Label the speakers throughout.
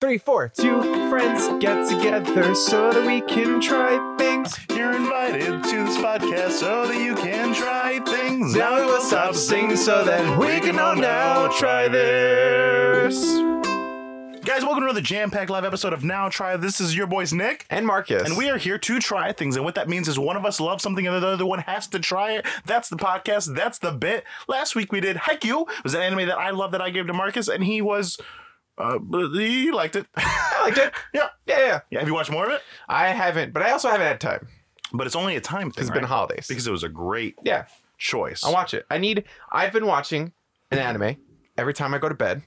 Speaker 1: three, four. Two friends get together so that we can try things.
Speaker 2: You're invited to this podcast so that you can try things.
Speaker 1: Now we will stop singing so that we can all now try this.
Speaker 2: Guys, welcome to another jam-packed live episode of Now Try. This is your boys Nick.
Speaker 1: And Marcus.
Speaker 2: And we are here to try things. And what that means is one of us loves something and the other one has to try it. That's the podcast. That's the bit. Last week we did Haikyuu. It was an anime that I love that I gave to Marcus, and he was uh, he liked it.
Speaker 1: I liked it.
Speaker 2: yeah.
Speaker 1: Yeah, yeah.
Speaker 2: Yeah. Have you watched more of it?
Speaker 1: I haven't, but I also haven't had time.
Speaker 2: But it's only a time thing.
Speaker 1: It's
Speaker 2: right?
Speaker 1: been holidays.
Speaker 2: because it was a great
Speaker 1: yeah,
Speaker 2: choice.
Speaker 1: I watch it. I need. I've been watching an anime every time I go to bed.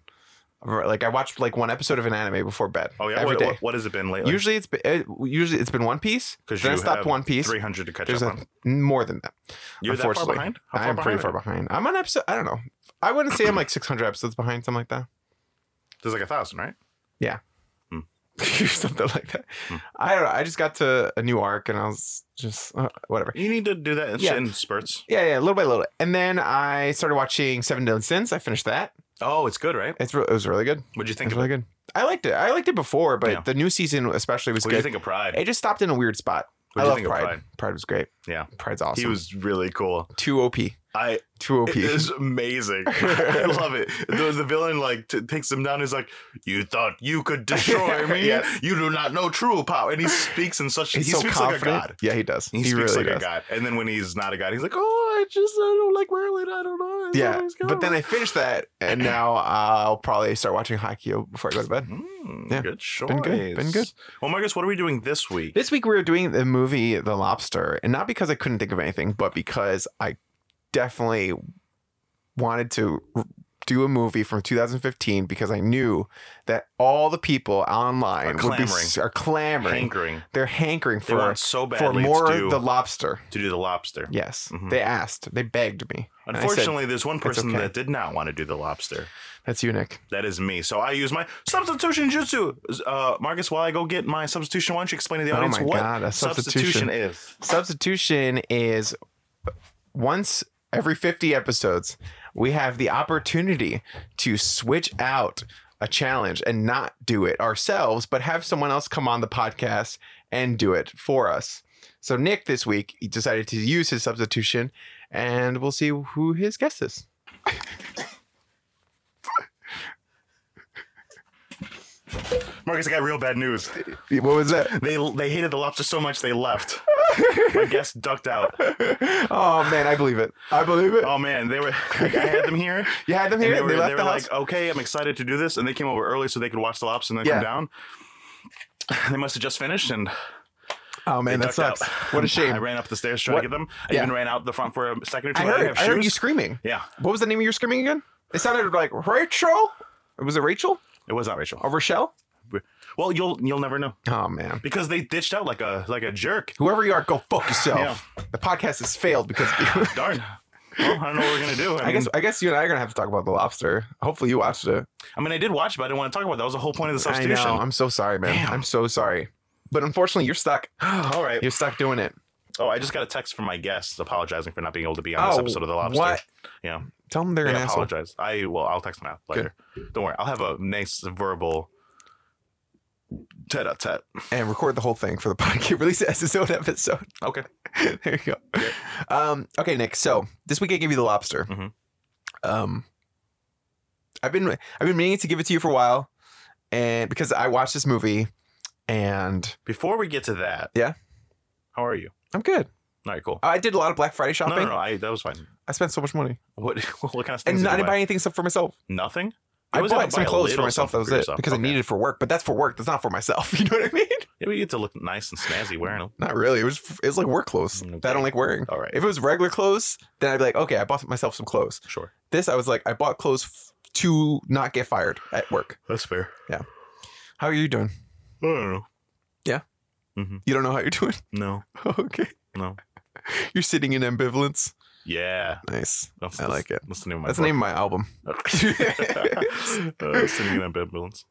Speaker 1: Or, Like I watched like one episode of an anime before bed.
Speaker 2: oh yeah.
Speaker 1: every
Speaker 2: what,
Speaker 1: day.
Speaker 2: what- what has it been lately?
Speaker 1: usually it's been it, usually it's been One Piece. Because
Speaker 2: you
Speaker 1: then I stopped
Speaker 2: have
Speaker 1: One Piece.
Speaker 2: 300 to catch
Speaker 1: There's
Speaker 2: up
Speaker 1: a,
Speaker 2: on.
Speaker 1: more than that.
Speaker 2: You're that far
Speaker 1: unfortunately.
Speaker 2: behind? How far
Speaker 1: I'm pretty
Speaker 2: behind
Speaker 1: far
Speaker 2: are you?
Speaker 1: behind. I'm on episode. I don't know. I wouldn't say I'm like 600 episodes behind, something like that.
Speaker 2: There's like a thousand, right?
Speaker 1: something like that.
Speaker 2: Hmm.
Speaker 1: I don't know. I just got to a new arc and I was just uh, whatever.
Speaker 2: You need to do that in,
Speaker 1: Yeah.
Speaker 2: in spurts.
Speaker 1: Yeah, yeah, little by little. And then I started watching Seven Deadly Sins. I finished that.
Speaker 2: Oh, it's good, right?
Speaker 1: It's re- it was really good.
Speaker 2: What'd you
Speaker 1: It
Speaker 2: think
Speaker 1: was
Speaker 2: of it?
Speaker 1: really good. I liked it. I liked it before, but
Speaker 2: Yeah.
Speaker 1: the new season especially was
Speaker 2: What do you
Speaker 1: good.
Speaker 2: think of Pride?
Speaker 1: It just stopped in a weird spot.
Speaker 2: What
Speaker 1: I
Speaker 2: do you
Speaker 1: love
Speaker 2: think
Speaker 1: Pride.
Speaker 2: of
Speaker 1: Pride.
Speaker 2: Pride?
Speaker 1: was great.
Speaker 2: Yeah.
Speaker 1: Pride's awesome.
Speaker 2: He was really cool.
Speaker 1: too OP.
Speaker 2: I
Speaker 1: Too OP.
Speaker 2: it is amazing. I love it. The, the villain like t- takes him down. He's like, "You thought you could destroy me?
Speaker 1: Yes.
Speaker 2: You do not know true power." And he speaks in such
Speaker 1: He's
Speaker 2: he
Speaker 1: so
Speaker 2: speaks
Speaker 1: confident.
Speaker 2: like a god.
Speaker 1: Yeah, he does.
Speaker 2: He,
Speaker 1: He,
Speaker 2: speaks
Speaker 1: really
Speaker 2: like
Speaker 1: does.
Speaker 2: a god. And then when he's not a god, he's like, "Oh, I just I don't like Merlin. I don't know." It's
Speaker 1: Yeah,
Speaker 2: always
Speaker 1: but then
Speaker 2: gone."
Speaker 1: I finished that, and now I'll probably start watching Haikyuu before I go to bed.
Speaker 2: Mm,
Speaker 1: Yeah.
Speaker 2: good choice.
Speaker 1: Been good. Been good.
Speaker 2: Well, Marcus, what are we doing this week?
Speaker 1: This week we were doing the movie The Lobster, and not because I couldn't think of anything, but because I definitely wanted to r- do a movie from 2015 because I knew that all the people online
Speaker 2: Are
Speaker 1: would be
Speaker 2: clamoring.
Speaker 1: s- are clamoring.
Speaker 2: Hankering.
Speaker 1: They're hankering
Speaker 2: They
Speaker 1: for
Speaker 2: want so badly
Speaker 1: for
Speaker 2: to
Speaker 1: more
Speaker 2: do-
Speaker 1: The Lobster.
Speaker 2: to do the lobster.
Speaker 1: Yes,
Speaker 2: Mhm.
Speaker 1: they asked. They begged me. And I said,
Speaker 2: Unfortunately, there's one person
Speaker 1: okay.
Speaker 2: that did not want to do the lobster.
Speaker 1: that's you, Nick.
Speaker 2: That is me. So I use my substitution jutsu. Uh, Marcus, while I go get my substitution, why don't you explain to the
Speaker 1: Oh
Speaker 2: audience
Speaker 1: my
Speaker 2: what
Speaker 1: God, a substitution.
Speaker 2: substitution. is?
Speaker 1: Substitution is once every 50 episodes, we have the opportunity to switch out a challenge and not do it ourselves, but have someone else come on the podcast and do it for us. So, Nick this week he decided to use his substitution, and we'll see who his guest is.
Speaker 2: Marcus, I got real bad news.
Speaker 1: What was that?
Speaker 2: They they hated the lobster so much they left. my guest ducked out.
Speaker 1: oh, man, I believe it. I believe it.
Speaker 2: Oh man, they were. I had them here.
Speaker 1: You had them
Speaker 2: And
Speaker 1: here,
Speaker 2: they
Speaker 1: and
Speaker 2: were,
Speaker 1: they,
Speaker 2: they
Speaker 1: left
Speaker 2: were
Speaker 1: the house.
Speaker 2: like, okay, I'm excited to do this, and they came over early so they could watch the lobster and then
Speaker 1: Yeah.
Speaker 2: come down. They must have just finished, and
Speaker 1: oh, man,
Speaker 2: they
Speaker 1: that
Speaker 2: ducked
Speaker 1: sucks.
Speaker 2: out.
Speaker 1: What a shame.
Speaker 2: I ran up the stairs trying
Speaker 1: What-
Speaker 2: to get them. I
Speaker 1: Yeah.
Speaker 2: even ran out the front for a second or two.
Speaker 1: I
Speaker 2: didn't
Speaker 1: heard,
Speaker 2: have
Speaker 1: I heard
Speaker 2: shoes.
Speaker 1: you screaming.
Speaker 2: Yeah,
Speaker 1: What was the name of your screaming again? It sounded like Rachel. Was it Rachel
Speaker 2: it was not Rachel.
Speaker 1: or Rochelle?
Speaker 2: Well, you'll you'll never know
Speaker 1: Oh man.
Speaker 2: because they ditched out like a like a jerk.
Speaker 1: Whoever you are, go fuck yourself. The podcast has failed because of you.
Speaker 2: Darn. Well, I don't know what we're gonna do. I,
Speaker 1: I
Speaker 2: mean,
Speaker 1: guess I guess you and I are gonna have to talk about the lobster. Hopefully you watched it.
Speaker 2: I mean, I did watch, but I didn't want to talk about. It. That was the whole point of the
Speaker 1: I
Speaker 2: substitution.
Speaker 1: know. I'm so sorry, man.
Speaker 2: Damn.
Speaker 1: I'm so sorry. But unfortunately, you're stuck.
Speaker 2: All right.
Speaker 1: You're stuck doing it.
Speaker 2: Oh, I just got a text from my guests apologizing for not being able to be on this
Speaker 1: Oh,
Speaker 2: episode of The Lobster.
Speaker 1: what?
Speaker 2: Yeah,
Speaker 1: Tell them they're
Speaker 2: they
Speaker 1: an asshole.
Speaker 2: apologize. I will. I'll text them out later. Don't worry. I'll have a nice verbal tete-a-tete.
Speaker 1: and record the whole thing for the podcast. Release it as its own episode.
Speaker 2: Okay.
Speaker 1: there you go. Um, okay, Nick. So this week I gave you the lobster.
Speaker 2: Mhm.
Speaker 1: Um, I've been I've been meaning to give it to you for a while, and because I watched this movie, and
Speaker 2: Before we get to that,
Speaker 1: Yeah.
Speaker 2: How are you?
Speaker 1: I'm good.
Speaker 2: All right, cool.
Speaker 1: I did a lot of Black Friday
Speaker 2: No,
Speaker 1: shopping.
Speaker 2: no, no. I that was fine.
Speaker 1: I spent so much money,
Speaker 2: What what kind of
Speaker 1: and
Speaker 2: things?
Speaker 1: not- I
Speaker 2: did you
Speaker 1: didn't
Speaker 2: buy?
Speaker 1: buy anything except for myself.
Speaker 2: Nothing.
Speaker 1: I
Speaker 2: was gonna
Speaker 1: bought some
Speaker 2: buy a
Speaker 1: clothes for
Speaker 2: little
Speaker 1: myself. That
Speaker 2: something
Speaker 1: was
Speaker 2: for
Speaker 1: it
Speaker 2: yourself.
Speaker 1: because
Speaker 2: Okay.
Speaker 1: I needed it for work. But that's for work. That's not for myself. You know what I mean?
Speaker 2: Yeah, but you get to look nice and snazzy wearing them.
Speaker 1: Not really. It was it was like work clothes that I
Speaker 2: Mm, Okay.
Speaker 1: don't like wearing.
Speaker 2: All right.
Speaker 1: If it was regular clothes, then I'd be like, okay, I bought myself some clothes.
Speaker 2: Sure.
Speaker 1: This I was like, I bought clothes f- to not get fired at work.
Speaker 2: That's fair.
Speaker 1: How are you doing?
Speaker 2: I don't know.
Speaker 1: You don't know how you're doing.
Speaker 2: No.
Speaker 1: okay.
Speaker 2: No.
Speaker 1: You're sitting in ambivalence.
Speaker 2: Yeah.
Speaker 1: Nice.
Speaker 2: That's,
Speaker 1: I like it.
Speaker 2: That's the name of my
Speaker 1: That's the name of my album.
Speaker 2: book. uh, sitting in ambulance.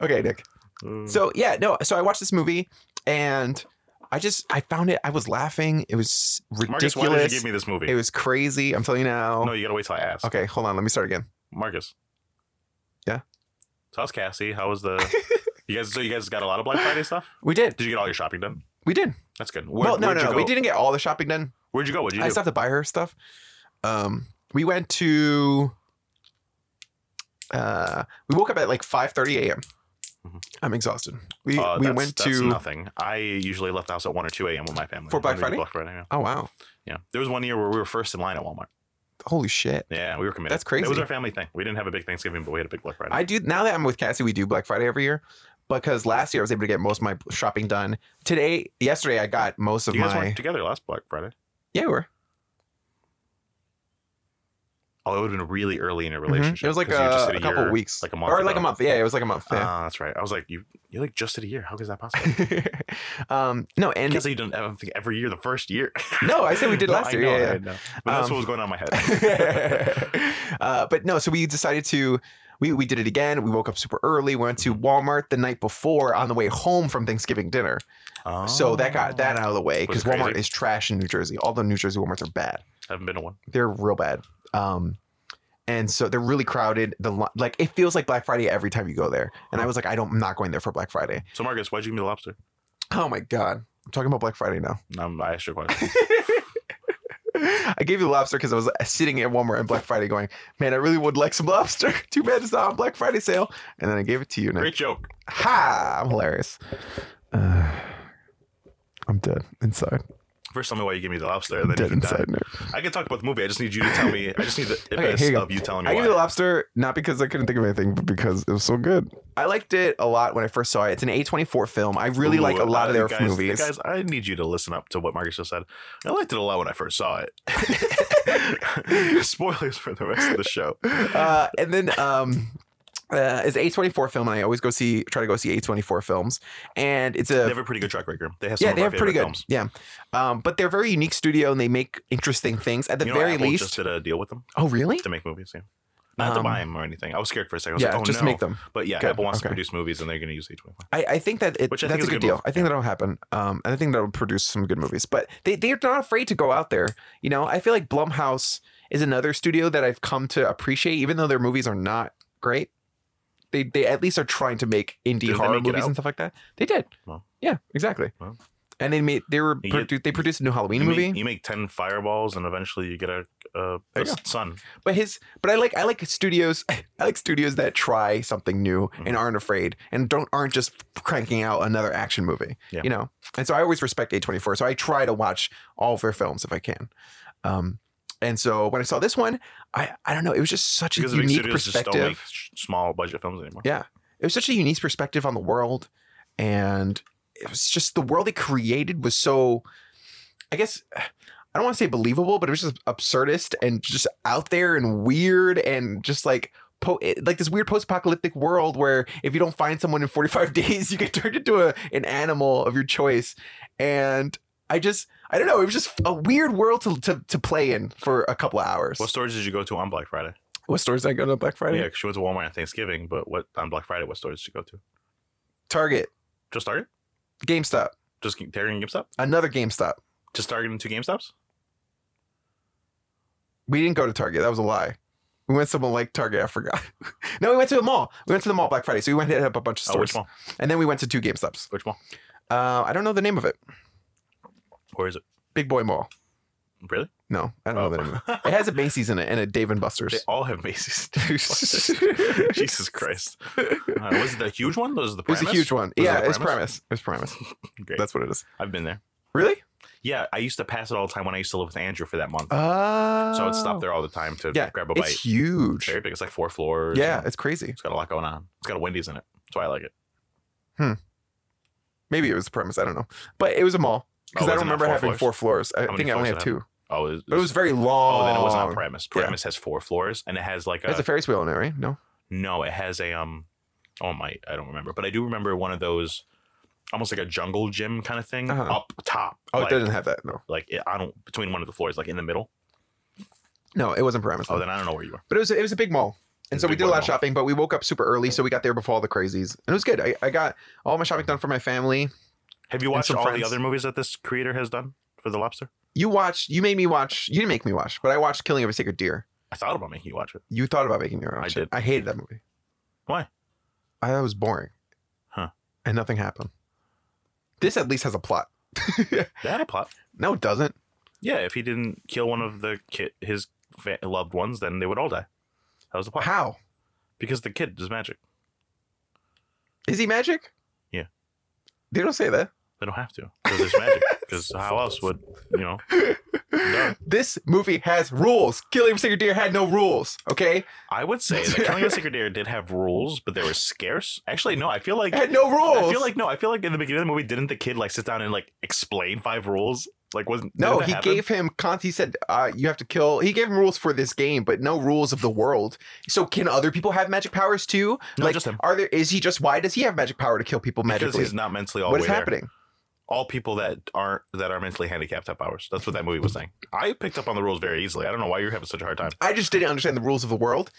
Speaker 1: okay, Nick.
Speaker 2: Uh,
Speaker 1: So yeah, no. So I watched this movie, and I just I found it. I was laughing. It was ridiculous.
Speaker 2: Uh, Marcus, why did you give me this movie?
Speaker 1: it was crazy. I'm telling you now.
Speaker 2: no, you gotta wait till I ask.
Speaker 1: okay, hold on. Let me start again.
Speaker 2: Marcus.
Speaker 1: Yeah?
Speaker 2: So how's Cassie? How was the You guys, so you guys got a lot of Black Friday stuff.
Speaker 1: We did.
Speaker 2: Did you get all your shopping done?
Speaker 1: We did.
Speaker 2: That's good. Where,
Speaker 1: Well, no,
Speaker 2: where'd
Speaker 1: no,
Speaker 2: you
Speaker 1: no.
Speaker 2: go?
Speaker 1: We didn't get all the shopping done.
Speaker 2: Where'd you go? What'd you
Speaker 1: I
Speaker 2: do?
Speaker 1: stopped to buy her stuff. Um, we went to. Uh, we woke up at like 5:30 a.m.
Speaker 2: Mhm.
Speaker 1: I'm exhausted. We
Speaker 2: Uh,
Speaker 1: we
Speaker 2: that's-
Speaker 1: went
Speaker 2: that's
Speaker 1: to.
Speaker 2: nothing. I usually left the house at one or two a.m. with my family
Speaker 1: For Black
Speaker 2: When
Speaker 1: Friday?
Speaker 2: we did Black Friday. Yeah.
Speaker 1: Oh wow!
Speaker 2: yeah, there was one year where we were first in line at Walmart.
Speaker 1: Holy shit!
Speaker 2: Yeah, we were committed.
Speaker 1: That's crazy.
Speaker 2: It was our family thing. We didn't have a big Thanksgiving, but we had a big Black Friday.
Speaker 1: I do now that I'm with Cassie. We do Black Friday every year because last year I was able to get most of my shopping done. Today, yesterday, I got most of
Speaker 2: you guys
Speaker 1: my. Mm-hmm.
Speaker 2: weren't together last Black Friday.
Speaker 1: Yeah, we were.
Speaker 2: Oh, it would have been really early in your
Speaker 1: Mhm.
Speaker 2: relationship.
Speaker 1: It was like
Speaker 2: 'cause you
Speaker 1: a,
Speaker 2: just did
Speaker 1: a couple
Speaker 2: year-
Speaker 1: weeks,
Speaker 2: like a month
Speaker 1: or like
Speaker 2: ago.
Speaker 1: a month. Yeah, it was like a month. Yeah.
Speaker 2: Ah, that's right. I was like, you, you like just did a year. How is that possible?
Speaker 1: um, no, and
Speaker 2: Can't say you don't. I don't think every year the first year.
Speaker 1: No, I said we did
Speaker 2: No,
Speaker 1: last
Speaker 2: I
Speaker 1: year,
Speaker 2: know,
Speaker 1: yeah, yeah.
Speaker 2: I know. But that's
Speaker 1: Um,
Speaker 2: what was going on in my head.
Speaker 1: uh, but no, so we decided to we, we did it again. We woke up super early, went to Walmart the night before on the way home from Thanksgiving dinner. So that got
Speaker 2: Ah.
Speaker 1: that out of the way
Speaker 2: Oh. Was
Speaker 1: because
Speaker 2: it crazy?
Speaker 1: Walmart is trash in New Jersey. All the New Jersey Walmarts are bad.
Speaker 2: I haven't been to one.
Speaker 1: They're real bad. Um and so they're really crowded. The li- like it feels like Black Friday every time you go there. And I was like, I don't I'm not going there for Black Friday.
Speaker 2: So Marcus, why'd you give me the lobster?
Speaker 1: Oh my god. I'm talking about Black Friday now.
Speaker 2: Um, I asked you a question.
Speaker 1: I gave you the lobster because I was uh, sitting at Walmart on Black Friday going, man, I really would like some lobster. Too bad it's not on Black Friday sale. And then I gave it to you. And I-
Speaker 2: Great joke.
Speaker 1: ha! I'm hilarious. Uh, I'm dead inside.
Speaker 2: First, tell me why you gave me the lobster, and then
Speaker 1: Dead
Speaker 2: you can die.
Speaker 1: inside. now.
Speaker 2: I can talk about the movie. I just need you to tell me. I just need the
Speaker 1: here
Speaker 2: impetus
Speaker 1: you go.
Speaker 2: of you telling me
Speaker 1: I gave you the
Speaker 2: why.
Speaker 1: lobster not because I couldn't think of anything, but because it was so good. I liked it a lot when I first saw it. It's an A24 film. I really
Speaker 2: Ooh,
Speaker 1: like a lot
Speaker 2: uh,
Speaker 1: of their
Speaker 2: guys,
Speaker 1: movies.
Speaker 2: Guys, I need you to listen up to what Marcus just said. I liked it a lot when I first saw it. Spoilers for the rest of the show.
Speaker 1: uh, and then um, uh, it's a twenty four film, and I always go see try to go see a twenty four films, and it's
Speaker 2: They
Speaker 1: a
Speaker 2: have a pretty good track record. They have some
Speaker 1: yeah
Speaker 2: of
Speaker 1: they
Speaker 2: our
Speaker 1: have pretty
Speaker 2: favorite
Speaker 1: good
Speaker 2: films.
Speaker 1: yeah, um, but they're a very unique studio and they make interesting things. At the
Speaker 2: you know,
Speaker 1: very
Speaker 2: Apple
Speaker 1: least,
Speaker 2: just did a deal with them
Speaker 1: oh really?
Speaker 2: to make movies. Yeah. Not to
Speaker 1: Um,
Speaker 2: buy them or anything. I was scared for a second. I was
Speaker 1: Yeah,
Speaker 2: like, oh
Speaker 1: just
Speaker 2: no.
Speaker 1: make them.
Speaker 2: But yeah,
Speaker 1: Good.
Speaker 2: Apple wants
Speaker 1: Okay.
Speaker 2: to produce movies, and they're going to use A24.
Speaker 1: I, I think that it,
Speaker 2: Which I
Speaker 1: that's
Speaker 2: think is
Speaker 1: a
Speaker 2: a
Speaker 1: good
Speaker 2: good
Speaker 1: deal.
Speaker 2: move.
Speaker 1: I think that'll happen. Um, and I think that'll produce some good movies. But they they're not afraid to go out there. You know, I feel like Blumhouse is another studio that I've come to appreciate, even though their movies are not great. They they at least are trying to make indie
Speaker 2: Didn't they
Speaker 1: horror
Speaker 2: make Get
Speaker 1: movies
Speaker 2: Out?
Speaker 1: and stuff like that. They did.
Speaker 2: Wow.
Speaker 1: Yeah, exactly.
Speaker 2: Wow.
Speaker 1: And they made they were
Speaker 2: You
Speaker 1: produ- they produced a new Halloween
Speaker 2: you
Speaker 1: movie.
Speaker 2: Make, you make ten fireballs, and eventually you get a, a,
Speaker 1: There you
Speaker 2: a
Speaker 1: go.
Speaker 2: sun.
Speaker 1: But his, but I like I like studios. I like studios that try something new
Speaker 2: Mm-hmm.
Speaker 1: and aren't afraid and don't aren't just cranking out another action movie.
Speaker 2: Yeah.
Speaker 1: You know, and so I always respect A twenty four. So I try to watch all of their films if I can. Um, and so when I saw this one, I I don't know. It was just such
Speaker 2: Because
Speaker 1: a
Speaker 2: the big
Speaker 1: unique
Speaker 2: studios just don't make
Speaker 1: perspective.
Speaker 2: sh- small budget films anymore.
Speaker 1: Yeah. It was such a unique perspective on the world, and it was just the world they created was so. I guess I don't want to say believable, but it was just absurdist and just out there and weird and just like po- like this weird post-apocalyptic world where if you don't find someone in 45 days, you get turned into a, an animal of your choice. And I just I don't know, it was just a weird world to to, to play in for a couple of hours.
Speaker 2: What stores did you go to on Black Friday?
Speaker 1: What stores did I go to on Black
Speaker 2: Yeah,
Speaker 1: Friday?
Speaker 2: 'cause she went to Walmart on Thanksgiving, but what on Black Friday? What stores did you go to?
Speaker 1: Target,
Speaker 2: Just Target?
Speaker 1: GameStop,
Speaker 2: Just Target and GameStop?
Speaker 1: another GameStop.
Speaker 2: Just Target and two GameStops?
Speaker 1: We didn't go to Target. That was a lie. We went to someone like Target. I forgot. no, we went to a mall. We went to the mall Black Friday. So we went and hit up a bunch of
Speaker 2: Oh,
Speaker 1: stores,
Speaker 2: which mall?
Speaker 1: and then we went to two GameStops.
Speaker 2: Which mall?
Speaker 1: Uh, I don't know the name of it.
Speaker 2: Or is it
Speaker 1: Big Boy Mall.
Speaker 2: really?
Speaker 1: No, I don't know the name. Of
Speaker 2: Oh.
Speaker 1: it. it has a Macy's in it and a Dave and
Speaker 2: they
Speaker 1: Buster's.
Speaker 2: all have Macy's.
Speaker 1: it
Speaker 2: Jesus Christ! Uh, was it the huge one? Was it the
Speaker 1: was
Speaker 2: Primus?
Speaker 1: a huge one.
Speaker 2: Was it
Speaker 1: yeah,
Speaker 2: the
Speaker 1: it's Primus.
Speaker 2: Primus?
Speaker 1: It's Primus.
Speaker 2: Great.
Speaker 1: That's what it is.
Speaker 2: I've been there.
Speaker 1: Really?
Speaker 2: Yeah, I used to pass it all the time when I used to live with Andrew for that month.
Speaker 1: Uh,
Speaker 2: so I would stop there all the time to
Speaker 1: Yeah,
Speaker 2: grab a bite.
Speaker 1: It's huge.
Speaker 2: Very big. It's like four floors.
Speaker 1: Yeah,
Speaker 2: and
Speaker 1: it's crazy.
Speaker 2: It's got a lot going on. It's got a Wendy's in it. That's why I like it.
Speaker 1: Maybe it was Primus. I don't know, but it was a mall because
Speaker 2: Oh,
Speaker 1: I don't
Speaker 2: wasn't it
Speaker 1: remember
Speaker 2: four
Speaker 1: having
Speaker 2: floors?
Speaker 1: four floors. I
Speaker 2: many
Speaker 1: think I only have
Speaker 2: floors
Speaker 1: two,
Speaker 2: did Oh, it,
Speaker 1: but it was very long.
Speaker 2: Oh, then it was not Primus.
Speaker 1: Yeah.
Speaker 2: Primus has four floors and it has like
Speaker 1: It has
Speaker 2: a,
Speaker 1: a Ferris wheel in it, right? No.
Speaker 2: no. It has a um. Oh my, I don't remember, but I do remember one of those, almost like a jungle gym kind of thing
Speaker 1: Uh-huh.
Speaker 2: up top.
Speaker 1: Oh,
Speaker 2: like,
Speaker 1: it doesn't have that. No,
Speaker 2: like it, I don't between one of the floors, like in the middle.
Speaker 1: no, it wasn't Paramus.
Speaker 2: Oh, then I don't know where you are.
Speaker 1: but it was it was a big mall, and
Speaker 2: It's
Speaker 1: so
Speaker 2: a
Speaker 1: we
Speaker 2: big
Speaker 1: did a lot of
Speaker 2: mall.
Speaker 1: shopping. But we woke up super early, so we got there before all the crazies, and it was good. I, I got all my shopping done for my family.
Speaker 2: Have you watched
Speaker 1: some
Speaker 2: all the
Speaker 1: friends.
Speaker 2: other movies that this creator has done for the Lobster?
Speaker 1: You watched. You made me watch. You didn't make me watch, but I watched Killing of a Sacred Deer.
Speaker 2: I thought about making you watch it.
Speaker 1: You thought about making me watch
Speaker 2: I
Speaker 1: it.
Speaker 2: did.
Speaker 1: I hated that movie.
Speaker 2: Why?
Speaker 1: I thought it was boring.
Speaker 2: Huh.
Speaker 1: and nothing happened. This at least has a plot.
Speaker 2: They had a plot.
Speaker 1: no, it doesn't.
Speaker 2: Yeah, if he didn't kill one of the ki- his fa- loved ones, then they would all die. That was the plot.
Speaker 1: How?
Speaker 2: Because the kid is magic.
Speaker 1: Is he magic?
Speaker 2: Yeah.
Speaker 1: They don't say that.
Speaker 2: They don't have to because there's magic. Because how else would you know? No.
Speaker 1: This movie has rules. Killing of a Sacred Deer had no rules. Okay,
Speaker 2: I would say that Killing of a Sacred Deer did have rules, but they were scarce. Actually, no. I feel like
Speaker 1: it had no rules.
Speaker 2: I feel like no. I feel like in the beginning of the movie, didn't the kid like sit down and like explain five rules? Like wasn't
Speaker 1: no.
Speaker 2: didn't that
Speaker 1: He
Speaker 2: happen?
Speaker 1: gave him con. He said uh, you have to kill. He gave him rules for this game, but no rules of the world. So can other people have magic powers too?
Speaker 2: No,
Speaker 1: like,
Speaker 2: just him.
Speaker 1: are there? Is he just? Why does he have magic power to kill people
Speaker 2: because
Speaker 1: magically?
Speaker 2: he's not mentally all
Speaker 1: What
Speaker 2: the
Speaker 1: is
Speaker 2: way there.
Speaker 1: happening?
Speaker 2: All people that aren't that are mentally handicapped have powers. That's what that movie was saying. I picked up on the rules very easily. I don't know why you're having such a hard time.
Speaker 1: I just didn't understand the rules of the world.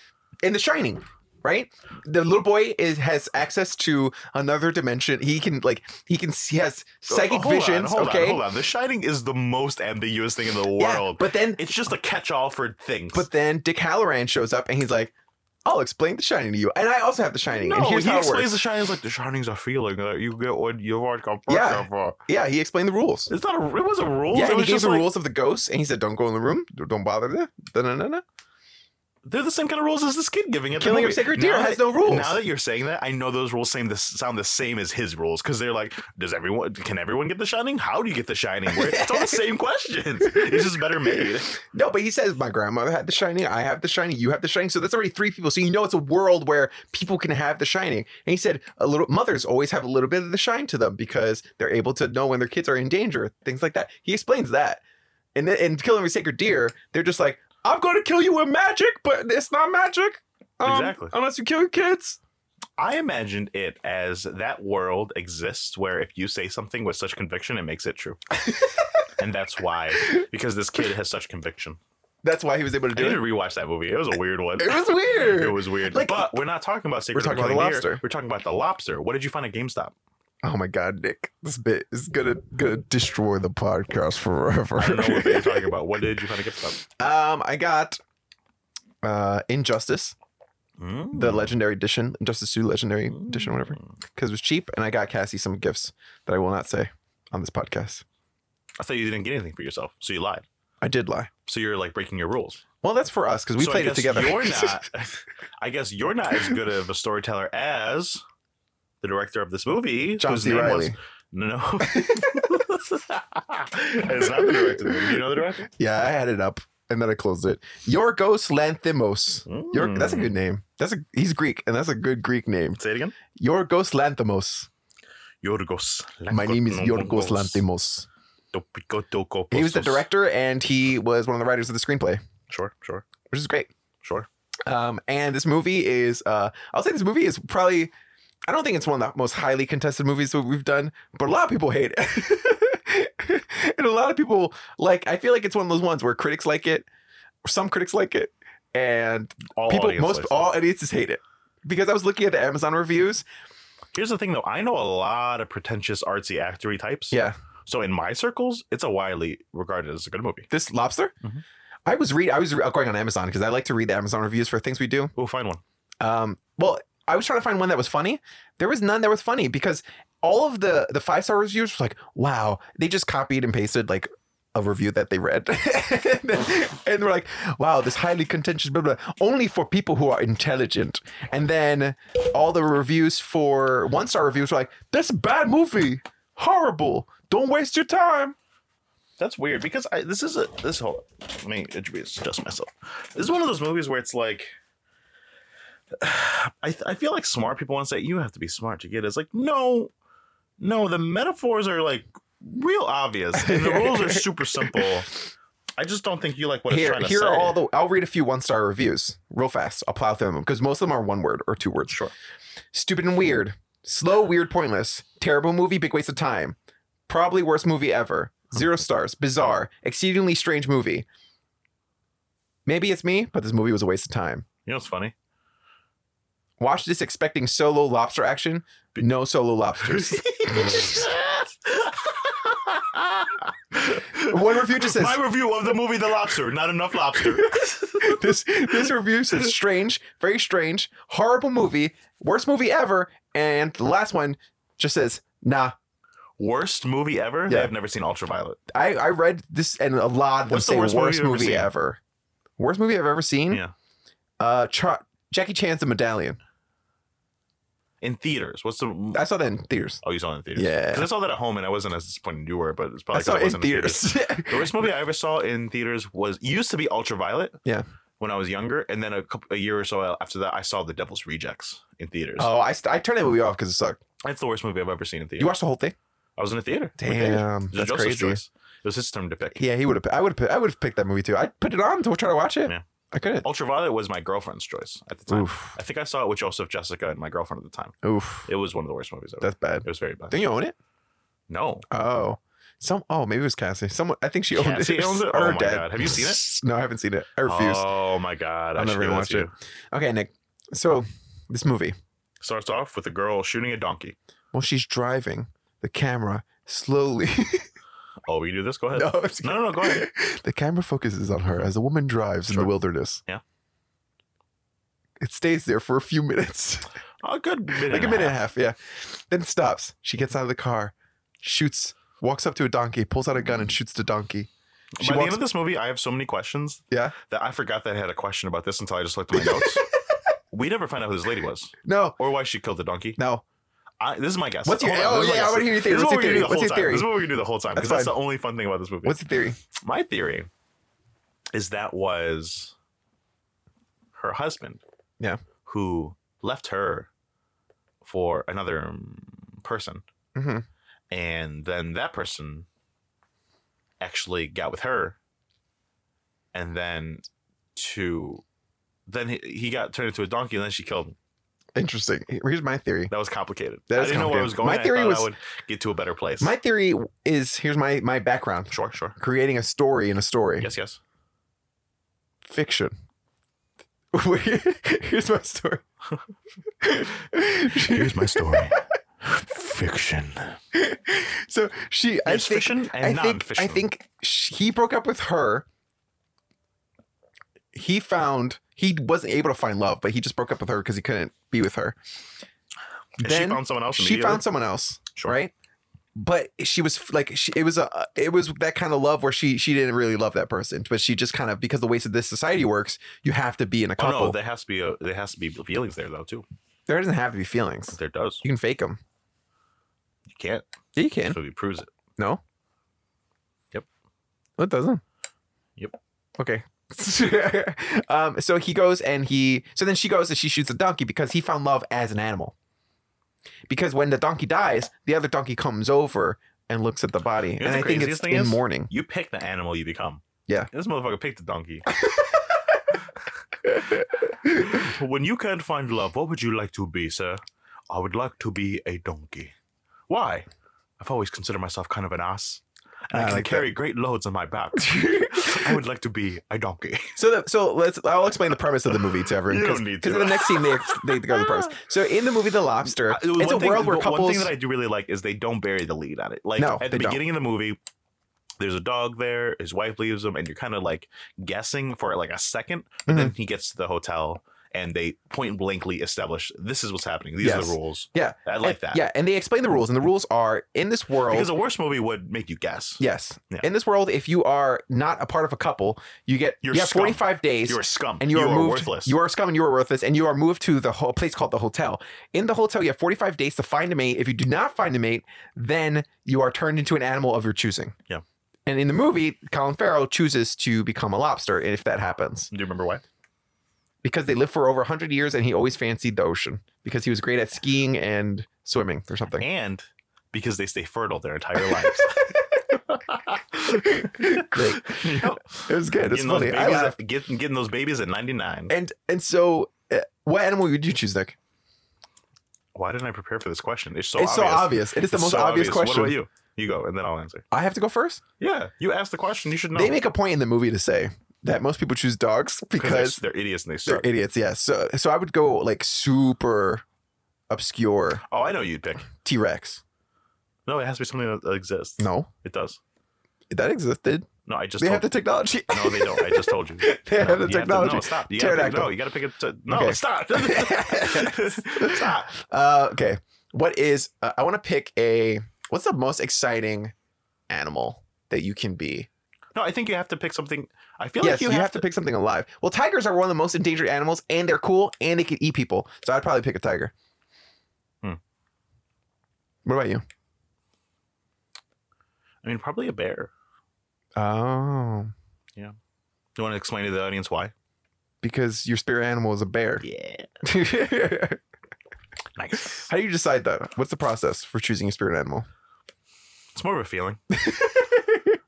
Speaker 1: In The Shining, right? The little boy is has access to another dimension. He can like he can he has psychic
Speaker 2: Hold on,
Speaker 1: visions.
Speaker 2: hold
Speaker 1: okay,
Speaker 2: on, hold on. The Shining is the most ambiguous thing in the
Speaker 1: Yeah,
Speaker 2: world.
Speaker 1: but then
Speaker 2: it's just a catch-all for things.
Speaker 1: But then Dick Halloran shows up and he's like, I'll explain The Shining to you. And I also have The Shining.
Speaker 2: no,
Speaker 1: and here's
Speaker 2: he
Speaker 1: how it
Speaker 2: explains
Speaker 1: works.
Speaker 2: the Shining's like the Shining's a feeling that you get when you are
Speaker 1: Yeah. yeah, he explained the rules.
Speaker 2: It's not a. It wasn't rules.
Speaker 1: yeah,
Speaker 2: it
Speaker 1: and he
Speaker 2: was
Speaker 1: gave
Speaker 2: just
Speaker 1: the
Speaker 2: like,
Speaker 1: rules of the ghosts and he said, Don't go in the room. Don't bother there. Da, da, da, da.
Speaker 2: They're the same kind of rules as this kid giving it.
Speaker 1: Killing of Sacred Deer has no rules.
Speaker 2: Now that you're saying that, I know those rules seem the, sound the same as his rules because they're like, does everyone? Can everyone get the Shining? How do you get the Shining? Where- it's all the same questions. It's just better made.
Speaker 1: No, but he says, My grandmother had The Shining. I have The Shining. You have The Shining. So that's already three people. So you know it's a world where people can have The Shining. And he said, a little Mothers always have a little bit of The Shine to them because they're able to know when their kids are in danger, things like that. He explains that. And then in Killing of a Sacred Deer, they're just like, I'm going to kill you with magic, but it's not magic. um,
Speaker 2: Exactly.
Speaker 1: Unless you kill your kids.
Speaker 2: I imagined it as that world exists where if you say something with such conviction, it makes it true. and that's why, because this kid has such conviction.
Speaker 1: That's why he was able to
Speaker 2: I
Speaker 1: do
Speaker 2: need to
Speaker 1: it.
Speaker 2: rewatch that movie. It was a weird one.
Speaker 1: It was weird.
Speaker 2: It was weird.
Speaker 1: Like-
Speaker 2: but we're not talking about Secret
Speaker 1: We're
Speaker 2: of
Speaker 1: talking about the
Speaker 2: Killing Deer.
Speaker 1: lobster.
Speaker 2: We're talking about the lobster. What did you find at GameStop?
Speaker 1: oh my God, Nick. This bit is going to gonna destroy the podcast forever.
Speaker 2: I don't know what you're talking about. What did you find at GameStop?
Speaker 1: Um, I got uh Injustice,
Speaker 2: Mm.
Speaker 1: the legendary edition, Injustice 2 legendary
Speaker 2: Hmm.
Speaker 1: edition, whatever, because it was cheap, and I got Cassie some gifts that I will not say on this podcast.
Speaker 2: I thought you didn't get anything for yourself, so you lied.
Speaker 1: I did lie.
Speaker 2: So you're like breaking your rules.
Speaker 1: Well, that's for us because we
Speaker 2: So I
Speaker 1: played it
Speaker 2: guess
Speaker 1: together.
Speaker 2: You're not. I guess you're not as good of a storyteller as the director of this movie,
Speaker 1: John
Speaker 2: whose
Speaker 1: C.
Speaker 2: name
Speaker 1: Riley.
Speaker 2: was no. no. it's not the director. Do you know the director?
Speaker 1: Yeah, I had it up and then I closed it. Yorgos Lanthimos. Your, that's a
Speaker 2: Mm.
Speaker 1: good name. That's a he's Greek and that's a good Greek name.
Speaker 2: Say it again.
Speaker 1: Yorgos Lanthimos.
Speaker 2: Yorgos.
Speaker 1: My name is Yorgos Lanthimos.
Speaker 2: Lanthimos.
Speaker 1: He was the director and he was one of the writers of the screenplay,
Speaker 2: Sure, sure,
Speaker 1: which is great.
Speaker 2: sure.
Speaker 1: Um, and this movie is, uh, I'll say this movie is probably, I don't think it's one of the most highly contested movies that we've done, but a lot of people hate it. and a lot of people, like, I feel like it's one of those ones where critics like it, some critics like it, and
Speaker 2: All
Speaker 1: people,
Speaker 2: audience
Speaker 1: most,
Speaker 2: likes it.
Speaker 1: all audiences hate it. Because I was looking at the Amazon reviews.
Speaker 2: Here's the thing, though. I know a lot of pretentious artsy actory types.
Speaker 1: Yeah.
Speaker 2: So in my circles, it's a widely regarded as a good movie.
Speaker 1: This lobster.
Speaker 2: Mhm.
Speaker 1: I was read. I was re- going on Amazon because I like to read the Amazon reviews for things we do.
Speaker 2: We'll find one.
Speaker 1: Um, well, I was trying to find one that was funny. There was none that was funny because all of the the five star reviews were like, wow, they just copied and pasted like a review that they read, and, then- and we're like, wow, this highly contentious blah blah, only for people who are intelligent. And then all the reviews for one star reviews were like, that's a bad movie, horrible. Don't waste your time.
Speaker 2: That's weird because I, this is a this whole. Let me adjust myself. This is one of those movies where it's like. I, th- I feel like smart people want to say you have to be smart to get it. It's like no, no. The metaphors are like real obvious and the rules are super simple. I just don't think you like what it's
Speaker 1: Here,
Speaker 2: trying to
Speaker 1: here
Speaker 2: say.
Speaker 1: are all the. I'll read a few one star reviews real fast. I'll plow through them because most of them are one word or two words.
Speaker 2: sure.
Speaker 1: Stupid and weird. Slow, weird, pointless. Terrible movie, big waste of time. Probably worst movie ever. Zero stars. Bizarre. Exceedingly strange movie. Maybe it's me, but this movie was a waste of time.
Speaker 2: You know what's funny?
Speaker 1: Watch this expecting solo lobster action. No solo lobsters. One review just says
Speaker 2: My review of the movie The Lobster, not enough lobster.
Speaker 1: this this review says strange, very strange, horrible movie, worst movie ever, and the last one, Just says, nah.
Speaker 2: Worst movie ever?
Speaker 1: Yeah.
Speaker 2: I've never seen Ultraviolet.
Speaker 1: I, I read this and a lot of them
Speaker 2: What's the
Speaker 1: say
Speaker 2: worst
Speaker 1: worst,
Speaker 2: movie you've ever
Speaker 1: movie
Speaker 2: seen?
Speaker 1: ever, Worst movie I've ever seen?
Speaker 2: Yeah.
Speaker 1: Uh, Char- Jackie Chan's The Medallion.
Speaker 2: In theaters. What's the.
Speaker 1: I saw that in theaters.
Speaker 2: oh, you saw it in theaters?
Speaker 1: Yeah.
Speaker 2: Because I saw that at home and I wasn't as disappointed you were, but it's probably
Speaker 1: I saw
Speaker 2: because
Speaker 1: it in
Speaker 2: wasn't
Speaker 1: theaters.
Speaker 2: The worst movie I ever saw in theaters was used to be Ultraviolet.
Speaker 1: Yeah.
Speaker 2: When I was younger, and then a couple, a year or so after that, I saw The Devil's Rejects in theaters.
Speaker 1: oh, I, st- I turned that movie off because it sucked.
Speaker 2: That's the worst movie I've ever seen in theaters.
Speaker 1: You watched the whole thing?
Speaker 2: I was in a theater. with David.
Speaker 1: Damn,
Speaker 2: It was
Speaker 1: that's
Speaker 2: Joseph's
Speaker 1: crazy.
Speaker 2: choice. It was his turn to pick.
Speaker 1: Yeah, he would have. I would have. I would have picked that movie too. I put it on to try to watch it.
Speaker 2: Yeah.
Speaker 1: I couldn't.
Speaker 2: Ultraviolet was my girlfriend's choice at the time.
Speaker 1: Oof,
Speaker 2: I think I saw it with Joseph, Jessica, and my girlfriend at the time.
Speaker 1: oof,
Speaker 2: It was one of the worst movies ever.
Speaker 1: that's bad.
Speaker 2: it was very bad.
Speaker 1: Don't you own it?
Speaker 2: No.
Speaker 1: Oh, some. Oh, maybe it was Cassie. Someone. I think she owned
Speaker 2: Cassie
Speaker 1: it.
Speaker 2: owns it?
Speaker 1: Or
Speaker 2: Oh
Speaker 1: her
Speaker 2: my
Speaker 1: dad.
Speaker 2: God. Have you seen it?
Speaker 1: No, I haven't seen it. I refuse.
Speaker 2: Oh my god!
Speaker 1: I'll
Speaker 2: I should
Speaker 1: never
Speaker 2: give
Speaker 1: even
Speaker 2: that
Speaker 1: watch
Speaker 2: to
Speaker 1: it.
Speaker 2: you.
Speaker 1: Okay, Nick. So this movie.
Speaker 2: Starts off with a girl shooting a donkey.
Speaker 1: While she's driving, the camera slowly.
Speaker 2: Oh, we do this. Go ahead.
Speaker 1: no, I'm just
Speaker 2: No, no, no, go ahead.
Speaker 1: The camera focuses on her as the woman drives in
Speaker 2: Sure.
Speaker 1: the wilderness.
Speaker 2: Yeah.
Speaker 1: It stays there for a few minutes,
Speaker 2: Oh, good. Minute
Speaker 1: like
Speaker 2: and
Speaker 1: a minute and a half. Yeah. Then it stops. She gets out of the car, shoots, walks up to a donkey, pulls out a gun, and shoots the donkey. She
Speaker 2: By the end
Speaker 1: walks.
Speaker 2: of this movie, Mm-hmm. I have so many questions
Speaker 1: yeah.
Speaker 2: that I forgot that I had a question about this until I just looked at my notes. we never find out who this lady was
Speaker 1: No.
Speaker 2: or why she killed the donkey.
Speaker 1: No.
Speaker 2: I, this is my guess.
Speaker 1: What's your?
Speaker 2: Hold on,
Speaker 1: Oh
Speaker 2: this is my
Speaker 1: yeah. I
Speaker 2: guess.
Speaker 1: want to hear your theory.
Speaker 2: This
Speaker 1: What's
Speaker 2: is what
Speaker 1: your
Speaker 2: we can
Speaker 1: theory?
Speaker 2: do the
Speaker 1: What's
Speaker 2: whole
Speaker 1: your
Speaker 2: time.
Speaker 1: theory?
Speaker 2: This is what we can do the whole time because
Speaker 1: That's
Speaker 2: that's the
Speaker 1: fine.
Speaker 2: only fun thing about this movie.
Speaker 1: What's your theory?
Speaker 2: my theory is that was her husband.
Speaker 1: Yeah.
Speaker 2: Who left her for another mm, person.
Speaker 1: Mhm.
Speaker 2: And then that person actually got with her. And then to then he, he got turned into a donkey and then she killed him.
Speaker 1: Interesting. Here's my theory.
Speaker 2: That was complicated.
Speaker 1: That
Speaker 2: I
Speaker 1: is
Speaker 2: didn't know where I was going.
Speaker 1: complicated. My
Speaker 2: I
Speaker 1: theory
Speaker 2: thought I
Speaker 1: was-
Speaker 2: would get to a better place.
Speaker 1: My theory is here's my my background.
Speaker 2: sure, sure.
Speaker 1: Creating a story in a story.
Speaker 2: Yes, yes.
Speaker 1: fiction. Here's my story.
Speaker 2: Here's my story. Fiction.
Speaker 1: so she, I
Speaker 2: It's
Speaker 1: think,
Speaker 2: fiction and
Speaker 1: I think,
Speaker 2: non-fiction.
Speaker 1: I think sh he broke up with her. He found he wasn't able to find love, but he just broke up with her because he couldn't be with her.
Speaker 2: And
Speaker 1: then
Speaker 2: she found someone else.
Speaker 1: She found someone else,
Speaker 2: Sure.
Speaker 1: right? But she was f- like, she, it was a, it was that kind of love where she she didn't really love that person, but she just kind of because the ways that this society works, you have to be in a
Speaker 2: Oh
Speaker 1: couple.
Speaker 2: no, there has to be a there has to be feelings there though too.
Speaker 1: there doesn't have to be feelings.
Speaker 2: There does.
Speaker 1: You can fake them.
Speaker 2: You can't.
Speaker 1: Yeah, you
Speaker 2: This
Speaker 1: can.
Speaker 2: movie proves it.
Speaker 1: No.
Speaker 2: Yep.
Speaker 1: It doesn't.
Speaker 2: Yep.
Speaker 1: Okay. um, so he goes and he so then she goes and she shoots a donkey because he found love as an animal. Because when the donkey dies, the other donkey comes over and looks at the body.
Speaker 2: know
Speaker 1: and
Speaker 2: the
Speaker 1: I think
Speaker 2: craziest
Speaker 1: it's
Speaker 2: thing
Speaker 1: in
Speaker 2: is?
Speaker 1: mourning.
Speaker 2: You pick the animal you become.
Speaker 1: Yeah.
Speaker 2: This motherfucker picked the donkey. when you can't find love, what would you like to be, sir? I would like to be a donkey. Why? I've always considered myself kind of an ass. And
Speaker 1: Ah, I
Speaker 2: I can
Speaker 1: like
Speaker 2: carry great loads on my back. I would like to be a donkey.
Speaker 1: So, the, so let's. I'll explain the premise of the movie to everyone.
Speaker 2: You don't
Speaker 1: Because
Speaker 2: need
Speaker 1: in
Speaker 2: to.
Speaker 1: the next scene, they they go to the premise. So in the movie, The Lobster,
Speaker 2: Uh,
Speaker 1: it's a
Speaker 2: one thing-
Speaker 1: world where
Speaker 2: one-
Speaker 1: couples.
Speaker 2: One thing that I do really like is they don't bury the lead on it. Like
Speaker 1: No,
Speaker 2: at
Speaker 1: they
Speaker 2: the
Speaker 1: don't.
Speaker 2: beginning of the movie, there's a dog there. His wife leaves him, and you're kind of like guessing for like a second. But then
Speaker 1: Mm-hmm.
Speaker 2: he gets to the hotel, and they point blankly establish this is what's happening. These are
Speaker 1: Yes.
Speaker 2: the rules.
Speaker 1: yeah,
Speaker 2: I like
Speaker 1: And-
Speaker 2: that.
Speaker 1: Yeah, and they explain the rules, and the rules are in this world.
Speaker 2: because a worse movie would make you guess.
Speaker 1: Yes.
Speaker 2: Yeah.
Speaker 1: In this world, if you are not a part of a couple, you get
Speaker 2: You're
Speaker 1: you have
Speaker 2: scum.
Speaker 1: 45 days
Speaker 2: You're a scum,
Speaker 1: and you, are, moved,
Speaker 2: worthless.
Speaker 1: You are scum and you are worthless, and you are moved to the whole place called the hotel. In the hotel, you have 45 days to find a mate. If you do not find a mate, then you are turned into an animal of your choosing.
Speaker 2: Yeah.
Speaker 1: And in the movie, Colin Farrell chooses to become a lobster if that happens
Speaker 2: do you remember why?
Speaker 1: because they lived for over 100 years and he always fancied the ocean because he was great at skiing and swimming or something.
Speaker 2: And because they stay fertile their entire lives.
Speaker 1: great.
Speaker 2: Yep.
Speaker 1: It was good. It's
Speaker 2: Getting those
Speaker 1: funny. I
Speaker 2: babies
Speaker 1: laughed.
Speaker 2: at, getting, getting those babies at 99.
Speaker 1: And and so, uh, what animal would you choose, Nick?
Speaker 2: Why didn't I prepare for this question? It's so
Speaker 1: it's
Speaker 2: obvious.
Speaker 1: so obvious. It is the
Speaker 2: It's
Speaker 1: most
Speaker 2: so
Speaker 1: obvious, question.
Speaker 2: What about you? You go, and then I'll answer.
Speaker 1: I have to go first.
Speaker 2: Yeah, you asked the question. You should know.
Speaker 1: They make a point in the movie to say that most people choose dogs because
Speaker 2: they're, they're idiots and they
Speaker 1: they're
Speaker 2: suck.
Speaker 1: idiots. Yes. So so I would go like super obscure
Speaker 2: oh, I know you'd pick.
Speaker 1: T Rex.
Speaker 2: No, it has to be something that- that exists.
Speaker 1: No,
Speaker 2: It does.
Speaker 1: that existed.
Speaker 2: No, I just.
Speaker 1: they
Speaker 2: told
Speaker 1: have the technology.
Speaker 2: you. No, they don't. I just told you.
Speaker 1: They
Speaker 2: no,
Speaker 1: have the
Speaker 2: you to-
Speaker 1: technology.
Speaker 2: no, stop. You gotta pick,
Speaker 1: Pterodactyl.
Speaker 2: no, you got to pick a. T- no,
Speaker 1: Okay.
Speaker 2: stop. stop.
Speaker 1: uh, okay. what is uh, I want to pick a what's the most exciting animal that you can be?
Speaker 2: No, I think you have to pick something. I feel
Speaker 1: yes, you,
Speaker 2: like
Speaker 1: have, to, pick something alive. Well, tigers are one of the most endangered animals, and they're cool, and they can eat people. So I'd probably pick a tiger.
Speaker 2: Hmm.
Speaker 1: What about you?
Speaker 2: I mean, probably a bear.
Speaker 1: Oh,
Speaker 2: Do you want to explain to the audience why?
Speaker 1: because your spirit animal is a bear.
Speaker 2: Yeah.
Speaker 1: How
Speaker 2: Nice.
Speaker 1: do you decide that? What's the process for choosing a spirit animal?
Speaker 2: It's more of a feeling.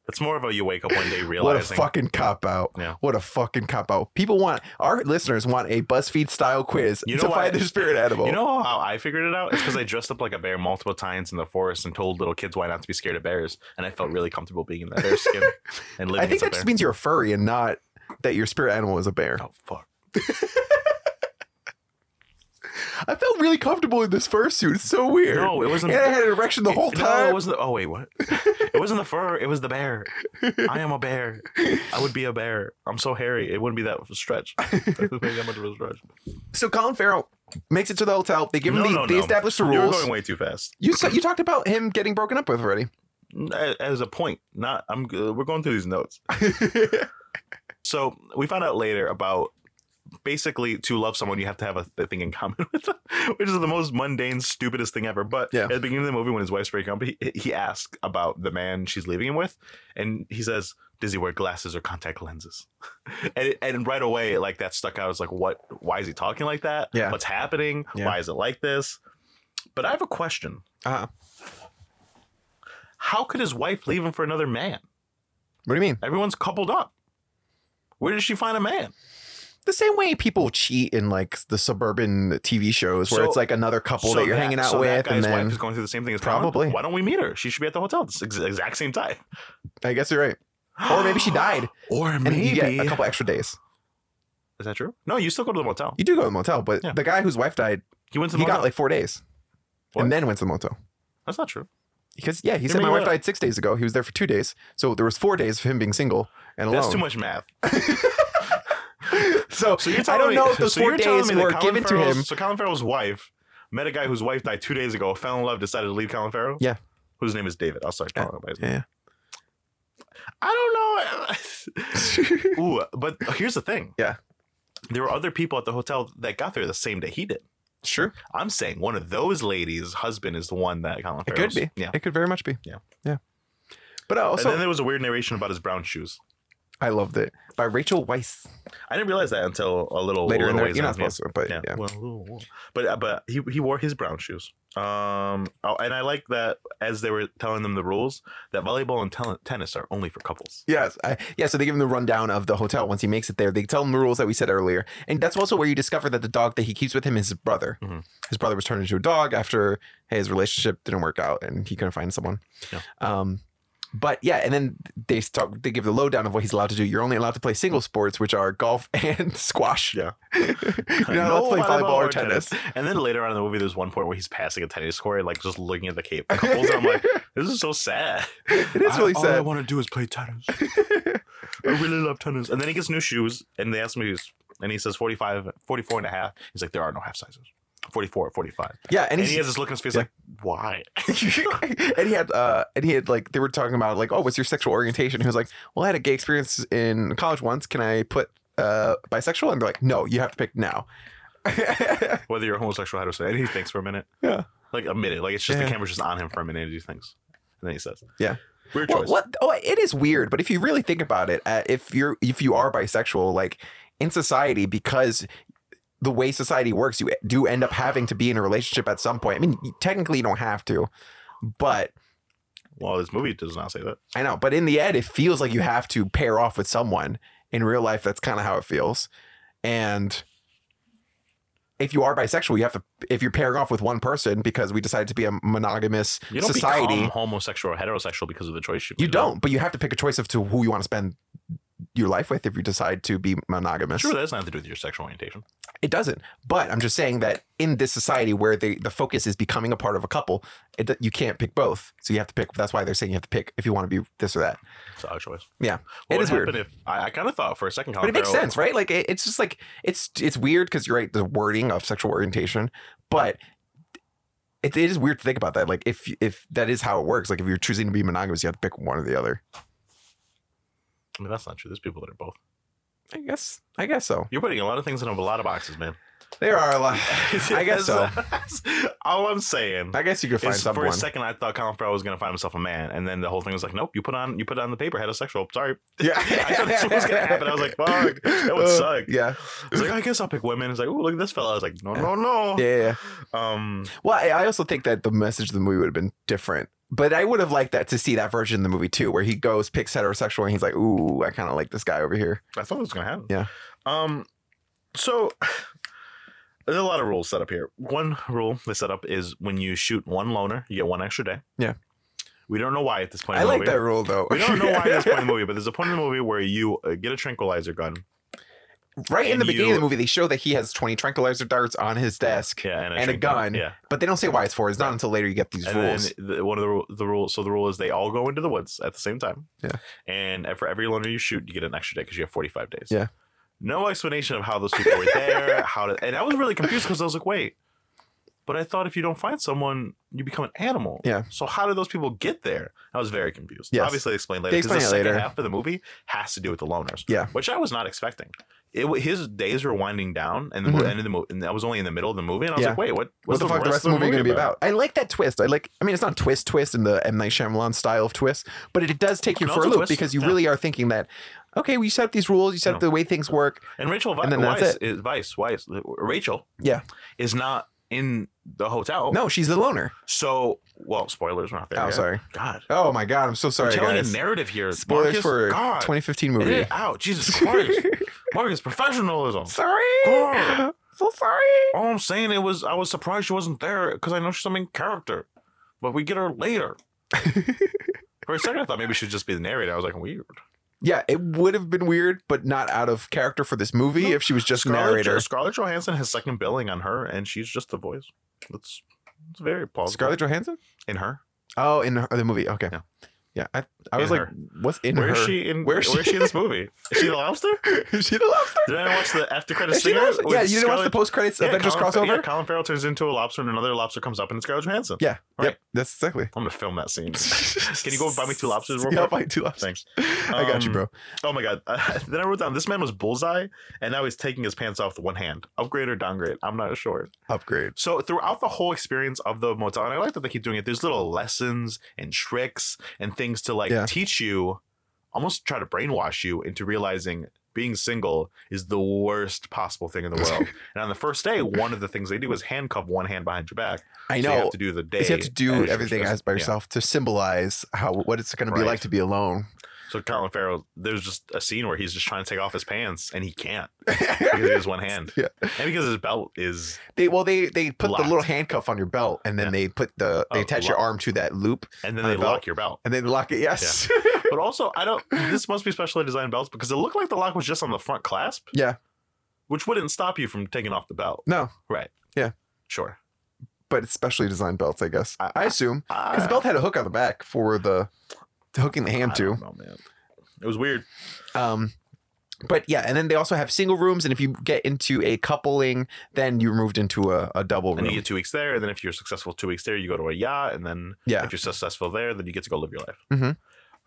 Speaker 2: it's more of a you wake up one day
Speaker 1: What a
Speaker 2: realizing.
Speaker 1: fucking cop out.
Speaker 2: Yeah.
Speaker 1: What a fucking cop out. People want our listeners want a BuzzFeed style quiz
Speaker 2: You
Speaker 1: to
Speaker 2: know
Speaker 1: find
Speaker 2: why-
Speaker 1: their spirit animal.
Speaker 2: You know how I figured it out? It's because I dressed up like a bear multiple times in the forest and told little kids why not to be scared of bears, and I felt really comfortable being in that bear skin and living
Speaker 1: I think
Speaker 2: as a
Speaker 1: that
Speaker 2: bear.
Speaker 1: just means you're a furry and not that your spirit animal is a bear.
Speaker 2: oh fuck!
Speaker 1: I felt really comfortable in this fursuit. It's so weird.
Speaker 2: No, it wasn't.
Speaker 1: and I had an erection the whole
Speaker 2: No,
Speaker 1: time.
Speaker 2: it wasn't. The, oh wait, what? it wasn't the fur. It was the bear. I am a bear. I would be a bear. I'm so hairy. It wouldn't be that of a stretch. It wouldn't be that much of a stretch.
Speaker 1: so Colin Farrell makes it to the hotel. They give
Speaker 2: No,
Speaker 1: him the,
Speaker 2: no,
Speaker 1: they
Speaker 2: no.
Speaker 1: establish the
Speaker 2: You're
Speaker 1: rules.
Speaker 2: going way too fast.
Speaker 1: You sa- you talked about him getting broken up with already.
Speaker 2: A- As a point, not. I'm. Uh, we're going through these notes. So we found out later about basically to love someone you have to have a th- thing in common with them, which is the most mundane, stupidest thing ever. But
Speaker 1: Yeah.
Speaker 2: at the beginning of the movie, when his wife's breaking up, he, he asks about the man she's leaving him with, and he says, "Does he wear glasses or contact lenses?" and and right away, like that stuck out. It's like, what? Why is he talking like that?
Speaker 1: Yeah.
Speaker 2: What's happening?
Speaker 1: Yeah.
Speaker 2: Why is it like this? But I have a question.
Speaker 1: Uh-huh.
Speaker 2: How could his wife leave him for another man?
Speaker 1: What do you mean?
Speaker 2: Everyone's coupled up. Where did she find a man?
Speaker 1: The same way people cheat in like the suburban TV shows where
Speaker 2: So-
Speaker 1: it's like another couple that you're
Speaker 2: that-
Speaker 1: hanging out
Speaker 2: so
Speaker 1: with,
Speaker 2: That guy's
Speaker 1: and then
Speaker 2: wife is going through the same thing as Colin?
Speaker 1: Probably.
Speaker 2: Why don't we meet her? She should be at the hotel at the ex- exact same time.
Speaker 1: I guess you're right. Or maybe she died,
Speaker 2: Or
Speaker 1: and
Speaker 2: Ah, maybe
Speaker 1: you get a couple extra days.
Speaker 2: Is that true? No, you still go to the motel.
Speaker 1: You do go to the motel, but
Speaker 2: Yeah.
Speaker 1: the guy whose wife died,
Speaker 2: He went to
Speaker 1: he
Speaker 2: the motel.
Speaker 1: got like four days,
Speaker 2: What?
Speaker 1: and then went to the motel.
Speaker 2: That's not true.
Speaker 1: Because yeah, he
Speaker 2: Here
Speaker 1: said
Speaker 2: we
Speaker 1: my wife
Speaker 2: go.
Speaker 1: died six days ago. He was there for two days, so there was four days of him being single and alone.
Speaker 2: That's too much math.
Speaker 1: So,
Speaker 2: So you're
Speaker 1: I
Speaker 2: telling
Speaker 1: don't
Speaker 2: me,
Speaker 1: know if those
Speaker 2: so
Speaker 1: four
Speaker 2: you're telling
Speaker 1: days
Speaker 2: me that
Speaker 1: were
Speaker 2: Colin
Speaker 1: given to
Speaker 2: Farrell's-
Speaker 1: him.
Speaker 2: So Colin Farrell's wife met a guy whose wife died two days ago, fell in love, decided to leave Colin Farrell.
Speaker 1: Yeah.
Speaker 2: Whose name is David? I'll start calling him by his name.
Speaker 1: Yeah.
Speaker 2: I don't know. Ooh, but here's the thing.
Speaker 1: Yeah.
Speaker 2: There were other people at the hotel that got there the same day he did.
Speaker 1: Sure.
Speaker 2: I'm saying one of those ladies' husband is the one that Colin
Speaker 1: It
Speaker 2: Farrell.
Speaker 1: could be.
Speaker 2: Yeah.
Speaker 1: It could very much be.
Speaker 2: Yeah.
Speaker 1: Yeah. But I also,
Speaker 2: and then there was a weird narration about his brown shoes.
Speaker 1: I loved it by Rachel Weisz
Speaker 2: I didn't realize that until a little
Speaker 1: later
Speaker 2: A
Speaker 1: in
Speaker 2: little
Speaker 1: there.
Speaker 2: Oh, ways
Speaker 1: You're not
Speaker 2: down, yeah.
Speaker 1: supposed to, but
Speaker 2: Yeah.
Speaker 1: yeah.
Speaker 2: Well, ooh, ooh. but uh, but he he wore his brown shoes. Um, oh, and I like that as they were telling them the rules that volleyball and tel- tennis are only for couples.
Speaker 1: Yes, I, yeah. So they give him the rundown of the hotel once he makes it there. They tell him the rules that we said earlier, and that's also where you discover that the dog that he keeps with him is his brother.
Speaker 2: Mhm.
Speaker 1: His brother was turned into a dog after his relationship didn't work out, and he couldn't find someone.
Speaker 2: Yeah.
Speaker 1: Um, but yeah, and then they talk. They give the lowdown of what he's allowed to do. You're only allowed to play single sports, which are golf and squash.
Speaker 2: Yeah.
Speaker 1: You're not allowed to play volleyball or tennis.
Speaker 2: And then later on in the movie, there's one point where he's passing a tennis court, like just looking at the cape couples. I'm like, this is so sad.
Speaker 1: It is really
Speaker 2: I, All I
Speaker 1: sad.
Speaker 2: want to do is play tennis. I really love tennis. And then he gets new shoes, and they ask him who's, and he says 45, 44 and a half. He's like, there are no half sizes. 44, 45.
Speaker 1: yeah, and
Speaker 2: And
Speaker 1: he's,
Speaker 2: he has this look on his face
Speaker 1: Yeah.
Speaker 2: like, why?
Speaker 1: and he had uh and he had like they were talking about like oh what's your sexual orientation he was like well i had a gay experience in college once can i put uh bisexual and they're like no you have to pick now
Speaker 2: Whether you're homosexual, heterosexual, and he thinks for a minute.
Speaker 1: Yeah.
Speaker 2: Like a minute. Like it's just
Speaker 1: Yeah.
Speaker 2: the camera's just on him for a minute and he thinks. And then he says,
Speaker 1: Yeah.
Speaker 2: Weird
Speaker 1: well,
Speaker 2: choice.
Speaker 1: what oh it is weird but if you really think about it uh, if you're if you are bisexual like in society because the way society works you e, do end up having to be in a relationship at some point i mean technically you don't have to but
Speaker 2: Well, this movie does not say that.
Speaker 1: I know, but in the end, it feels like you have to pair off with someone. In real life, that's kind of how it feels. And if you are bisexual, you have to if you're pairing off with one person because we decided to be a monogamous
Speaker 2: You don't
Speaker 1: society.
Speaker 2: become homosexual or heterosexual because of the choice you
Speaker 1: you
Speaker 2: made.
Speaker 1: don't, but you have to pick a choice of to who you want to spend your life with if you decide to be monogamous.
Speaker 2: Sure, that doesn't have to do with your sexual orientation.
Speaker 1: It doesn't. But I'm just saying that in this society where the the focus is becoming a part of a couple, it, you can't pick both. So you have to pick. That's why they're saying you have to pick if you want to be this or that.
Speaker 2: It's a choice.
Speaker 1: Yeah.
Speaker 2: What
Speaker 1: it is
Speaker 2: would
Speaker 1: weird.
Speaker 2: happen if I, I kind of thought for a second,
Speaker 1: but it makes
Speaker 2: Colin Farrell-
Speaker 1: sense, right? Like it, it's just like it's it's weird because you're right, the wording of sexual orientation, but it, it is weird to think about that. Like if if that is how it works, like if you're choosing to be monogamous, you have to pick one or the other.
Speaker 2: I mean, that's not true. There's people that are both.
Speaker 1: I guess I guess so.
Speaker 2: You're putting a lot of things in a lot of boxes, man.
Speaker 1: There are a lot. I guess so.
Speaker 2: All I'm saying.
Speaker 1: I guess you could find
Speaker 2: uh, is for
Speaker 1: someone.
Speaker 2: a second, I thought Colin Farrell was going to find himself a man, and then the whole thing was like, "Nope, you put on you put on the paper heterosexual." Sorry,
Speaker 1: yeah,
Speaker 2: I thought that's what was gonna happen. I was like, fuck, that would
Speaker 1: Uh,
Speaker 2: suck.
Speaker 1: Yeah.
Speaker 2: It's like, I guess I'll pick women. It's like, oh, look at this fella. I was like, no, no, no.
Speaker 1: yeah, yeah, yeah.
Speaker 2: Um,
Speaker 1: Well, I, I also think that the message of the movie would have been different. But I would have liked that to see that version of the movie too, where he goes picks heterosexual and he's like, "Ooh, I kind of like this guy over here."
Speaker 2: I thought it was gonna happen.
Speaker 1: Yeah.
Speaker 2: Um, so there's a lot of rules set up here. One rule they set up is when you shoot one loner, you get one extra day.
Speaker 1: Yeah.
Speaker 2: We don't know why at this point.
Speaker 1: I
Speaker 2: in the
Speaker 1: like
Speaker 2: movie.
Speaker 1: that rule though.
Speaker 2: We don't know why at this point in the movie, but there's a point in the movie where you uh, get a tranquilizer gun.
Speaker 1: right in
Speaker 2: And
Speaker 1: the beginning
Speaker 2: you-
Speaker 1: of the movie, they show that he has twenty tranquilizer darts on his desk,
Speaker 2: Yeah, and a,
Speaker 1: And a
Speaker 2: tranqui-
Speaker 1: gun.
Speaker 2: Yeah.
Speaker 1: but they don't say why it's for. It's not until later you get these
Speaker 2: And
Speaker 1: rules.
Speaker 2: then the, one of the ru- the rules. So the rule is they all go into the woods at the same time.
Speaker 1: Yeah.
Speaker 2: And for every loner you shoot, you get an extra day because you have forty five days.
Speaker 1: Yeah.
Speaker 2: No explanation of how those people were there. How did? And I was really confused because I was like, wait. But I thought if you don't find someone, you become an animal.
Speaker 1: Yeah.
Speaker 2: So how did those people get there? I was very confused.
Speaker 1: Yes.
Speaker 2: Obviously, they explain later
Speaker 1: They
Speaker 2: because the
Speaker 1: explain it
Speaker 2: second
Speaker 1: later.
Speaker 2: half of the movie has to do with the loners.
Speaker 1: Yeah.
Speaker 2: Which I was not expecting. It wa- his days were winding down, and the
Speaker 1: Mhm.
Speaker 2: mo- end of the movie, and that was only in the middle of the movie, and I was
Speaker 1: Yeah.
Speaker 2: like, wait, what?
Speaker 1: what
Speaker 2: what's
Speaker 1: the, fuck the rest of the movie going to be about? I like that twist. I like. I mean, it's not a twist twist in the M Night Shyamalan style of twist, but it does take you
Speaker 2: No,
Speaker 1: for
Speaker 2: it's
Speaker 1: a
Speaker 2: a
Speaker 1: loop
Speaker 2: twist.
Speaker 1: because you
Speaker 2: Yeah.
Speaker 1: really are thinking that. Okay, well, you set up these rules. You set up
Speaker 2: No.
Speaker 1: the way things work.
Speaker 2: And Rachel Vi-
Speaker 1: And then that's
Speaker 2: Weiss is Vice Weiss Rachel
Speaker 1: Yeah.
Speaker 2: is not in the hotel.
Speaker 1: No, she's the loner.
Speaker 2: So well, spoilers are not Oh. there.
Speaker 1: Oh,
Speaker 2: yet.
Speaker 1: sorry.
Speaker 2: God.
Speaker 1: Oh my god, I'm so sorry,
Speaker 2: I'm telling
Speaker 1: guys.
Speaker 2: a narrative here.
Speaker 1: Spoilers
Speaker 2: Marcus,
Speaker 1: for
Speaker 2: God.
Speaker 1: 2015
Speaker 2: Get
Speaker 1: movie.
Speaker 2: it out. Jesus Christ. Marcus, professionalism.
Speaker 1: sorry.
Speaker 2: God.
Speaker 1: So sorry.
Speaker 2: All I'm saying it was I was surprised she wasn't there because I know she's a main character. But we get her later. For a second I thought maybe she'd just be the narrator. I was like, weird.
Speaker 1: Yeah, it would have been weird, but not out of character for this movie
Speaker 2: No.
Speaker 1: if she was just
Speaker 2: Scarlett,
Speaker 1: narrator.
Speaker 2: Scarlett Johansson has second billing on her and she's just the voice. That's it's very plausible.
Speaker 1: Scarlett Johansson?
Speaker 2: in her.
Speaker 1: Oh, in her, the movie. Okay.
Speaker 2: Yeah.
Speaker 1: Yeah, I, I
Speaker 2: In
Speaker 1: was like,
Speaker 2: her.
Speaker 1: what's in
Speaker 2: Where
Speaker 1: her?
Speaker 2: is she in?
Speaker 1: Where
Speaker 2: Where
Speaker 1: is
Speaker 2: is,
Speaker 1: she-
Speaker 2: she in this movie? Is she the lobster?
Speaker 1: Is she the lobster?
Speaker 2: Did anyone watch the after credits?
Speaker 1: Is she the lobster? Yeah, you didn't watch the post credits Avengers crossover?
Speaker 2: Yeah, Colin Farrell turns into a lobster, and another lobster comes up, and it's Scarlett Johansson.
Speaker 1: Yeah. Yep.
Speaker 2: Right.
Speaker 1: That's exactly.
Speaker 2: I'm gonna film that scene. Can you go buy me two lobsters real
Speaker 1: Yeah, I'll
Speaker 2: quick?
Speaker 1: buy you two lobsters.
Speaker 2: Thanks.
Speaker 1: I got you,
Speaker 2: Um,
Speaker 1: bro.
Speaker 2: Oh my god. Uh, then I wrote down this man was bullseye, and now he's taking his pants off with one hand. Upgrade or downgrade? I'm not sure.
Speaker 1: Upgrade.
Speaker 2: So throughout the whole experience of the motel, and I like that they keep doing it. There's little lessons and tricks and things to like
Speaker 1: Yeah.
Speaker 2: teach you, almost try to brainwash you into realizing being single is the worst possible thing in the world. and on the first day, one of the things they do is handcuff one hand behind your back.
Speaker 1: I
Speaker 2: So you
Speaker 1: know.
Speaker 2: have to do the day.
Speaker 1: You have to do
Speaker 2: as your
Speaker 1: everything
Speaker 2: stress-
Speaker 1: as by
Speaker 2: yeah.
Speaker 1: yourself to symbolize how what it's going to be
Speaker 2: Right.
Speaker 1: like to be alone.
Speaker 2: So Colin Farrell, there's just a scene where he's just trying to take off his pants and he can't because he has one hand.
Speaker 1: Yeah.
Speaker 2: And because his belt is
Speaker 1: They well they they put the
Speaker 2: Locked.
Speaker 1: little handcuff on your belt and then
Speaker 2: Yeah.
Speaker 1: they put the they
Speaker 2: Oh,
Speaker 1: attach
Speaker 2: lock.
Speaker 1: your arm to that loop
Speaker 2: and then
Speaker 1: On
Speaker 2: they
Speaker 1: the belt.
Speaker 2: lock your belt.
Speaker 1: and then lock it. Yes.
Speaker 2: But also, I don't. This must be specially designed belts because it looked like the lock was just on the front clasp.
Speaker 1: Yeah.
Speaker 2: Which wouldn't stop you from taking off the belt.
Speaker 1: no,
Speaker 2: Sure.
Speaker 1: but it's specially designed belts, I guess. I,
Speaker 2: I-
Speaker 1: assume because
Speaker 2: Because
Speaker 1: the belt had a hook on the back for the to hooking the hand to.
Speaker 2: Oh man, it was weird.
Speaker 1: Um, but yeah, and then they also have single rooms, and if you get into a coupling, then you're moved into a, a double
Speaker 2: And you
Speaker 1: room.
Speaker 2: get two weeks there, and then if you're successful two weeks there, you go to a yacht, and then
Speaker 1: Yeah.
Speaker 2: if you're successful there, then you get to go live your life.
Speaker 1: Mhm.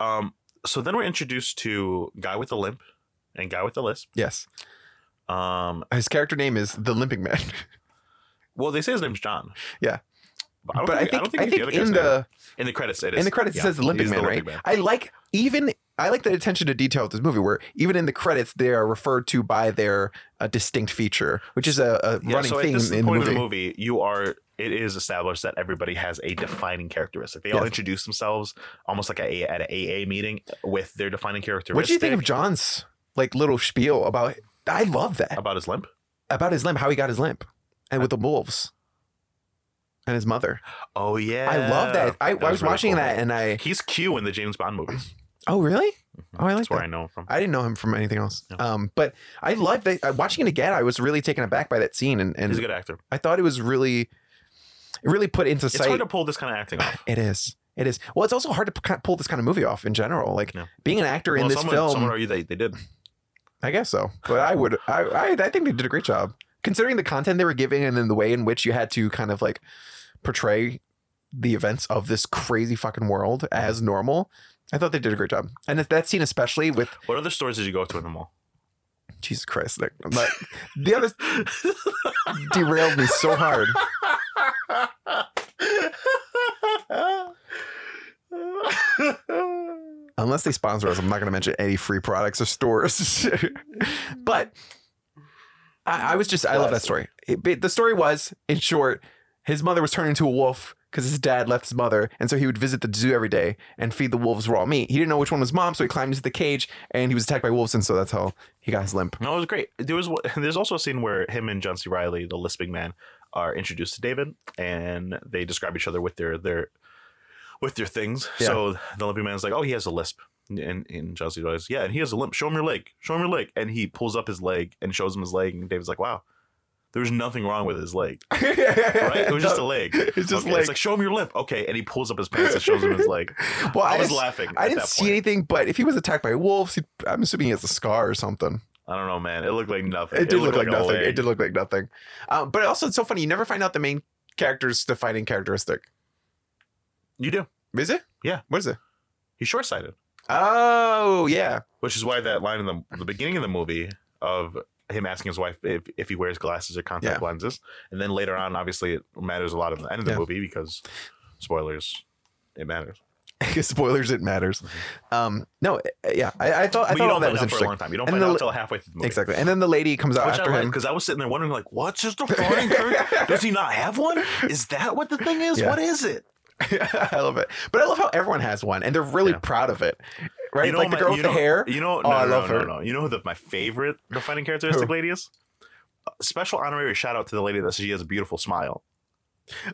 Speaker 2: Um. So then we're introduced to guy with a limp and guy with a lisp.
Speaker 1: Yes,
Speaker 2: Um.
Speaker 1: his character name is the limping man,
Speaker 2: Well, they say his name's John.
Speaker 1: Yeah.
Speaker 2: But I don't
Speaker 1: but I
Speaker 2: think,
Speaker 1: think I
Speaker 2: it's
Speaker 1: think,
Speaker 2: other guy's
Speaker 1: in
Speaker 2: name.
Speaker 1: the
Speaker 2: in the credits it is
Speaker 1: in the credits it
Speaker 2: Yeah.
Speaker 1: says the limping
Speaker 2: He's
Speaker 1: man, right? I like even I like the attention to detail of this movie, where even in the credits they are referred to by their uh, distinct feature, which is a, a
Speaker 2: Yeah,
Speaker 1: running
Speaker 2: so
Speaker 1: thing
Speaker 2: at this
Speaker 1: in the
Speaker 2: point
Speaker 1: movie.
Speaker 2: of the movie, you are it is established that everybody has a defining characteristic. They all
Speaker 1: Yes.
Speaker 2: introduce themselves almost like a, at a AA meeting with their defining characteristic.
Speaker 1: What do you think of John's like little spiel about? I love that
Speaker 2: about his limp?
Speaker 1: about his limp, how he got his limp, and with the wolves, and his mother.
Speaker 2: Oh yeah,
Speaker 1: I love that. I, I was
Speaker 2: really
Speaker 1: watching
Speaker 2: cool.
Speaker 1: that, and I
Speaker 2: He's Q in the James Bond movies.
Speaker 1: oh really? Oh, I like
Speaker 2: That's where
Speaker 1: that.
Speaker 2: I know him from.
Speaker 1: I didn't know him from anything else.
Speaker 2: No.
Speaker 1: Um, but I love that. uh, Watching it again, I was really taken aback by that scene, and
Speaker 2: He's a
Speaker 1: and
Speaker 2: good actor.
Speaker 1: I thought it was really, it really put into
Speaker 2: It's
Speaker 1: sight.
Speaker 2: hard to pull this kind of acting off.
Speaker 1: It is. It is. Well, it's also hard to p- kind of pull this kind of movie off in general. Like
Speaker 2: Yeah.
Speaker 1: being an actor in
Speaker 2: Well,
Speaker 1: this
Speaker 2: someone,
Speaker 1: film,
Speaker 2: someone argue they, they did.
Speaker 1: I guess so. But I would, I, I, I think they did a great job considering the content they were giving and then the way in which you had to kind of like portray the events of this crazy fucking world as normal. I thought they did a great job, and that- that scene especially with
Speaker 2: What other stores did you go to in the mall?
Speaker 1: Jesus Christ, like, but the other derailed me so hard. Unless they sponsor us, I'm not going to mention any free products or stores. but I, I was just, I love that story. It- but the story was, in short, his mother was turned into a wolf because his dad left his mother. And so he would visit the zoo every day and feed the wolves raw meat. He didn't know which one was mom, so he climbed into the cage and he was attacked by wolves. And so that's how he got his limp.
Speaker 2: No, it was great. There was one- there's also a scene where him and John C. Riley, the lisping man, are introduced to David, and they describe each other with their their with their things.
Speaker 1: Yeah.
Speaker 2: So the limping man's like, "Oh, he has a lisp," and and John C. Riley's, "Yeah, and he has a limp. Show him your leg. Show him your leg." And he pulls up his leg and shows him his leg, and David's like, "Wow." There's nothing wrong with his leg, right? It was just a leg.
Speaker 1: It's just
Speaker 2: okay.
Speaker 1: like,
Speaker 2: It's like show him your limp, okay? And he pulls up his pants and shows him his leg.
Speaker 1: well,
Speaker 2: I, was
Speaker 1: didn't-
Speaker 2: laughing.
Speaker 1: I
Speaker 2: at
Speaker 1: didn't
Speaker 2: that
Speaker 1: see
Speaker 2: point.
Speaker 1: anything, but if he was attacked by wolves, he, I'm assuming he has a scar or something.
Speaker 2: I don't know, man. It looked like nothing.
Speaker 1: it did look
Speaker 2: looked
Speaker 1: like,
Speaker 2: a
Speaker 1: nothing.
Speaker 2: leg.
Speaker 1: It did look like nothing. Um, but also, it's so funny. You never find out the main character's defining characteristic.
Speaker 2: You do.
Speaker 1: Is it?
Speaker 2: Yeah.
Speaker 1: What is it?
Speaker 2: He's short sighted.
Speaker 1: Oh, yeah.
Speaker 2: which is why that line in the, the beginning of the movie of him asking his wife if, if he wears glasses or contact lenses and then later on obviously it matters a lot at the end of the
Speaker 1: Yeah.
Speaker 2: movie because spoilers it matters
Speaker 1: Spoilers. It matters. Um, no. uh, Yeah. I, I thought. I
Speaker 2: but Mm-hmm. you
Speaker 1: thought all
Speaker 2: don't
Speaker 1: that
Speaker 2: find
Speaker 1: was
Speaker 2: out for a
Speaker 1: interesting.
Speaker 2: long time you don't
Speaker 1: And
Speaker 2: find
Speaker 1: the-
Speaker 2: out until halfway through the movie
Speaker 1: Exactly. And then the lady comes out
Speaker 2: which
Speaker 1: after
Speaker 2: I
Speaker 1: him.
Speaker 2: because I was sitting there wondering like what's his defining character does he not have one is that what the thing is
Speaker 1: Yeah.
Speaker 2: what is it
Speaker 1: I love it. But I love how everyone has one, and they're really
Speaker 2: Yeah.
Speaker 1: proud of it. Right.
Speaker 2: you know
Speaker 1: like the
Speaker 2: my-
Speaker 1: girl
Speaker 2: you
Speaker 1: with
Speaker 2: know-
Speaker 1: the hair.
Speaker 2: you know no,
Speaker 1: Oh, I
Speaker 2: no,
Speaker 1: love
Speaker 2: no,
Speaker 1: her.
Speaker 2: no. you know who the, my favorite defining characteristic
Speaker 1: Who?
Speaker 2: lady is Uh, special honorary shout out to the lady that she has a beautiful smile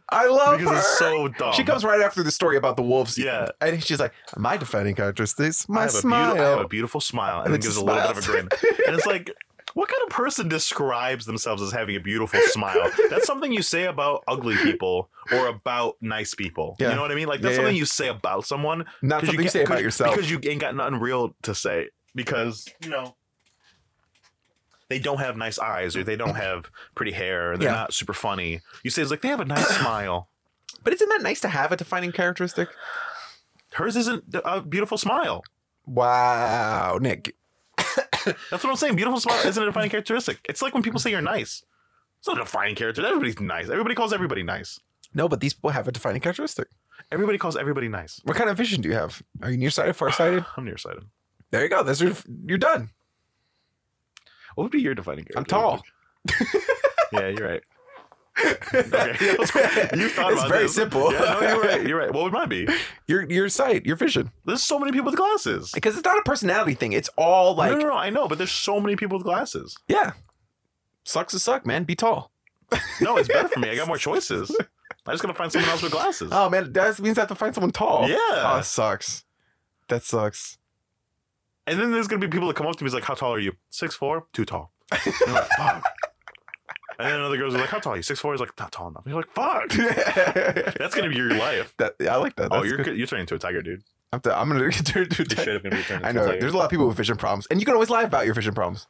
Speaker 1: I love
Speaker 2: because
Speaker 1: her.
Speaker 2: it's so dumb
Speaker 1: she comes right after the story about the wolves.
Speaker 2: Yeah.
Speaker 1: And she's like, my defining characteristics, my
Speaker 2: I have A beautiful, I have a
Speaker 1: smile.
Speaker 2: beautiful smile,
Speaker 1: And
Speaker 2: and then
Speaker 1: it
Speaker 2: gives
Speaker 1: just
Speaker 2: a little bit of a grin.
Speaker 1: smiles.
Speaker 2: And it's like, what kind of person describes themselves as having a beautiful smile? That's something you say about ugly people or about nice people.
Speaker 1: Yeah.
Speaker 2: You know what I mean? Like that's
Speaker 1: Yeah,
Speaker 2: something
Speaker 1: yeah.
Speaker 2: you say about someone. 'cause
Speaker 1: Not something you,
Speaker 2: get-
Speaker 1: say
Speaker 2: 'cause-
Speaker 1: about yourself.
Speaker 2: Because you ain't got nothing real to say. Because you know. They don't have nice eyes, or they don't have pretty hair, or they're
Speaker 1: Yeah.
Speaker 2: not super funny. You say it's like they have a nice smile.
Speaker 1: But isn't that nice to have a defining characteristic?
Speaker 2: Hers isn't a beautiful smile.
Speaker 1: Wow, Nick.
Speaker 2: That's what I'm saying. Beautiful smile isn't a defining characteristic. It's like when people say you're nice. It's not a defining character. Everybody's nice. Everybody calls everybody nice.
Speaker 1: No, but these people have a defining characteristic.
Speaker 2: Everybody calls everybody nice.
Speaker 1: What kind of vision do you have? Are you nearsighted, farsighted?
Speaker 2: I'm nearsighted.
Speaker 1: There you go. That's your, you're done.
Speaker 2: What would be your defining character?
Speaker 1: I'm tall.
Speaker 2: Yeah, you're right. Okay. you thought
Speaker 1: it's
Speaker 2: about
Speaker 1: very
Speaker 2: this.
Speaker 1: simple.
Speaker 2: Yeah, no, you're right. You're right. What would mine be?
Speaker 1: Your your sight, your vision.
Speaker 2: There's so many people with glasses.
Speaker 1: Because it's not a personality thing. It's all like,
Speaker 2: no, no, no. I know, but there's so many people with glasses.
Speaker 1: yeah, sucks to suck, man. Be tall.
Speaker 2: No, it's better for me. I got more choices. I just gotta find someone else with glasses.
Speaker 1: Oh man, that means I have to find someone tall.
Speaker 2: Yeah.
Speaker 1: Oh, that sucks. That sucks.
Speaker 2: And then there's gonna be people that come up to me, it's like, "How tall are you? Six four? Too tall." And, I'm like, "Fuck." and then another girl's like, "How tall are you? Six four? He's like, "Not tall enough." He's like, "Fuck."
Speaker 1: that
Speaker 2: That's gonna be your life.
Speaker 1: I like that. That's
Speaker 2: oh, you're
Speaker 1: good.
Speaker 2: you're turning into a tiger, dude.
Speaker 1: I'm, to, I'm gonna do, do,
Speaker 2: You're straight up gonna be turning
Speaker 1: I
Speaker 2: into a
Speaker 1: know.
Speaker 2: tiger.
Speaker 1: There's a lot of people with vision problems, and you can always lie about your vision problems.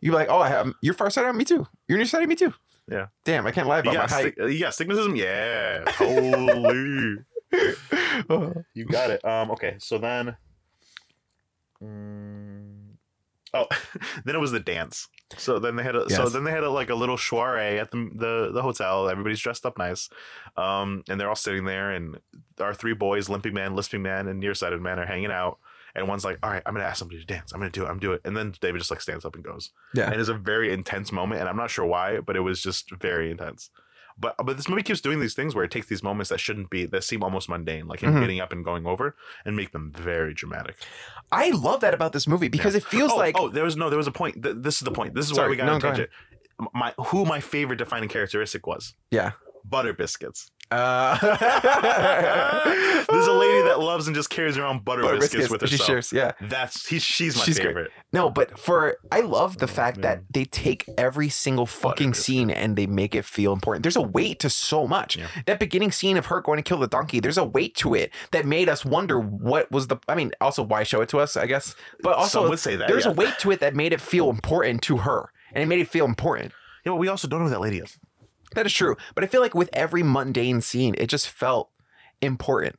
Speaker 1: You're like, oh, I have. You're farsighted. Me too. You're nearsighted. Me too.
Speaker 2: Yeah.
Speaker 1: Damn, I can't lie about
Speaker 2: you
Speaker 1: my
Speaker 2: got,
Speaker 1: height.
Speaker 2: stick, you got stigmatism? Yeah. Holy.
Speaker 1: Oh,
Speaker 2: you got it. Um. Okay. So then. Mm, oh, then it was the dance. So then they had a so
Speaker 1: Yes.
Speaker 2: then they had a, like a little soiree at the, the the hotel. Everybody's dressed up nice, um, and they're all sitting there. And our three boys, limping man, lisping man, and nearsighted man, are hanging out. And one's like, "All right, I'm gonna ask somebody to dance. I'm gonna do it. I'm do it." And then David just like stands up and goes.
Speaker 1: Yeah.
Speaker 2: And it's a very intense moment, and I'm not sure why, but it was just very intense. But but this movie keeps doing these things where it takes these moments that shouldn't be that seem almost mundane, like him
Speaker 1: Mhm.
Speaker 2: getting up and going over, and make them very dramatic.
Speaker 1: I love that about this movie because it feels
Speaker 2: oh,
Speaker 1: like
Speaker 2: oh, there was no, there was a point. Th- this is the point. This is why
Speaker 1: Sorry,
Speaker 2: we got
Speaker 1: no,
Speaker 2: on
Speaker 1: go
Speaker 2: tangent. My who my favorite defining characteristic was
Speaker 1: yeah.
Speaker 2: butter biscuits.
Speaker 1: Uh,
Speaker 2: There's a lady that loves and just carries around butter,
Speaker 1: Butter
Speaker 2: biscuits, with
Speaker 1: she
Speaker 2: herself.
Speaker 1: shares. Yeah.
Speaker 2: That's he, she's my
Speaker 1: She's great.
Speaker 2: favorite.
Speaker 1: No, but for I love the fact that
Speaker 2: Oh, man.
Speaker 1: they take every single fucking
Speaker 2: biscuit.
Speaker 1: scene and they make it feel important. There's a weight to so much.
Speaker 2: Yeah.
Speaker 1: That beginning scene of her going to kill the donkey, there's a weight to it that made us wonder what was the I mean, also why show it to us, I guess. But
Speaker 2: Some
Speaker 1: also
Speaker 2: would say that
Speaker 1: there's
Speaker 2: yeah.
Speaker 1: a weight to it that made it feel important to her. And it made it feel important.
Speaker 2: yeah, but we also don't know who that lady is.
Speaker 1: That is true. But I feel like with every mundane scene, it just felt important.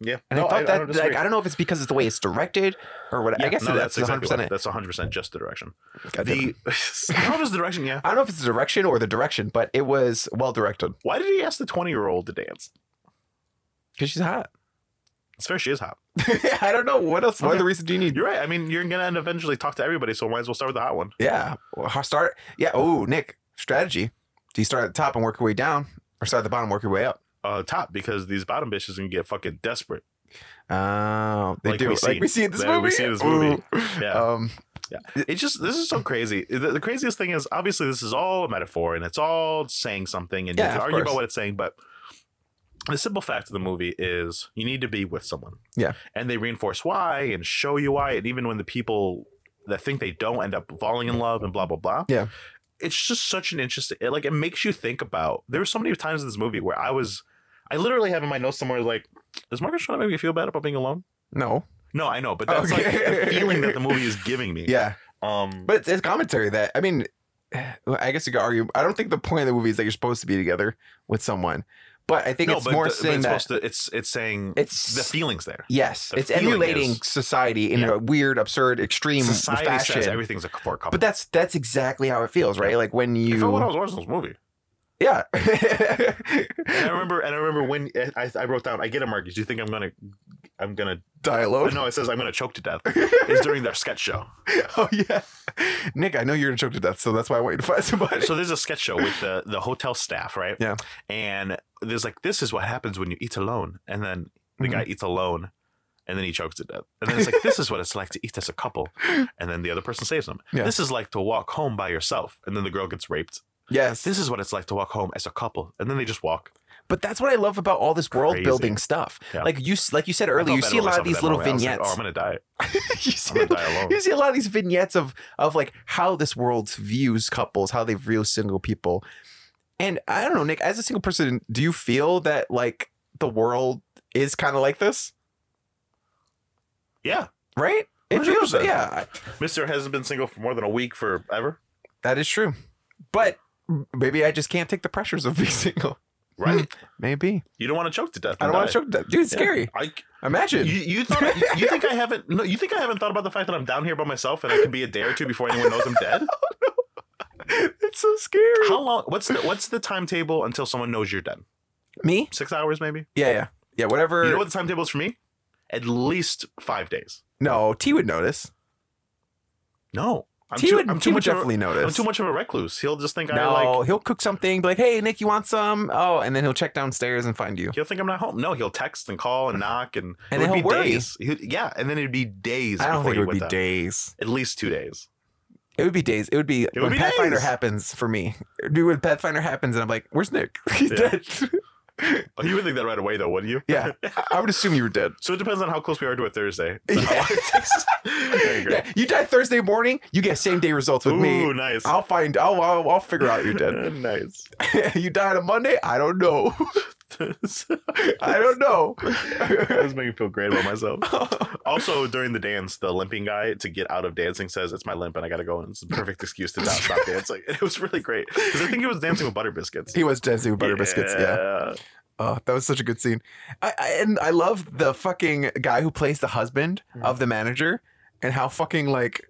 Speaker 2: Yeah.
Speaker 1: And I thought that, like, I don't know if it's because it's the way it's directed or what. I guess
Speaker 2: no,
Speaker 1: that's,
Speaker 2: that's, exactly
Speaker 1: 100%
Speaker 2: what-
Speaker 1: it.
Speaker 2: that's 100% just the direction.
Speaker 1: God damn it.
Speaker 2: The I don't know if it's the direction, yeah.
Speaker 1: I don't know if it's the direction or the direction, but it was well directed
Speaker 2: Why did he ask the 20 year old to dance?
Speaker 1: because she's hot.
Speaker 2: It's fair, she is hot.
Speaker 1: I don't know what else. What
Speaker 2: Okay.
Speaker 1: other reason do you need?
Speaker 2: You're right. I mean, you're going to eventually talk to everybody, so might as well start with the hot one.
Speaker 1: Yeah. Well, how- Start. Yeah. Oh, Nick, strategy. Do you start at the top and work your way down or start at the bottom, work your way up?
Speaker 2: Uh, top, because these bottom bitches can get fucking desperate.
Speaker 1: Oh, they
Speaker 2: Like
Speaker 1: do.
Speaker 2: we
Speaker 1: like
Speaker 2: see.
Speaker 1: we see in this
Speaker 2: Like
Speaker 1: movie.
Speaker 2: we see in this movie.
Speaker 1: Ooh.
Speaker 2: Yeah.
Speaker 1: Um,
Speaker 2: It's just this is so crazy. The, the craziest thing is obviously this is all a metaphor and it's all saying something, and
Speaker 1: Yeah,
Speaker 2: you
Speaker 1: of
Speaker 2: can argue
Speaker 1: course.
Speaker 2: about what it's saying. But the simple fact of the movie is you need to be with someone.
Speaker 1: Yeah.
Speaker 2: and they reinforce why and show you why, and even when the people that think they don't end up falling in love and blah blah blah.
Speaker 1: Yeah.
Speaker 2: it's just such an interesting. It, like it makes you think about. There were so many times in this movie where I was, I literally have in my notes somewhere like, is Marcus trying to make me feel bad about being alone?
Speaker 1: no.
Speaker 2: No, I know, but that's like
Speaker 1: Oh, Okay.
Speaker 2: a feeling that the movie is giving me.
Speaker 1: Yeah.
Speaker 2: Um,
Speaker 1: But it's, it's commentary that, I mean, I guess you could argue. I don't think the point of the movie is that you're supposed to be together with someone, but I think it's more
Speaker 2: the-
Speaker 1: saying
Speaker 2: it's
Speaker 1: that
Speaker 2: supposed to- it's it's saying
Speaker 1: it's
Speaker 2: the feelings there.
Speaker 1: Yes,
Speaker 2: The
Speaker 1: it's
Speaker 2: feeling
Speaker 1: emulating
Speaker 2: is-
Speaker 1: society in
Speaker 2: Yeah.
Speaker 1: a weird, absurd, extreme
Speaker 2: Society
Speaker 1: fashion.
Speaker 2: says everything's a for a couple.
Speaker 1: but that's that's exactly how it feels, right? Like when
Speaker 2: I
Speaker 1: you,
Speaker 2: felt when I was watching this movie,
Speaker 1: yeah,
Speaker 2: and I remember, and I remember when eh, I, I wrote down, "I get it, Marcus. You think I'm gonna, I'm gonna?
Speaker 1: dialogue.
Speaker 2: No, it says I'm gonna choke to death." It's during their sketch show.
Speaker 1: Oh yeah, Nick, I know you're gonna choke to death, so that's why I want you to find somebody.
Speaker 2: So there's a sketch show with the the hotel staff, right?
Speaker 1: Yeah.
Speaker 2: And there's like, this is what happens when you eat alone, and then the guy
Speaker 1: Mm-hmm.
Speaker 2: eats alone. And then he chokes to death. And then it's like, this is what it's like to eat as a couple. And then the other person saves them.
Speaker 1: Yeah.
Speaker 2: This is like to walk home by yourself. And then the girl gets raped.
Speaker 1: yes,
Speaker 2: this is what it's like to walk home as a couple and then they just walk
Speaker 1: but that's what I love about all this world
Speaker 2: Crazy.
Speaker 1: building stuff.
Speaker 2: Yeah.
Speaker 1: Like you, s- like you said
Speaker 2: I
Speaker 1: earlier,
Speaker 2: felt
Speaker 1: you
Speaker 2: bad
Speaker 1: see a
Speaker 2: about
Speaker 1: lot
Speaker 2: myself
Speaker 1: of
Speaker 2: in
Speaker 1: these
Speaker 2: that
Speaker 1: little
Speaker 2: moment. I was like,
Speaker 1: vignettes.
Speaker 2: oh i'm gonna die
Speaker 1: you see,
Speaker 2: I'm gonna die alone.
Speaker 1: you see a lot of these vignettes of of like how this world views couples, how they view single people, and I don't know, Nick. As a single person, do you feel that like the world is kind of like this,
Speaker 2: yeah
Speaker 1: right? It feels,
Speaker 2: 100%.
Speaker 1: yeah, I-
Speaker 2: mister hasn't been single for more than a week forever
Speaker 1: that is true. But maybe I just can't take the pressures of being single. Hmm.
Speaker 2: right
Speaker 1: Maybe
Speaker 2: you don't want to choke to death
Speaker 1: I don't
Speaker 2: and
Speaker 1: want
Speaker 2: die.
Speaker 1: to choke. Dude, it's
Speaker 2: Yeah.
Speaker 1: scary.
Speaker 2: I, you,
Speaker 1: Imagine.
Speaker 2: you thought you, you think I haven't no you think I haven't thought about the fact that I'm down here by myself and I could be a day or two before anyone knows I'm dead?
Speaker 1: it's so scary.
Speaker 2: How long what's the what's the timetable until someone knows you're dead?
Speaker 1: Me?
Speaker 2: Six hours maybe?
Speaker 1: Yeah, yeah, yeah. Whatever.
Speaker 2: You know what the timetable is for me? At least five days.
Speaker 1: No, T would notice.
Speaker 2: No. I'm
Speaker 1: T
Speaker 2: too,
Speaker 1: would,
Speaker 2: I'm
Speaker 1: T
Speaker 2: too
Speaker 1: would
Speaker 2: much
Speaker 1: definitely
Speaker 2: of a,
Speaker 1: notice.
Speaker 2: I'm too much of a recluse. He'll just think
Speaker 1: No,
Speaker 2: I like
Speaker 1: he'll cook something, be like, "Hey, Nick, you want some?" Oh, and then he'll check downstairs and find you.
Speaker 2: He'll think I'm not home. No, he'll text and call and knock, and,
Speaker 1: And
Speaker 2: it
Speaker 1: then
Speaker 2: would
Speaker 1: he'll
Speaker 2: be
Speaker 1: worry.
Speaker 2: days. He- yeah, and then it'd be days.
Speaker 1: I don't
Speaker 2: before
Speaker 1: think
Speaker 2: you
Speaker 1: it would be
Speaker 2: them.
Speaker 1: days.
Speaker 2: At least two days.
Speaker 1: It would be days. It would be
Speaker 2: would
Speaker 1: when
Speaker 2: be
Speaker 1: Pathfinder
Speaker 2: days.
Speaker 1: happens for me. Dude, when Pathfinder happens, and I'm like, "Where's Nick? He's
Speaker 2: Yeah.
Speaker 1: dead."
Speaker 2: Oh, you would think that right away, though, wouldn't you?
Speaker 1: yeah, I- I would assume you were dead.
Speaker 2: So it depends on how close we are to a Thursday.
Speaker 1: Yeah.
Speaker 2: How long it takes. Okay, great.
Speaker 1: Yeah, you die Thursday morning. You get same day results with
Speaker 2: Ooh,
Speaker 1: me.
Speaker 2: nice.
Speaker 1: I'll find. I'll, I'll. I'll figure out you're dead.
Speaker 2: nice.
Speaker 1: you died on Monday. I don't know. I don't know.
Speaker 2: that was making me feel great about myself. Also, during the dance, the limping guy to get out of dancing says, "It's my limp, and I gotta go." And it's a perfect excuse to not stop dancing. It was really great because I think he was dancing with butter biscuits.
Speaker 1: he was dancing with butter biscuits. Yeah. Oh, that was such a good scene. I, I and I love the fucking guy who plays the husband
Speaker 2: Mhm.
Speaker 1: of the manager and how fucking like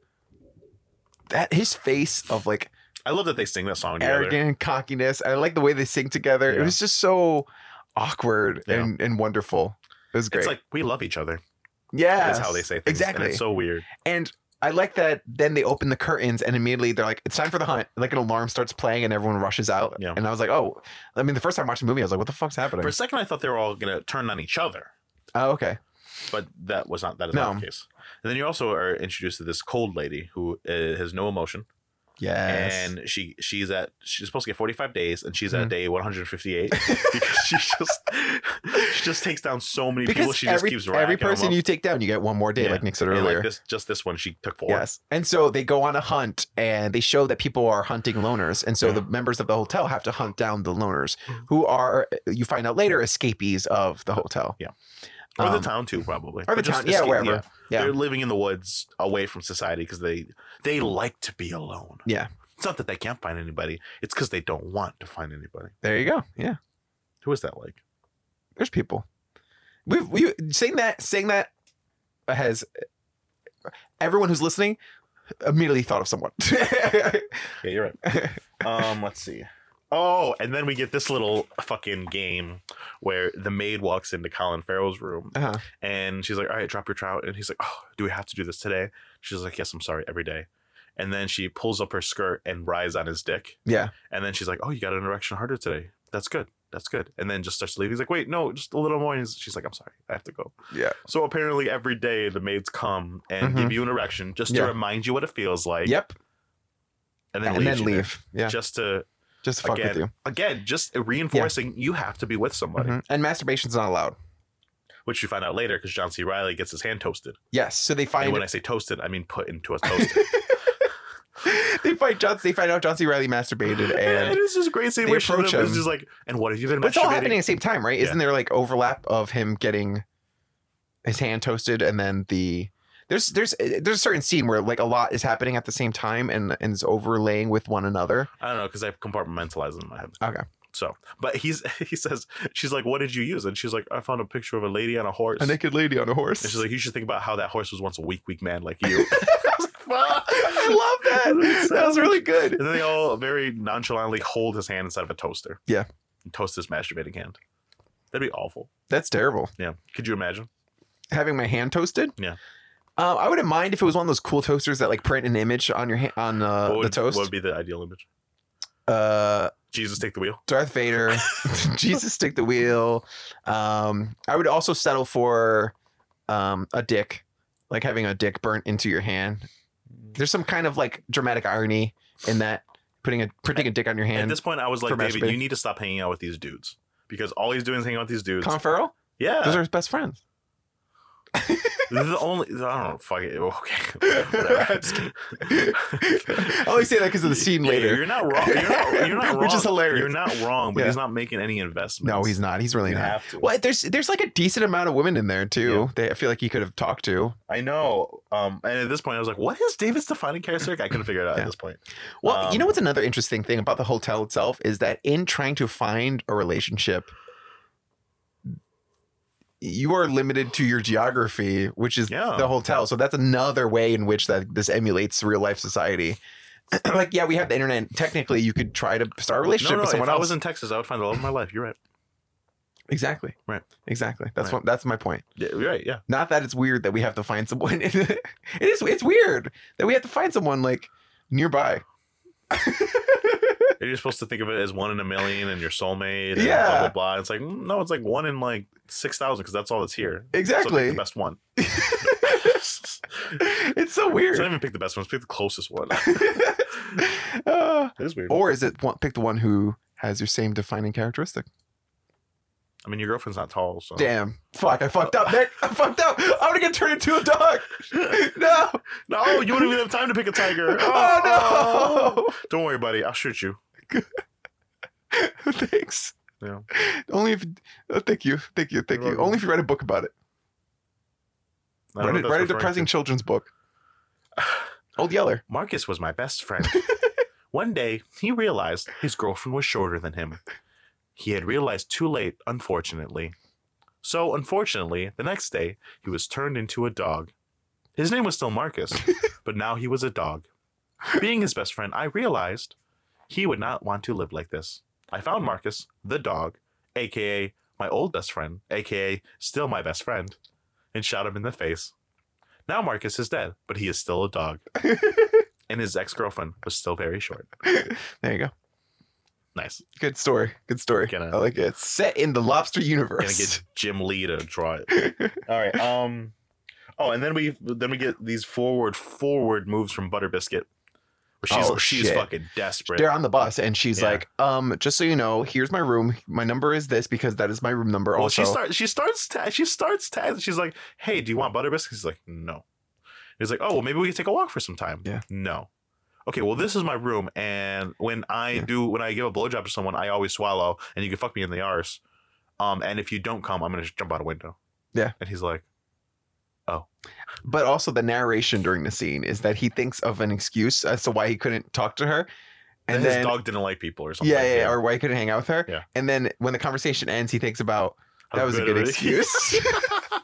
Speaker 1: that his face of like
Speaker 2: I love that they sing that song together.
Speaker 1: arrogant and cockiness. I like the way they sing together. It
Speaker 2: Yeah.
Speaker 1: was just so awkward
Speaker 2: Yeah.
Speaker 1: and, and wonderful. It was great.
Speaker 2: It's like we love each other.
Speaker 1: yeah,
Speaker 2: That's how they say things.
Speaker 1: Exactly.
Speaker 2: And it's so weird.
Speaker 1: And I like that then they open the curtains and immediately they're like, it's time for the hunt. Like an alarm starts playing and everyone rushes out.
Speaker 2: Yeah.
Speaker 1: And I was like, oh, I mean, the first time watching the movie, I was like, what the fuck's happening?
Speaker 2: For a second, I thought they were all gonna turn on each other,
Speaker 1: oh, okay.
Speaker 2: but that was not that is
Speaker 1: No.
Speaker 2: not the case. And then you also are introduced to this cold lady who uh, has no emotion,
Speaker 1: Yes.
Speaker 2: and she she's at she's supposed to get forty five days, and she's at
Speaker 1: Mhm.
Speaker 2: day one hundred fifty eight because she just she just takes down so many people. She
Speaker 1: every,
Speaker 2: just keeps
Speaker 1: every
Speaker 2: racking them
Speaker 1: person
Speaker 2: up.
Speaker 1: you take down, you get one more day,
Speaker 2: Yeah.
Speaker 1: like Nick said
Speaker 2: And,
Speaker 1: earlier.
Speaker 2: like this just this one she took four.
Speaker 1: yes, and so they go on a hunt, and they show that people are hunting loners, and so
Speaker 2: Yeah. Mm-hmm.
Speaker 1: the members of the hotel have to hunt down the loners, who are you find out later escapees of the hotel
Speaker 2: Yeah. or the
Speaker 1: Um,
Speaker 2: town too probably
Speaker 1: or the
Speaker 2: just
Speaker 1: town, yeah,
Speaker 2: escape-
Speaker 1: wherever. Yeah.
Speaker 2: they're living in the woods away from society because they they like to be alone.
Speaker 1: Yeah.
Speaker 2: It's not that they can't find anybody. It's because they don't want to find anybody.
Speaker 1: There you go. Yeah.
Speaker 2: Who is that like?
Speaker 1: there's people. We've we saying that saying that has everyone who's listening immediately thought of someone.
Speaker 2: Yeah, you're right. um, let's see. Oh, and then we get this little fucking game where the maid walks into Colin Farrell's room
Speaker 1: uh-huh.
Speaker 2: and she's like, "All right, drop your trout," and he's like, "Oh, do we have to do this today?" She's like, "Yes, I'm sorry, every day." And then she pulls up her skirt and rides on his dick.
Speaker 1: Yeah.
Speaker 2: And then she's like, "Oh, you got an erection harder today. That's good. That's good." And then just starts to leave. He's like, "Wait, no, just a little more." And he's- she's like, "I'm sorry, I have to go."
Speaker 1: Yeah.
Speaker 2: So apparently, every day the maids come and
Speaker 1: Mhm.
Speaker 2: give you an erection just
Speaker 1: Yeah.
Speaker 2: to remind you what it feels like.
Speaker 1: Yep.
Speaker 2: And then
Speaker 1: And
Speaker 2: leaves
Speaker 1: then
Speaker 2: you there.
Speaker 1: leave. Yeah. Just,
Speaker 2: Just to
Speaker 1: to fuck with you.
Speaker 2: again, again, just reinforcing you have to be with somebody,
Speaker 1: Mhm. And masturbation's not allowed. Mm-hmm.
Speaker 2: which you find out later because John C. Riley gets his hand toasted.
Speaker 1: Yes. So they
Speaker 2: And
Speaker 1: find
Speaker 2: when I say toasted, I mean put into a toaster.
Speaker 1: they find John. They find out John C. Riley masturbated,
Speaker 2: and
Speaker 1: and
Speaker 2: it's this great scene
Speaker 1: they
Speaker 2: where she
Speaker 1: approach
Speaker 2: literally
Speaker 1: him.
Speaker 2: is just like, and what have you been
Speaker 1: but it's all
Speaker 2: masturbating?"
Speaker 1: happening at the same time, right?
Speaker 2: Yeah.
Speaker 1: Isn't there like overlap of him getting his hand toasted and then the there's there's there's a certain scene where like a lot is happening at the same time and and is overlaying with one another.
Speaker 2: I don't know because I compartmentalize it in my head.
Speaker 1: Okay.
Speaker 2: So, but he's he says she's like, "What did you use?" And she's like, "I found a picture of a lady on a horse."
Speaker 1: A naked lady on a horse.
Speaker 2: And she's like, you should think about how that horse was once a weak, weak man like you.
Speaker 1: I love that. that was really good.
Speaker 2: And then they all very nonchalantly hold his hand instead of a toaster.
Speaker 1: Yeah.
Speaker 2: And toast his masturbating hand. That'd be awful.
Speaker 1: That's terrible.
Speaker 2: Yeah. Could you imagine?
Speaker 1: Having my hand toasted.
Speaker 2: Yeah.
Speaker 1: Um, I wouldn't mind if it was one of those cool toasters that like print an image on your hand on uh,
Speaker 2: what would,
Speaker 1: the toast.
Speaker 2: What would be the ideal image?
Speaker 1: uh,
Speaker 2: Jesus, take the wheel.
Speaker 1: Darth Vader, Jesus, stick the wheel. Um, I would also settle for um, a dick, like having a dick burnt into your hand. There's some kind of like dramatic irony in that putting a printing a dick on your
Speaker 2: At
Speaker 1: hand.
Speaker 2: this point, I was
Speaker 1: for
Speaker 2: like, David,
Speaker 1: masturbating.
Speaker 2: you need to stop hanging out with these dudes because all he's doing is hanging out with these dudes.
Speaker 1: Colin Farrell,
Speaker 2: yeah.
Speaker 1: those are his best friends.
Speaker 2: This is the only. I don't know. Fuck it. Okay. Whatever.
Speaker 1: I'm just kidding. I only say that because of the scene
Speaker 2: Yeah,
Speaker 1: later.
Speaker 2: You're not wrong. You're not, you're not wrong.
Speaker 1: Which is hilarious.
Speaker 2: You're not wrong, but
Speaker 1: Yeah.
Speaker 2: he's not making any investments.
Speaker 1: No, he's not. He's really
Speaker 2: You
Speaker 1: not.
Speaker 2: have to.
Speaker 1: Well, there's there's like a decent amount of women in there too. They, I feel like he could have talked to.
Speaker 2: I know. Um, and at this point, I was like, "What is David's defining character?" I couldn't figure it out
Speaker 1: Yeah.
Speaker 2: at this point.
Speaker 1: Well, you
Speaker 2: Um,
Speaker 1: know what's another interesting thing about the hotel itself is that in trying to find a relationship, you are limited to your geography, which is
Speaker 2: Yeah.
Speaker 1: the hotel. So that's another way in which that this emulates real life society. like, yeah, we have the internet. Technically, you could try to start a
Speaker 2: No,
Speaker 1: relationship
Speaker 2: no.
Speaker 1: with
Speaker 2: If
Speaker 1: someone
Speaker 2: I
Speaker 1: else.
Speaker 2: was in Texas, I would find the love of my life. You're right.
Speaker 1: exactly.
Speaker 2: Right.
Speaker 1: Exactly. That's
Speaker 2: Right.
Speaker 1: what. That's my point.
Speaker 2: Yeah, you're right. Yeah.
Speaker 1: Not that it's weird that we have to find someone. it is. It's weird that we have to find someone like nearby.
Speaker 2: And You're supposed to think of it as one in a million and your soulmate. And
Speaker 1: Yeah.
Speaker 2: Blah blah blah. It's like mm, no, it's like one in like six thousand because that's all that's here. So pick
Speaker 1: Exactly.
Speaker 2: the best one. so
Speaker 1: it's so weird.
Speaker 2: don't even pick the best one. Just pick the closest one.
Speaker 1: Uh,
Speaker 2: It is weird.
Speaker 1: or is it one, pick the one who has your same defining characteristic?
Speaker 2: I mean, your girlfriend's not tall, so
Speaker 1: Damn. Fuck, I fucked up, Nick. I fucked up. I'm gonna get turned into a dog. No.
Speaker 2: no, you wouldn't even have time to pick a tiger.
Speaker 1: Oh,
Speaker 2: oh. Don't worry, buddy. I'll shoot you.
Speaker 1: no. Thanks.
Speaker 2: Yeah.
Speaker 1: Only if oh, thank you, thank you, thank
Speaker 2: You're
Speaker 1: you.
Speaker 2: welcome.
Speaker 1: Only if you write a book about it.
Speaker 2: I don't
Speaker 1: Write,
Speaker 2: know
Speaker 1: a-
Speaker 2: what
Speaker 1: write a
Speaker 2: that's referring to.
Speaker 1: depressing children's book. Old Yeller.
Speaker 2: Marcus was my best friend. One day, he realized his girlfriend was shorter than him. He had realized too late, unfortunately. So, unfortunately, the next day, he was turned into a dog. His name was still Marcus, but now he was a dog. Being his best friend, I realized he would not want to live like this. I found Marcus, the dog, aka my old best friend, aka still my best friend, and shot him in the face. Now Marcus is dead, but he is still a dog and his ex girlfriend was still very short.
Speaker 1: There you go.
Speaker 2: Nice.
Speaker 1: Good story. Good story.
Speaker 2: Gonna-
Speaker 1: I like it. It's set in the lobster
Speaker 2: Gonna
Speaker 1: universe.
Speaker 2: get Jim Lee to draw it. All right. Um. Oh, and then we then we get these forward forward moves from Butter Biscuit. She's
Speaker 1: Oh,
Speaker 2: she's
Speaker 1: shit.
Speaker 2: fucking desperate.
Speaker 1: They're on the bus, and she's
Speaker 2: Yeah.
Speaker 1: like, "Um, just so you know, here's my room. My number is this because that is my room number."
Speaker 2: well,
Speaker 1: also,
Speaker 2: she starts she starts ta- she starts tagging. She's like, "Hey, do you want Butter Biscuit?" He's like, "No." He's like, "Oh, well, maybe we can take a walk for some time."
Speaker 1: Yeah.
Speaker 2: No. Okay, well, this is my room, and when I
Speaker 1: Yeah.
Speaker 2: do when I give a blowjob to someone, I always swallow, and you can fuck me in the arse. Um, and if you don't come, I'm gonna just jump out a window.
Speaker 1: Yeah.
Speaker 2: And he's like.
Speaker 1: But also the narration during the scene is that he thinks of an excuse as to why he couldn't talk to her, and
Speaker 2: his
Speaker 1: then
Speaker 2: dog didn't like people or something.
Speaker 1: yeah, yeah, yeah, or why he couldn't hang out with her.
Speaker 2: Yeah.
Speaker 1: And then when the conversation ends, he thinks about
Speaker 2: How
Speaker 1: that was a
Speaker 2: good
Speaker 1: good
Speaker 2: it is."
Speaker 1: excuse.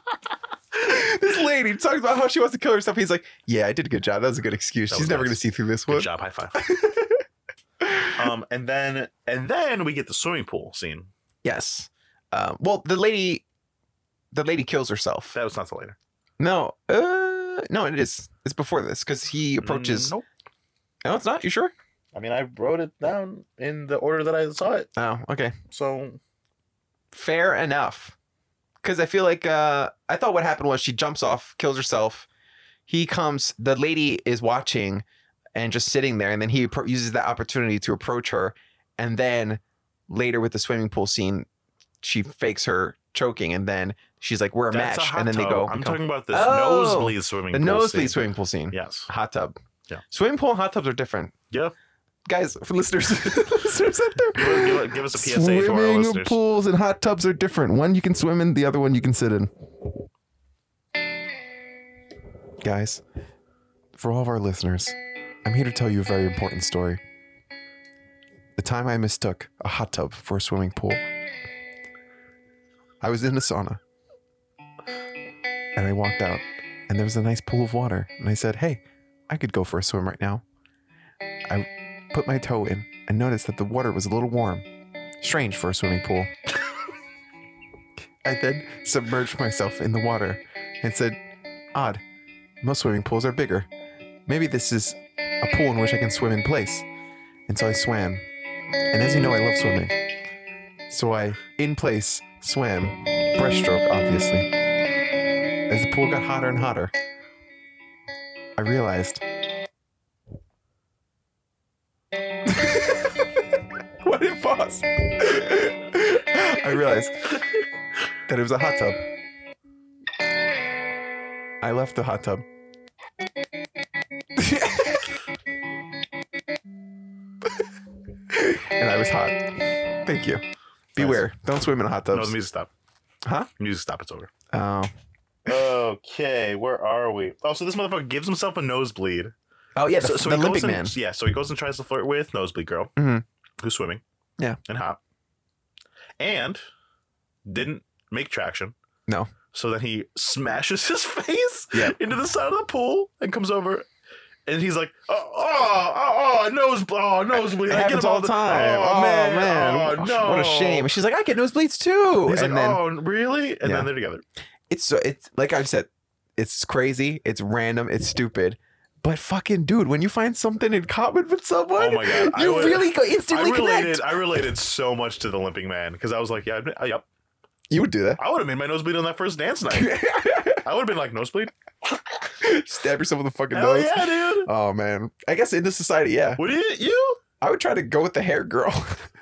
Speaker 1: this lady talks about how she wants to kill herself. He's like, yeah, I did a good job. That was a good excuse.
Speaker 2: That
Speaker 1: She's
Speaker 2: was
Speaker 1: never
Speaker 2: nice.
Speaker 1: going to see through this
Speaker 2: Good
Speaker 1: one.
Speaker 2: job, high five. um, and then and then we get the swimming pool scene.
Speaker 1: Yes. Um, well, the lady, the lady kills herself.
Speaker 2: That was not till later.
Speaker 1: No, uh, no, it is. It's before this because he approaches.
Speaker 2: Nope.
Speaker 1: No, it's not. You sure?
Speaker 2: I mean, I wrote it down in the order that I saw it.
Speaker 1: Oh, okay.
Speaker 2: So
Speaker 1: Fair enough. Because I feel like uh, I thought what happened was she jumps off, kills herself. He comes. The lady is watching and just sitting there, and then he appro- uses that opportunity to approach her, and then later with the swimming pool scene, she fakes her choking, and then she's like, "We're a
Speaker 2: that's a
Speaker 1: match,"
Speaker 2: hot
Speaker 1: and then they
Speaker 2: tub.
Speaker 1: go
Speaker 2: I'm
Speaker 1: become-
Speaker 2: talking about this
Speaker 1: Oh!
Speaker 2: nosebleed swimming.
Speaker 1: the
Speaker 2: pool
Speaker 1: nosebleed
Speaker 2: scene.
Speaker 1: swimming pool scene.
Speaker 2: Yes.
Speaker 1: hot tub.
Speaker 2: Yeah.
Speaker 1: Swimming pool and hot tubs are different.
Speaker 2: Yeah.
Speaker 1: Guys, for listeners, listeners out
Speaker 2: Give, a- give
Speaker 1: there.
Speaker 2: a- give us a PSA to our
Speaker 1: Swimming
Speaker 2: listeners.
Speaker 1: pools and hot tubs are different. One you can swim in, the other one you can sit in. Guys, for all of our listeners, I'm here to tell you a very important story. The time I mistook a hot tub for a swimming pool. I was in a sauna and I walked out, and there was a nice pool of water. And I said, Hey, I could go for a swim right now. I put my toe in and noticed that the water was a little warm. Strange for a swimming pool. I then submerged myself in the water and said, Odd, most swimming pools are bigger. Maybe this is a pool in which I can swim in place. And so I swam. And as you know, I love swimming. So I, in place, swam, breaststroke, obviously. As the pool got hotter and hotter, I realized. what did it pause? I realized that it was a hot tub. I left the hot tub. and I was hot. Thank you. Beware. Don't swim in hot
Speaker 2: No, the
Speaker 1: tubs.
Speaker 2: music stop.
Speaker 1: Huh?
Speaker 2: The music stop. It's over.
Speaker 1: Oh.
Speaker 2: Okay, where are we? Oh, so this motherfucker gives himself a nosebleed.
Speaker 1: Oh yeah, the,
Speaker 2: so, so
Speaker 1: the
Speaker 2: he
Speaker 1: Olympic
Speaker 2: goes and-
Speaker 1: man.
Speaker 2: Yeah, so he goes and tries to flirt with nosebleed girl,
Speaker 1: Mhm.
Speaker 2: who's swimming.
Speaker 1: Yeah.
Speaker 2: and hot, and didn't make traction.
Speaker 1: No.
Speaker 2: So then he smashes his face
Speaker 1: Yeah.
Speaker 2: into the side of the pool and comes over. And he's like, oh, oh, oh, oh nosebleed, oh, nosebleed.
Speaker 1: It
Speaker 2: I get
Speaker 1: happens
Speaker 2: him
Speaker 1: all the time.
Speaker 2: Oh, man, oh, no.
Speaker 1: What a shame. And She's like, I get nosebleeds too.
Speaker 2: He's
Speaker 1: and
Speaker 2: like,
Speaker 1: then
Speaker 2: oh, really? And
Speaker 1: Yeah.
Speaker 2: then they're together.
Speaker 1: it's so it's like I've said, it's crazy, it's random, it's stupid. But fucking dude, when you find something in common with someone,
Speaker 2: Oh my God, I
Speaker 1: you
Speaker 2: would-
Speaker 1: really go
Speaker 2: I
Speaker 1: instantly
Speaker 2: related.
Speaker 1: connect.
Speaker 2: I related so much to the limping man because I was like, yeah, I, yep.
Speaker 1: You would do that.
Speaker 2: I would have made my nosebleed on that first dance night. I would have been like, noseblead.
Speaker 1: Stab yourself in the fucking
Speaker 2: Hell
Speaker 1: nose.
Speaker 2: yeah, dude.
Speaker 1: Oh man. I guess in this society, yeah.
Speaker 2: Would you? You?
Speaker 1: I would try to go with the hair girl.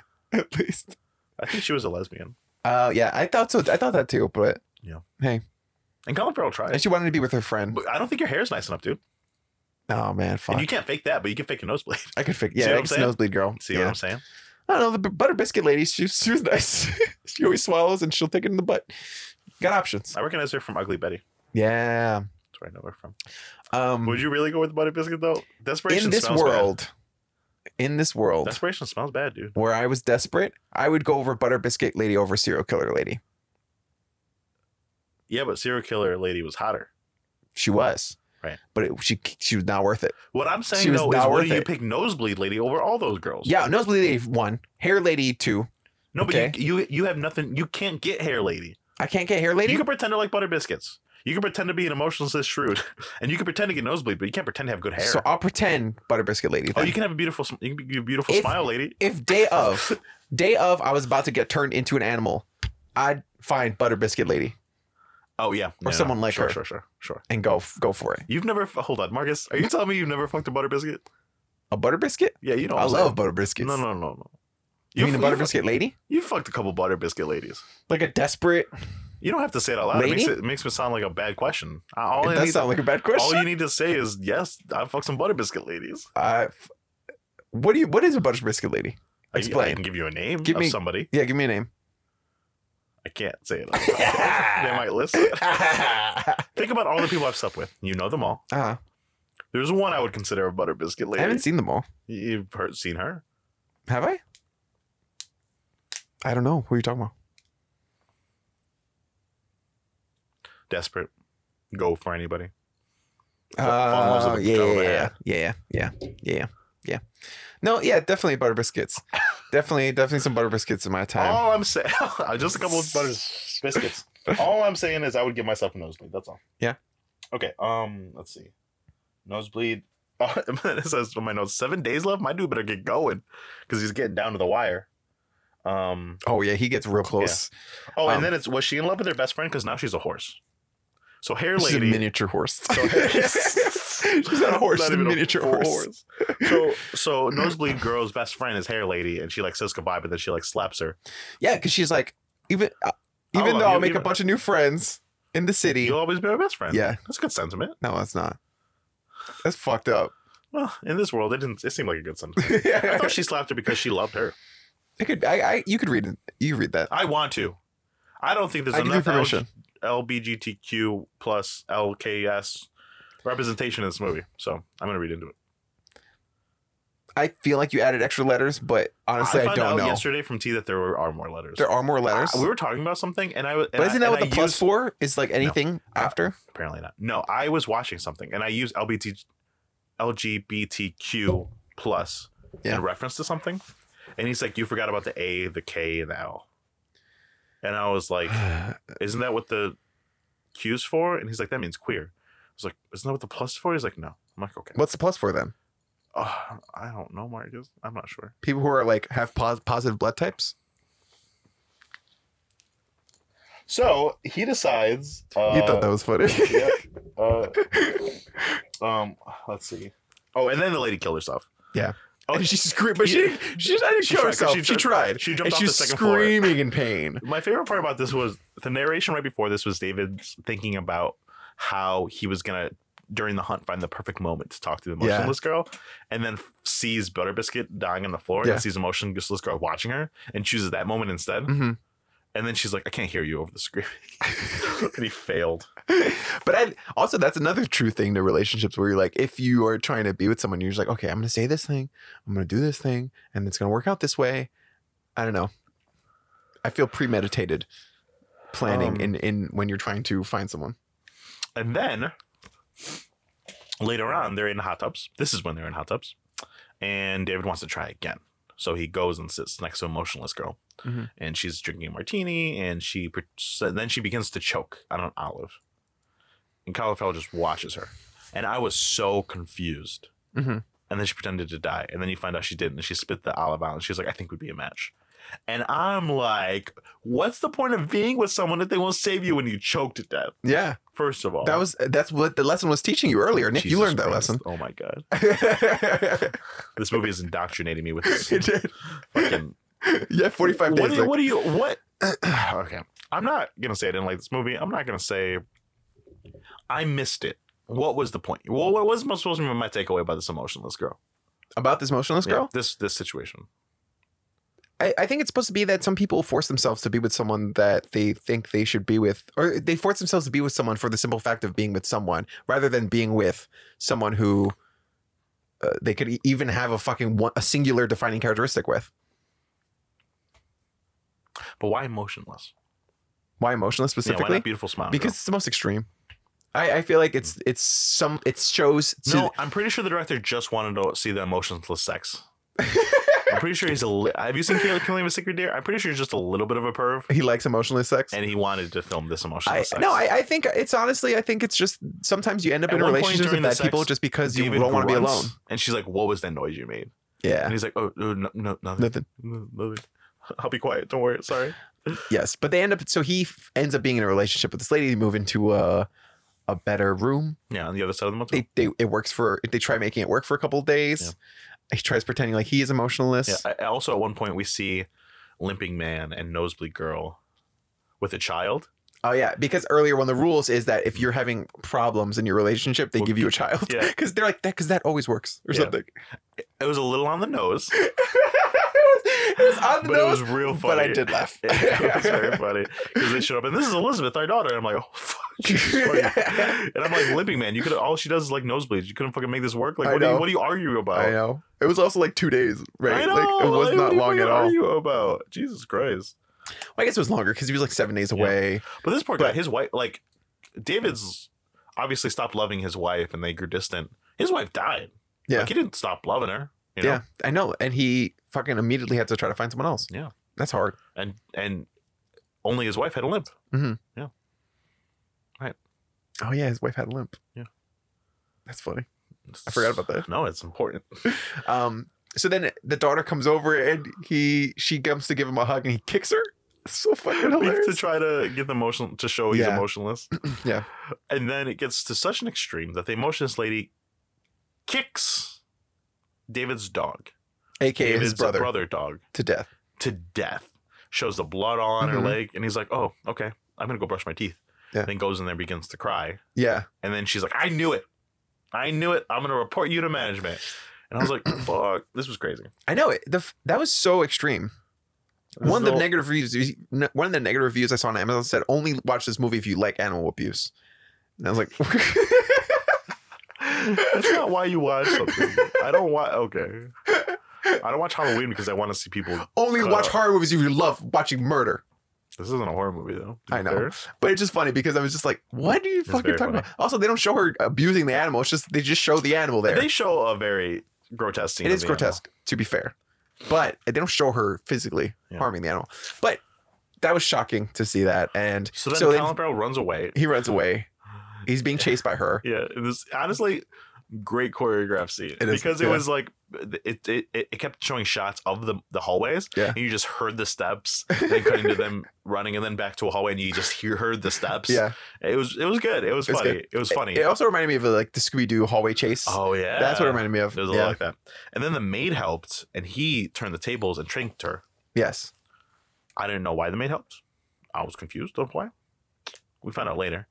Speaker 1: At least.
Speaker 2: I think she was a lesbian.
Speaker 1: Oh yeah, I thought so. I thought that too, but
Speaker 2: And Colin Farrell tried.
Speaker 1: and she wanted to be with her friend.
Speaker 2: But I don't think your hair's nice enough, dude.
Speaker 1: Oh man, fuck.
Speaker 2: And you can't fake that, but you can fake a nosebleed.
Speaker 1: I could figure.
Speaker 2: See what
Speaker 1: Yeah,
Speaker 2: I'm
Speaker 1: it's
Speaker 2: saying?
Speaker 1: nosebleed girl.
Speaker 2: See what
Speaker 1: yeah.
Speaker 2: I'm saying?
Speaker 1: I don't know. The b- butter biscuit lady, she, she was nice. she always swallows and she'll take it in the butt. Got options.
Speaker 2: I recognize her from Ugly Betty.
Speaker 1: Yeah.
Speaker 2: That's where I know her from.
Speaker 1: Um,
Speaker 2: Would you really go with the butter biscuit though? Desperation
Speaker 1: in this
Speaker 2: smells
Speaker 1: world, in this
Speaker 2: bad.
Speaker 1: world
Speaker 2: Desperation smells bad, dude.
Speaker 1: where I was desperate, I would go over butter biscuit lady over serial killer lady.
Speaker 2: Yeah, but serial killer lady was hotter.
Speaker 1: She was.
Speaker 2: Right.
Speaker 1: But it, she she was not worth it.
Speaker 2: What I'm
Speaker 1: She
Speaker 2: saying
Speaker 1: was
Speaker 2: though is,
Speaker 1: not
Speaker 2: why
Speaker 1: worth
Speaker 2: do you
Speaker 1: it.
Speaker 2: pick nosebleed lady over all those girls?
Speaker 1: Yeah, nosebleed lady one, hair lady two.
Speaker 2: No, but
Speaker 1: okay.
Speaker 2: you, you you have nothing. You can't get hair lady.
Speaker 1: I can't get hair lady.
Speaker 2: You can pretend to like butter biscuits. You can pretend to be an emotionless shrewd, and you can pretend to get nosebleed, but you can't pretend to have good hair.
Speaker 1: so I'll pretend butter biscuit lady.
Speaker 2: oh,
Speaker 1: then.
Speaker 2: you can have a beautiful. sm- You can be a beautiful
Speaker 1: If-
Speaker 2: smile lady.
Speaker 1: if day of day of I was about to get turned into an animal, I'd find butter biscuit lady.
Speaker 2: Oh yeah,
Speaker 1: Or someone like
Speaker 2: sure,
Speaker 1: her.
Speaker 2: Sure, sure, sure.
Speaker 1: and go go for it.
Speaker 2: You've never hold on, Marcus.
Speaker 1: Mm-hmm.
Speaker 2: Are you telling me you've never fucked a butter biscuit?
Speaker 1: A butter biscuit?
Speaker 2: Yeah, you know. what
Speaker 1: I
Speaker 2: I'm
Speaker 1: love
Speaker 2: saying.
Speaker 1: butter biscuits.
Speaker 2: No, no, no, no.
Speaker 1: You mean a butter
Speaker 2: you
Speaker 1: biscuit lady?
Speaker 2: You fucked a couple butter biscuit ladies.
Speaker 1: Like a desperate?
Speaker 2: You don't have to say it out loud. It
Speaker 1: Lady?
Speaker 2: makes it, makes me sound like a bad question. I- All,
Speaker 1: it
Speaker 2: I
Speaker 1: does
Speaker 2: need,
Speaker 1: sound like a bad
Speaker 2: all
Speaker 1: question.
Speaker 2: you need to say is yes. I fucked some butter biscuit ladies.
Speaker 1: I f- what do you? What is a butter biscuit lady?
Speaker 2: I- I,
Speaker 1: Explain.
Speaker 2: can give you a name
Speaker 1: Give
Speaker 2: of
Speaker 1: me-
Speaker 2: somebody.
Speaker 1: Yeah, give me a name.
Speaker 2: I can't say it. Out loud. they might listen.
Speaker 1: uh-huh.
Speaker 2: Think about all the people I've slept with. You know them all.
Speaker 1: I
Speaker 2: There's one I would consider a butter biscuit lady.
Speaker 1: Uh-huh. haven't seen them all.
Speaker 2: You've heard, seen her.
Speaker 1: Have I? I don't know. What are you talking about?
Speaker 2: Desperate. Go for anybody. Fun Lives of
Speaker 1: Uh,
Speaker 2: the
Speaker 1: yeah,
Speaker 2: Patrol,
Speaker 1: yeah, yeah, yeah, yeah, yeah, yeah. No, yeah, definitely butter biscuits. definitely, definitely some butter biscuits in my time.
Speaker 2: All I'm saying, just a couple of butter biscuits. All I'm saying is I would give myself a nosebleed. That's all.
Speaker 1: Yeah.
Speaker 2: Okay. Um. Let's see. Nosebleed. Oh, it says on my notes seven days left. My dude better get going because he's getting down to the wire. Um.
Speaker 1: Oh, yeah, he gets real close.
Speaker 2: Oh, and
Speaker 1: Um,
Speaker 2: then it's was she in love with her best friend? Because now she's a horse. So hair
Speaker 1: She's a
Speaker 2: lady.
Speaker 1: miniature horse.
Speaker 2: So-
Speaker 1: She's not a horse. She's a
Speaker 2: even
Speaker 1: miniature
Speaker 2: full
Speaker 1: horse.
Speaker 2: So so nosebleed girl's best friend is hair lady, and she like says goodbye, but then she like slaps her.
Speaker 1: Yeah, because she's like, even uh,
Speaker 2: I
Speaker 1: even
Speaker 2: love
Speaker 1: though I'll
Speaker 2: Oh, you,
Speaker 1: make a
Speaker 2: even-
Speaker 1: bunch of new friends in the city.
Speaker 2: You'll always be my best friend.
Speaker 1: Yeah.
Speaker 2: that's a good sentiment.
Speaker 1: No, that's not. That's fucked up.
Speaker 2: Well, in this world, it didn't. It seemed like a good sentiment. I
Speaker 1: yeah.
Speaker 2: thought she slapped her because she loved her.
Speaker 1: I could, I, I, you could read it. You could read that.
Speaker 2: I want to. I don't think there's
Speaker 1: I give you
Speaker 2: enough L-
Speaker 1: permission.
Speaker 2: LBGTQ plus LKS representation in this movie, so I'm gonna read into it.
Speaker 1: I feel like you added extra letters, but honestly, I,
Speaker 2: found
Speaker 1: don't
Speaker 2: out
Speaker 1: know.
Speaker 2: yesterday from T that there were, are more letters.
Speaker 1: There are more letters.
Speaker 2: I- we were talking about something, and I was.
Speaker 1: but isn't that what the plus four is like anything after?
Speaker 2: Apparently not. No, I was watching something, and I used LBT, LGBTQ plus
Speaker 1: Yeah.
Speaker 2: in reference to something, and he's like, "You forgot about the A, the K, and the L," and I was like. isn't that what the Q's for? And he's like, that means queer. I was like, isn't that what the plus is for? He's like, no. I'm like, okay.
Speaker 1: What's the plus four then?
Speaker 2: Oh, I don't know, Marcus. I'm not sure.
Speaker 1: People who are like have pos- positive blood types.
Speaker 2: So he decides. Uh,
Speaker 1: you thought that was funny.
Speaker 2: yeah, uh, um, let's see. Oh, and then the lady killed herself.
Speaker 1: Yeah.
Speaker 2: Oh,
Speaker 1: and she screamed, but she
Speaker 2: Yeah.
Speaker 1: didn't- she didn't
Speaker 2: She
Speaker 1: kill
Speaker 2: tried, 'cause
Speaker 1: herself.
Speaker 2: she
Speaker 1: She,
Speaker 2: ju-
Speaker 1: tried.
Speaker 2: she jumped
Speaker 1: and
Speaker 2: off
Speaker 1: she's
Speaker 2: the second floor.
Speaker 1: screaming in pain.
Speaker 2: My favorite part about this was the narration right before this was David thinking about how he was gonna during the hunt find the perfect moment to talk to the
Speaker 1: Yeah.
Speaker 2: motionless girl, and then sees Butterbiscuit dying on the floor
Speaker 1: Yeah.
Speaker 2: and sees a motionless girl watching her and chooses that moment instead.
Speaker 1: hmm
Speaker 2: And then she's like, "I can't hear you over the screaming," and he failed.
Speaker 1: but I also that's another true thing to relationships where you're like, if you are trying to be with someone, you're just like, okay, I'm gonna say this thing, I'm gonna do this thing, and it's gonna work out this way. I don't know. I feel premeditated planning
Speaker 2: Um,
Speaker 1: in in when you're trying to find someone.
Speaker 2: And then later on, they're in hot tubs. This is when they're in hot tubs, and David wants to try again. So he goes and sits next to a motionless girl,
Speaker 1: Mhm.
Speaker 2: and she's drinking a martini, and she pre- so then she begins to choke on an olive, and Cauliflower just watches her, and I was so confused.
Speaker 1: Mhm.
Speaker 2: And then she pretended to die, and then you find out she didn't, and she spit the olive out, and she's like, "I think we'd be a match." And I'm like, "What's the point of being with someone if they won't save you when you choke to death?"
Speaker 1: Yeah,
Speaker 2: First of all,
Speaker 1: that was that's what the lesson was teaching you earlier, Nick. you
Speaker 2: Oh. Jesus
Speaker 1: learned that
Speaker 2: Christ.
Speaker 1: lesson.
Speaker 2: Oh my god, this movie is indoctrinating me with this.
Speaker 1: It did.
Speaker 2: fucking-
Speaker 1: Yeah, 45 days.
Speaker 2: What do you?
Speaker 1: like-
Speaker 2: What do you? What? okay, I'm not gonna say I didn't like this movie. I'm not gonna say I missed it. What was the point? Well, what was supposed to be my takeaway by this emotionless girl?
Speaker 1: about this motionless
Speaker 2: Yeah,
Speaker 1: girl?
Speaker 2: this this situation.
Speaker 1: I, I think it's supposed to be that some people force themselves to be with someone that they think they should be with, or they force themselves to be with someone for the simple fact of being with someone rather than being with someone who uh, they could e- even have a fucking one, a singular defining characteristic with.
Speaker 2: But why emotionless?
Speaker 1: Why emotionless
Speaker 2: Yeah, why
Speaker 1: specifically?
Speaker 2: not beautiful smile?
Speaker 1: because it's the most extreme. I, I feel like it's it's some it shows
Speaker 2: girl?
Speaker 1: to
Speaker 2: no, I'm pretty sure the director just wanted to see the emotionless sex. I'm pretty sure he's a. Li- Have you seen Kill- Killing of a Sacred Deer? I'm pretty sure he's just a little bit of a perv,
Speaker 1: he likes emotionless sex.
Speaker 2: and he wanted to film this
Speaker 1: I,
Speaker 2: emotionless sex.
Speaker 1: no, I, I think it's honestly I think it's just sometimes you end up
Speaker 2: At
Speaker 1: in
Speaker 2: one point
Speaker 1: relationships with
Speaker 2: during the
Speaker 1: bad people
Speaker 2: sex,
Speaker 1: just because you
Speaker 2: David
Speaker 1: don't want to be alone.
Speaker 2: grunts, And she's like, "What was that noise you made?"
Speaker 1: Yeah.
Speaker 2: And he's like, "Oh, no, no, no nothing,
Speaker 1: Nothing.
Speaker 2: no, nothing. I'll be quiet. Don't worry. Sorry."
Speaker 1: Yes, but they end up. So he f- ends up being in a relationship with this lady. They move into a a better room.
Speaker 2: Yeah, on the other side of the motel.
Speaker 1: They they it works for. They try making it work for a couple of days. He tries pretending like he is emotionless.
Speaker 2: Yeah. I- Also, at one point, we see limping man and nosebleed girl with a child,
Speaker 1: Oh yeah, because earlier one of the rules is that if you're having problems in your relationship, they give you a child.
Speaker 2: Yeah.
Speaker 1: because they're like that because that always works or
Speaker 2: Yeah.
Speaker 1: something.
Speaker 2: It was a little on the nose,
Speaker 1: it was on the
Speaker 2: but
Speaker 1: nose,
Speaker 2: it was real funny.
Speaker 1: but I did laugh.
Speaker 2: it was very funny because they showed up and this is Elizabeth, our daughter. And I'm like, oh fuck, she's funny. and I'm like limping, man. You could all she does is like nosebleeds. You couldn't fucking make this work. Like,
Speaker 1: I
Speaker 2: what do you
Speaker 1: know.
Speaker 2: what do you argue about?
Speaker 1: I know. It was also like two days, right?
Speaker 2: Oh. I know.
Speaker 1: Like it was
Speaker 2: like, what
Speaker 1: not
Speaker 2: do you
Speaker 1: long
Speaker 2: fucking
Speaker 1: at all.
Speaker 2: Argue about Jesus Christ.
Speaker 1: Well, I guess it was longer because he was like seven days
Speaker 2: Yeah.
Speaker 1: away.
Speaker 2: But this poor guy,
Speaker 1: But-
Speaker 2: his wife, like David's, obviously stopped loving his wife, and they grew distant. His wife died.
Speaker 1: Yeah.
Speaker 2: like, he didn't stop loving her. You know?
Speaker 1: Yeah, I know. And he fucking immediately had to try to find someone else.
Speaker 2: Yeah.
Speaker 1: that's hard.
Speaker 2: and and only his wife had a limp.
Speaker 1: Oh yeah, his wife had a limp.
Speaker 2: Yeah.
Speaker 1: that's funny. I forgot about that.
Speaker 2: No, it's important.
Speaker 1: Um, so then the daughter comes over and he she comes to give him a hug and he kicks her. It's so fucking
Speaker 2: to
Speaker 1: hilarious.
Speaker 2: try to get the emotion to show he's
Speaker 1: Yeah.
Speaker 2: emotionless.
Speaker 1: Yeah.
Speaker 2: and then it gets to such an extreme that the emotionless lady kicks David's dog,
Speaker 1: AKA
Speaker 2: David's
Speaker 1: his brother,
Speaker 2: dog,
Speaker 1: to death.
Speaker 2: to death. Shows the blood all on her
Speaker 1: Mhm.
Speaker 2: leg, and he's like, "Oh, okay, I'm gonna go brush my teeth."
Speaker 1: Yeah.
Speaker 2: Then goes in there, begins to cry,
Speaker 1: Yeah.
Speaker 2: and then she's like, "I knew it, I knew it. I'm gonna report you to management." And I was like, "Fuck, this was crazy."
Speaker 1: I know it. The, f- that was so extreme.
Speaker 2: This
Speaker 1: one of
Speaker 2: is
Speaker 1: the
Speaker 2: all-
Speaker 1: negative reviews, n- one of the negative reviews I saw on Amazon said, "Only watch this movie if you like animal abuse." And I was like,
Speaker 2: That's not why you watch something. I don't watch. Okay. I don't watch Halloween because I want to see people.
Speaker 1: "Only
Speaker 2: Cut
Speaker 1: watch
Speaker 2: out.
Speaker 1: horror movies if you love watching murder."
Speaker 2: This isn't a horror movie though. to
Speaker 1: I
Speaker 2: be
Speaker 1: know.
Speaker 2: fair.
Speaker 1: But it's just funny because I was just like, "What are you fucking
Speaker 2: very
Speaker 1: talking about?" Also, they don't show her abusing the animal. It's just they just show the animal there.
Speaker 2: They show a very grotesque scene.
Speaker 1: it
Speaker 2: of
Speaker 1: is
Speaker 2: the animal.
Speaker 1: grotesque, to be fair, but they don't show her physically
Speaker 2: Yeah.
Speaker 1: harming the animal. But that was shocking to see that, and
Speaker 2: So then
Speaker 1: So then-
Speaker 2: Colin Farrell runs away.
Speaker 1: he runs away. He's being chased by her.
Speaker 2: Yeah, it was honestly great choreographed scene
Speaker 1: It is,
Speaker 2: because it
Speaker 1: yeah.
Speaker 2: was like it, it it it kept showing shots of the the hallways.
Speaker 1: Yeah.
Speaker 2: and you just heard the steps. They cut into them running and then back to a hallway, and you just hear heard the steps.
Speaker 1: Yeah,
Speaker 2: it was it was good. It was
Speaker 1: It's
Speaker 2: funny.
Speaker 1: good.
Speaker 2: It was funny.
Speaker 1: it also reminded me of like the Scooby Doo hallway chase.
Speaker 2: oh yeah,
Speaker 1: That's what it reminded me of.
Speaker 2: It was a
Speaker 1: Yeah.
Speaker 2: lot like that. And then the maid helped, and he turned the tables and trinked her.
Speaker 1: Yes.
Speaker 2: I didn't know why the maid helped. I was confused of why. We found out later.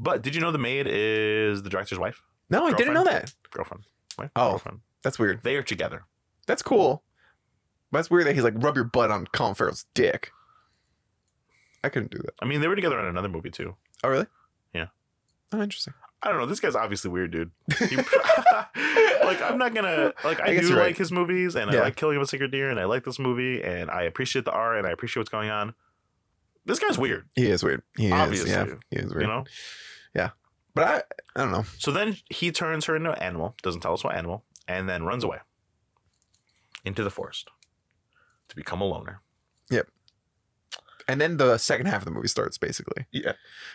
Speaker 2: But did you know the maid is the director's wife,
Speaker 1: No, I didn't know
Speaker 2: Girlfriend?
Speaker 1: that.
Speaker 2: girlfriend? Wife?
Speaker 1: Oh.
Speaker 2: girlfriend.
Speaker 1: That's weird.
Speaker 2: They are together.
Speaker 1: That's cool. That's weird that he's like rub your butt on Colin Farrell's dick. I couldn't do that.
Speaker 2: I mean, they were together in another movie too.
Speaker 1: Oh really?
Speaker 2: Yeah.
Speaker 1: Oh, interesting.
Speaker 2: I don't know. This guy's obviously weird, dude. He- like I'm not gonna like I,
Speaker 1: I guess
Speaker 2: do
Speaker 1: you're
Speaker 2: like
Speaker 1: right.
Speaker 2: his movies, and I
Speaker 1: Yeah.
Speaker 2: like Killing of a Sacred Deer, and I like this movie, and I appreciate the art, and I appreciate what's going on. This guy's weird,
Speaker 1: He is weird. He
Speaker 2: Obviously.
Speaker 1: is. Yeah. He is weird.
Speaker 2: you know.
Speaker 1: But I, I don't know.
Speaker 2: So then he turns her into an animal, doesn't tell us what animal, and then runs away into the forest to become a loner.
Speaker 1: And then the second half of the movie starts basically.
Speaker 2: Yeah.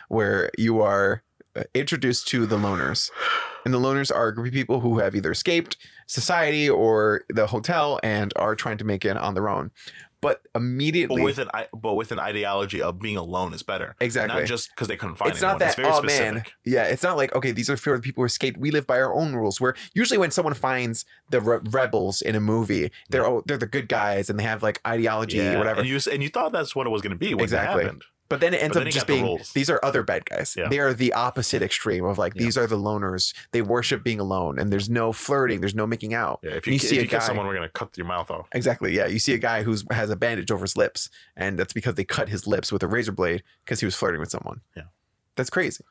Speaker 1: Where you are uh, introduced to the loners. And the loners are a group of people who have either escaped society or the hotel and are trying to make it on their own. But
Speaker 2: But
Speaker 1: immediately,
Speaker 2: with an i- but with an ideology of being alone is better.
Speaker 1: exactly.
Speaker 2: Not just because they couldn't find
Speaker 1: it's
Speaker 2: anyone.
Speaker 1: not that,
Speaker 2: it's very
Speaker 1: oh
Speaker 2: specific.
Speaker 1: man. Yeah, it's not like, okay, these are fear of the people who escaped. We live by our own rules. Where usually when someone finds the re- rebels in a movie, they're oh, they're the good guys and they have like ideology
Speaker 2: Yeah,
Speaker 1: or whatever.
Speaker 2: And you, s- and you thought that's what it was going to be when
Speaker 1: Exactly.
Speaker 2: it happened.
Speaker 1: But then it ends
Speaker 2: But
Speaker 1: up
Speaker 2: then you
Speaker 1: just
Speaker 2: got the
Speaker 1: being
Speaker 2: rules.
Speaker 1: these are other bad guys.
Speaker 2: Yeah.
Speaker 1: They are the opposite extreme of like
Speaker 2: Yeah.
Speaker 1: these are the loners. They worship being alone, and there's no flirting. There's no making out.
Speaker 2: Yeah, if you,
Speaker 1: You
Speaker 2: ki-
Speaker 1: see
Speaker 2: if
Speaker 1: a
Speaker 2: you kiss
Speaker 1: guy-
Speaker 2: someone, we're going to cut your mouth off.
Speaker 1: Exactly. Yeah, you see a guy who's has a bandage over his lips, and that's because they cut his lips with a razor blade because he was flirting with someone.
Speaker 2: Yeah.
Speaker 1: that's crazy.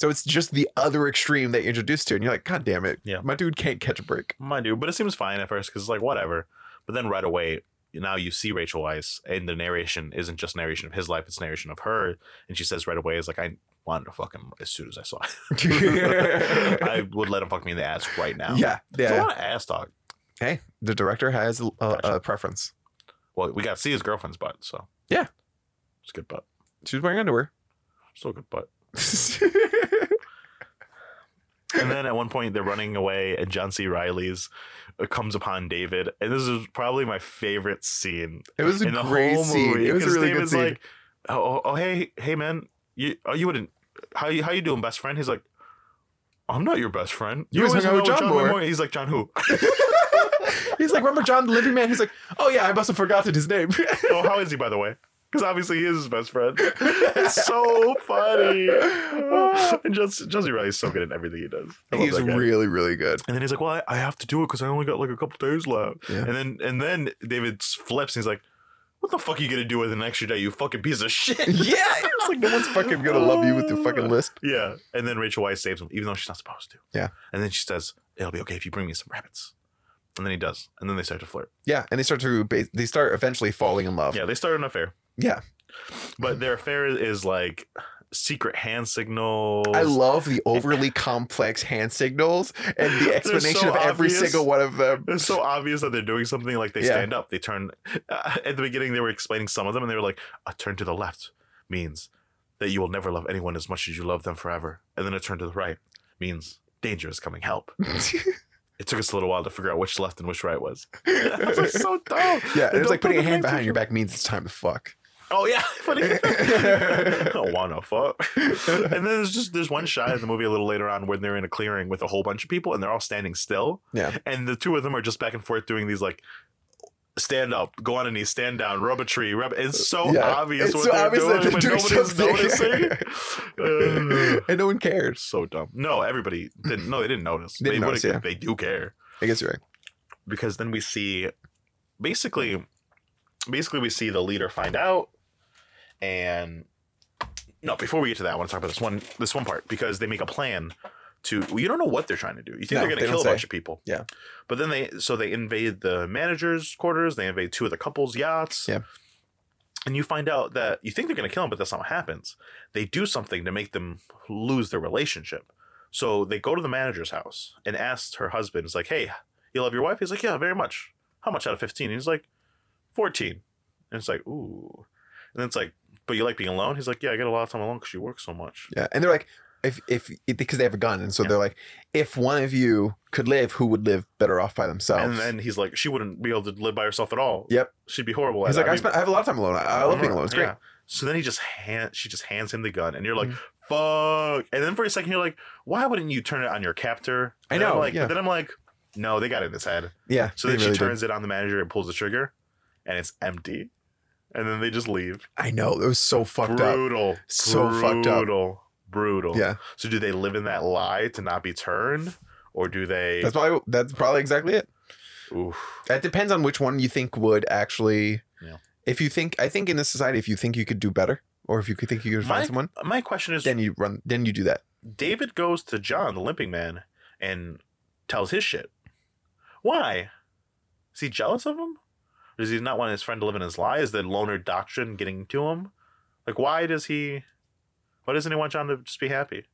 Speaker 1: So it's just the other extreme that you're introduced to, and you're like, God damn it,
Speaker 2: Yeah.
Speaker 1: my dude can't catch a break.
Speaker 2: My dude. But it seems fine at first because it's like, whatever. But then right away, now you see Rachel Weisz, and the narration isn't just narration of his life, it's narration of her. And she says right away, is like, I wanted to fuck him as soon as I saw him.
Speaker 1: yeah,
Speaker 2: I would let him fuck me in the ass right now. It's a
Speaker 1: yeah.
Speaker 2: lot of ass talk.
Speaker 1: Hey, the director has a, a, a preference.
Speaker 2: Well, we got to see his girlfriend's butt, so.
Speaker 1: Yeah.
Speaker 2: It's a good butt.
Speaker 1: She's wearing underwear.
Speaker 2: Still a good butt. And then at one point, they're running away, and John C. Riley's comes upon David. And this is probably my favorite scene
Speaker 1: It was a
Speaker 2: in the
Speaker 1: great
Speaker 2: whole
Speaker 1: scene.
Speaker 2: movie.
Speaker 1: It was a
Speaker 2: 'cause
Speaker 1: really good
Speaker 2: David's
Speaker 1: scene.
Speaker 2: Like, oh, oh, oh, hey, hey, man, you, oh, you wouldn't. How you, how you doing, best friend? He's like, I'm not your best friend.
Speaker 1: You always hung out
Speaker 2: hung
Speaker 1: with John
Speaker 2: way
Speaker 1: more."
Speaker 2: He's like, John who?
Speaker 1: He's like, remember John the Living Man? He's like, oh yeah, I must have forgotten his name.
Speaker 2: oh, how is he by the way? because obviously he is his best friend. It's so funny. and Jesse, Jesse Riley is so good at everything he does. I love
Speaker 1: He's
Speaker 2: that guy.
Speaker 1: really, really good.
Speaker 2: And then he's like, "Well, I, I have to do it because I only got like a couple days left."
Speaker 1: Yeah.
Speaker 2: And then and then David flips and he's like, "What the fuck are you gonna do with an extra day? You fucking piece of shit."
Speaker 1: Yeah, it's like no one's fucking gonna love you with your fucking lisp.
Speaker 2: yeah. And then Rachel Weisz saves him, even though she's not supposed to.
Speaker 1: Yeah.
Speaker 2: And then she says, "It'll be okay if you bring me some rabbits." And then he does. And then they start to flirt.
Speaker 1: Yeah, and they start to ba- they start eventually falling in love.
Speaker 2: Yeah, they start an affair.
Speaker 1: Yeah.
Speaker 2: But their affair is like secret hand signals.
Speaker 1: I love the overly complex hand signals and the explanation
Speaker 2: so
Speaker 1: of every
Speaker 2: obvious.
Speaker 1: single one of them.
Speaker 2: It's so obvious that they're doing something. Like they
Speaker 1: Yeah.
Speaker 2: stand up, they turn. Uh, at the beginning, they were explaining some of them, and they were like, "A turn to the left means that you will never love anyone as much as you love them forever, and then a turn to the right means danger is coming. Help!" It took us a little while to figure out which left and which right was. It was like, so dumb.
Speaker 1: Yeah,
Speaker 2: They
Speaker 1: it's like
Speaker 2: don't
Speaker 1: putting a
Speaker 2: put the
Speaker 1: hand
Speaker 2: names
Speaker 1: behind
Speaker 2: in-
Speaker 1: your back means it's time to fuck.
Speaker 2: Oh yeah, funny. I don't wanna fuck. And then there's just there's one shot in the movie a little later on when they're in a clearing with a whole bunch of people and they're all standing still.
Speaker 1: Yeah.
Speaker 2: And the two of them are just back and forth doing these like stand up, go on a knee, stand down, rub a tree, rub. It's so
Speaker 1: Yeah.
Speaker 2: obvious
Speaker 1: It's
Speaker 2: what
Speaker 1: so
Speaker 2: they're
Speaker 1: obvious that
Speaker 2: doing, but
Speaker 1: they're
Speaker 2: nobody's
Speaker 1: doing
Speaker 2: noticing. Uh,
Speaker 1: and no one cares.
Speaker 2: so dumb. No, everybody didn't. No, they didn't notice.
Speaker 1: Didn't
Speaker 2: they
Speaker 1: notice,
Speaker 2: would've-
Speaker 1: yeah.
Speaker 2: They do care
Speaker 1: I guess you're right.
Speaker 2: because then we see basically basically we see the leader find out and no before we get to that i want to talk about this one this one part because they make a plan to well, you don't know what they're trying to do you think
Speaker 1: No,
Speaker 2: they're going
Speaker 1: they don't
Speaker 2: to kill a
Speaker 1: say.
Speaker 2: bunch of people
Speaker 1: Yeah.
Speaker 2: but then they so they invade the manager's quarters they invade two of the couple's yachts
Speaker 1: Yeah.
Speaker 2: and you find out that you think they're going to kill them but that's not what happens they do something to make them lose their relationship so they go to the manager's house and ask her husband, is like, hey, you love your wife? He's like, yeah, very much. How much out of 15? He's like, 14. And it's like, ooh. And then it's like, but you like being alone? He's like, yeah, I get a lot of time alone because you work so much.
Speaker 1: Yeah, and they're like, if if because they have a gun, and so
Speaker 2: Yeah.
Speaker 1: they're like, if one of you could live, who would live better off by themselves?
Speaker 2: And then he's like, she wouldn't be able to live by herself at all.
Speaker 1: Yep.
Speaker 2: She'd be horrible.
Speaker 1: he's like,
Speaker 2: at it.
Speaker 1: I,
Speaker 2: mean, uh-huh,
Speaker 1: spent, I have a lot of time alone. I, I love being alone. It's great.
Speaker 2: Yeah. So then he just hand, she just hands him the gun, and you're like,
Speaker 1: Mm-hmm.
Speaker 2: "Fuck!" And then for a second, you're like, "Why wouldn't you turn it on your captor?"
Speaker 1: I
Speaker 2: And then I'm
Speaker 1: know,
Speaker 2: like,
Speaker 1: yeah.
Speaker 2: but then I'm like, "No, they got it in his head."
Speaker 1: Yeah.
Speaker 2: So
Speaker 1: they
Speaker 2: then
Speaker 1: really
Speaker 2: she
Speaker 1: did.
Speaker 2: turns it on the manager and pulls the trigger, and it's empty. And then they just leave.
Speaker 1: I know it was so fucked up.
Speaker 2: Brutal.
Speaker 1: So fucked up.
Speaker 2: Brutal. Brutal.
Speaker 1: Yeah,
Speaker 2: So do they live in that lie to not be turned, or do they?
Speaker 1: that's probably that's probably exactly it.
Speaker 2: Oof.
Speaker 1: That depends on which one you think would actually.
Speaker 2: Yeah.
Speaker 1: If you think, I think in this society, if you think you could do better, or if you could think you could find
Speaker 2: My-
Speaker 1: someone,
Speaker 2: My question is:
Speaker 1: then you run, then you do that.
Speaker 2: David goes to John, the limping man, and tells his shit. Why? Is he jealous of him? Or does he not want his friend to live in his lie? Is the loner doctrine getting to him? Like, why does he? Why doesn't he want John to just be happy?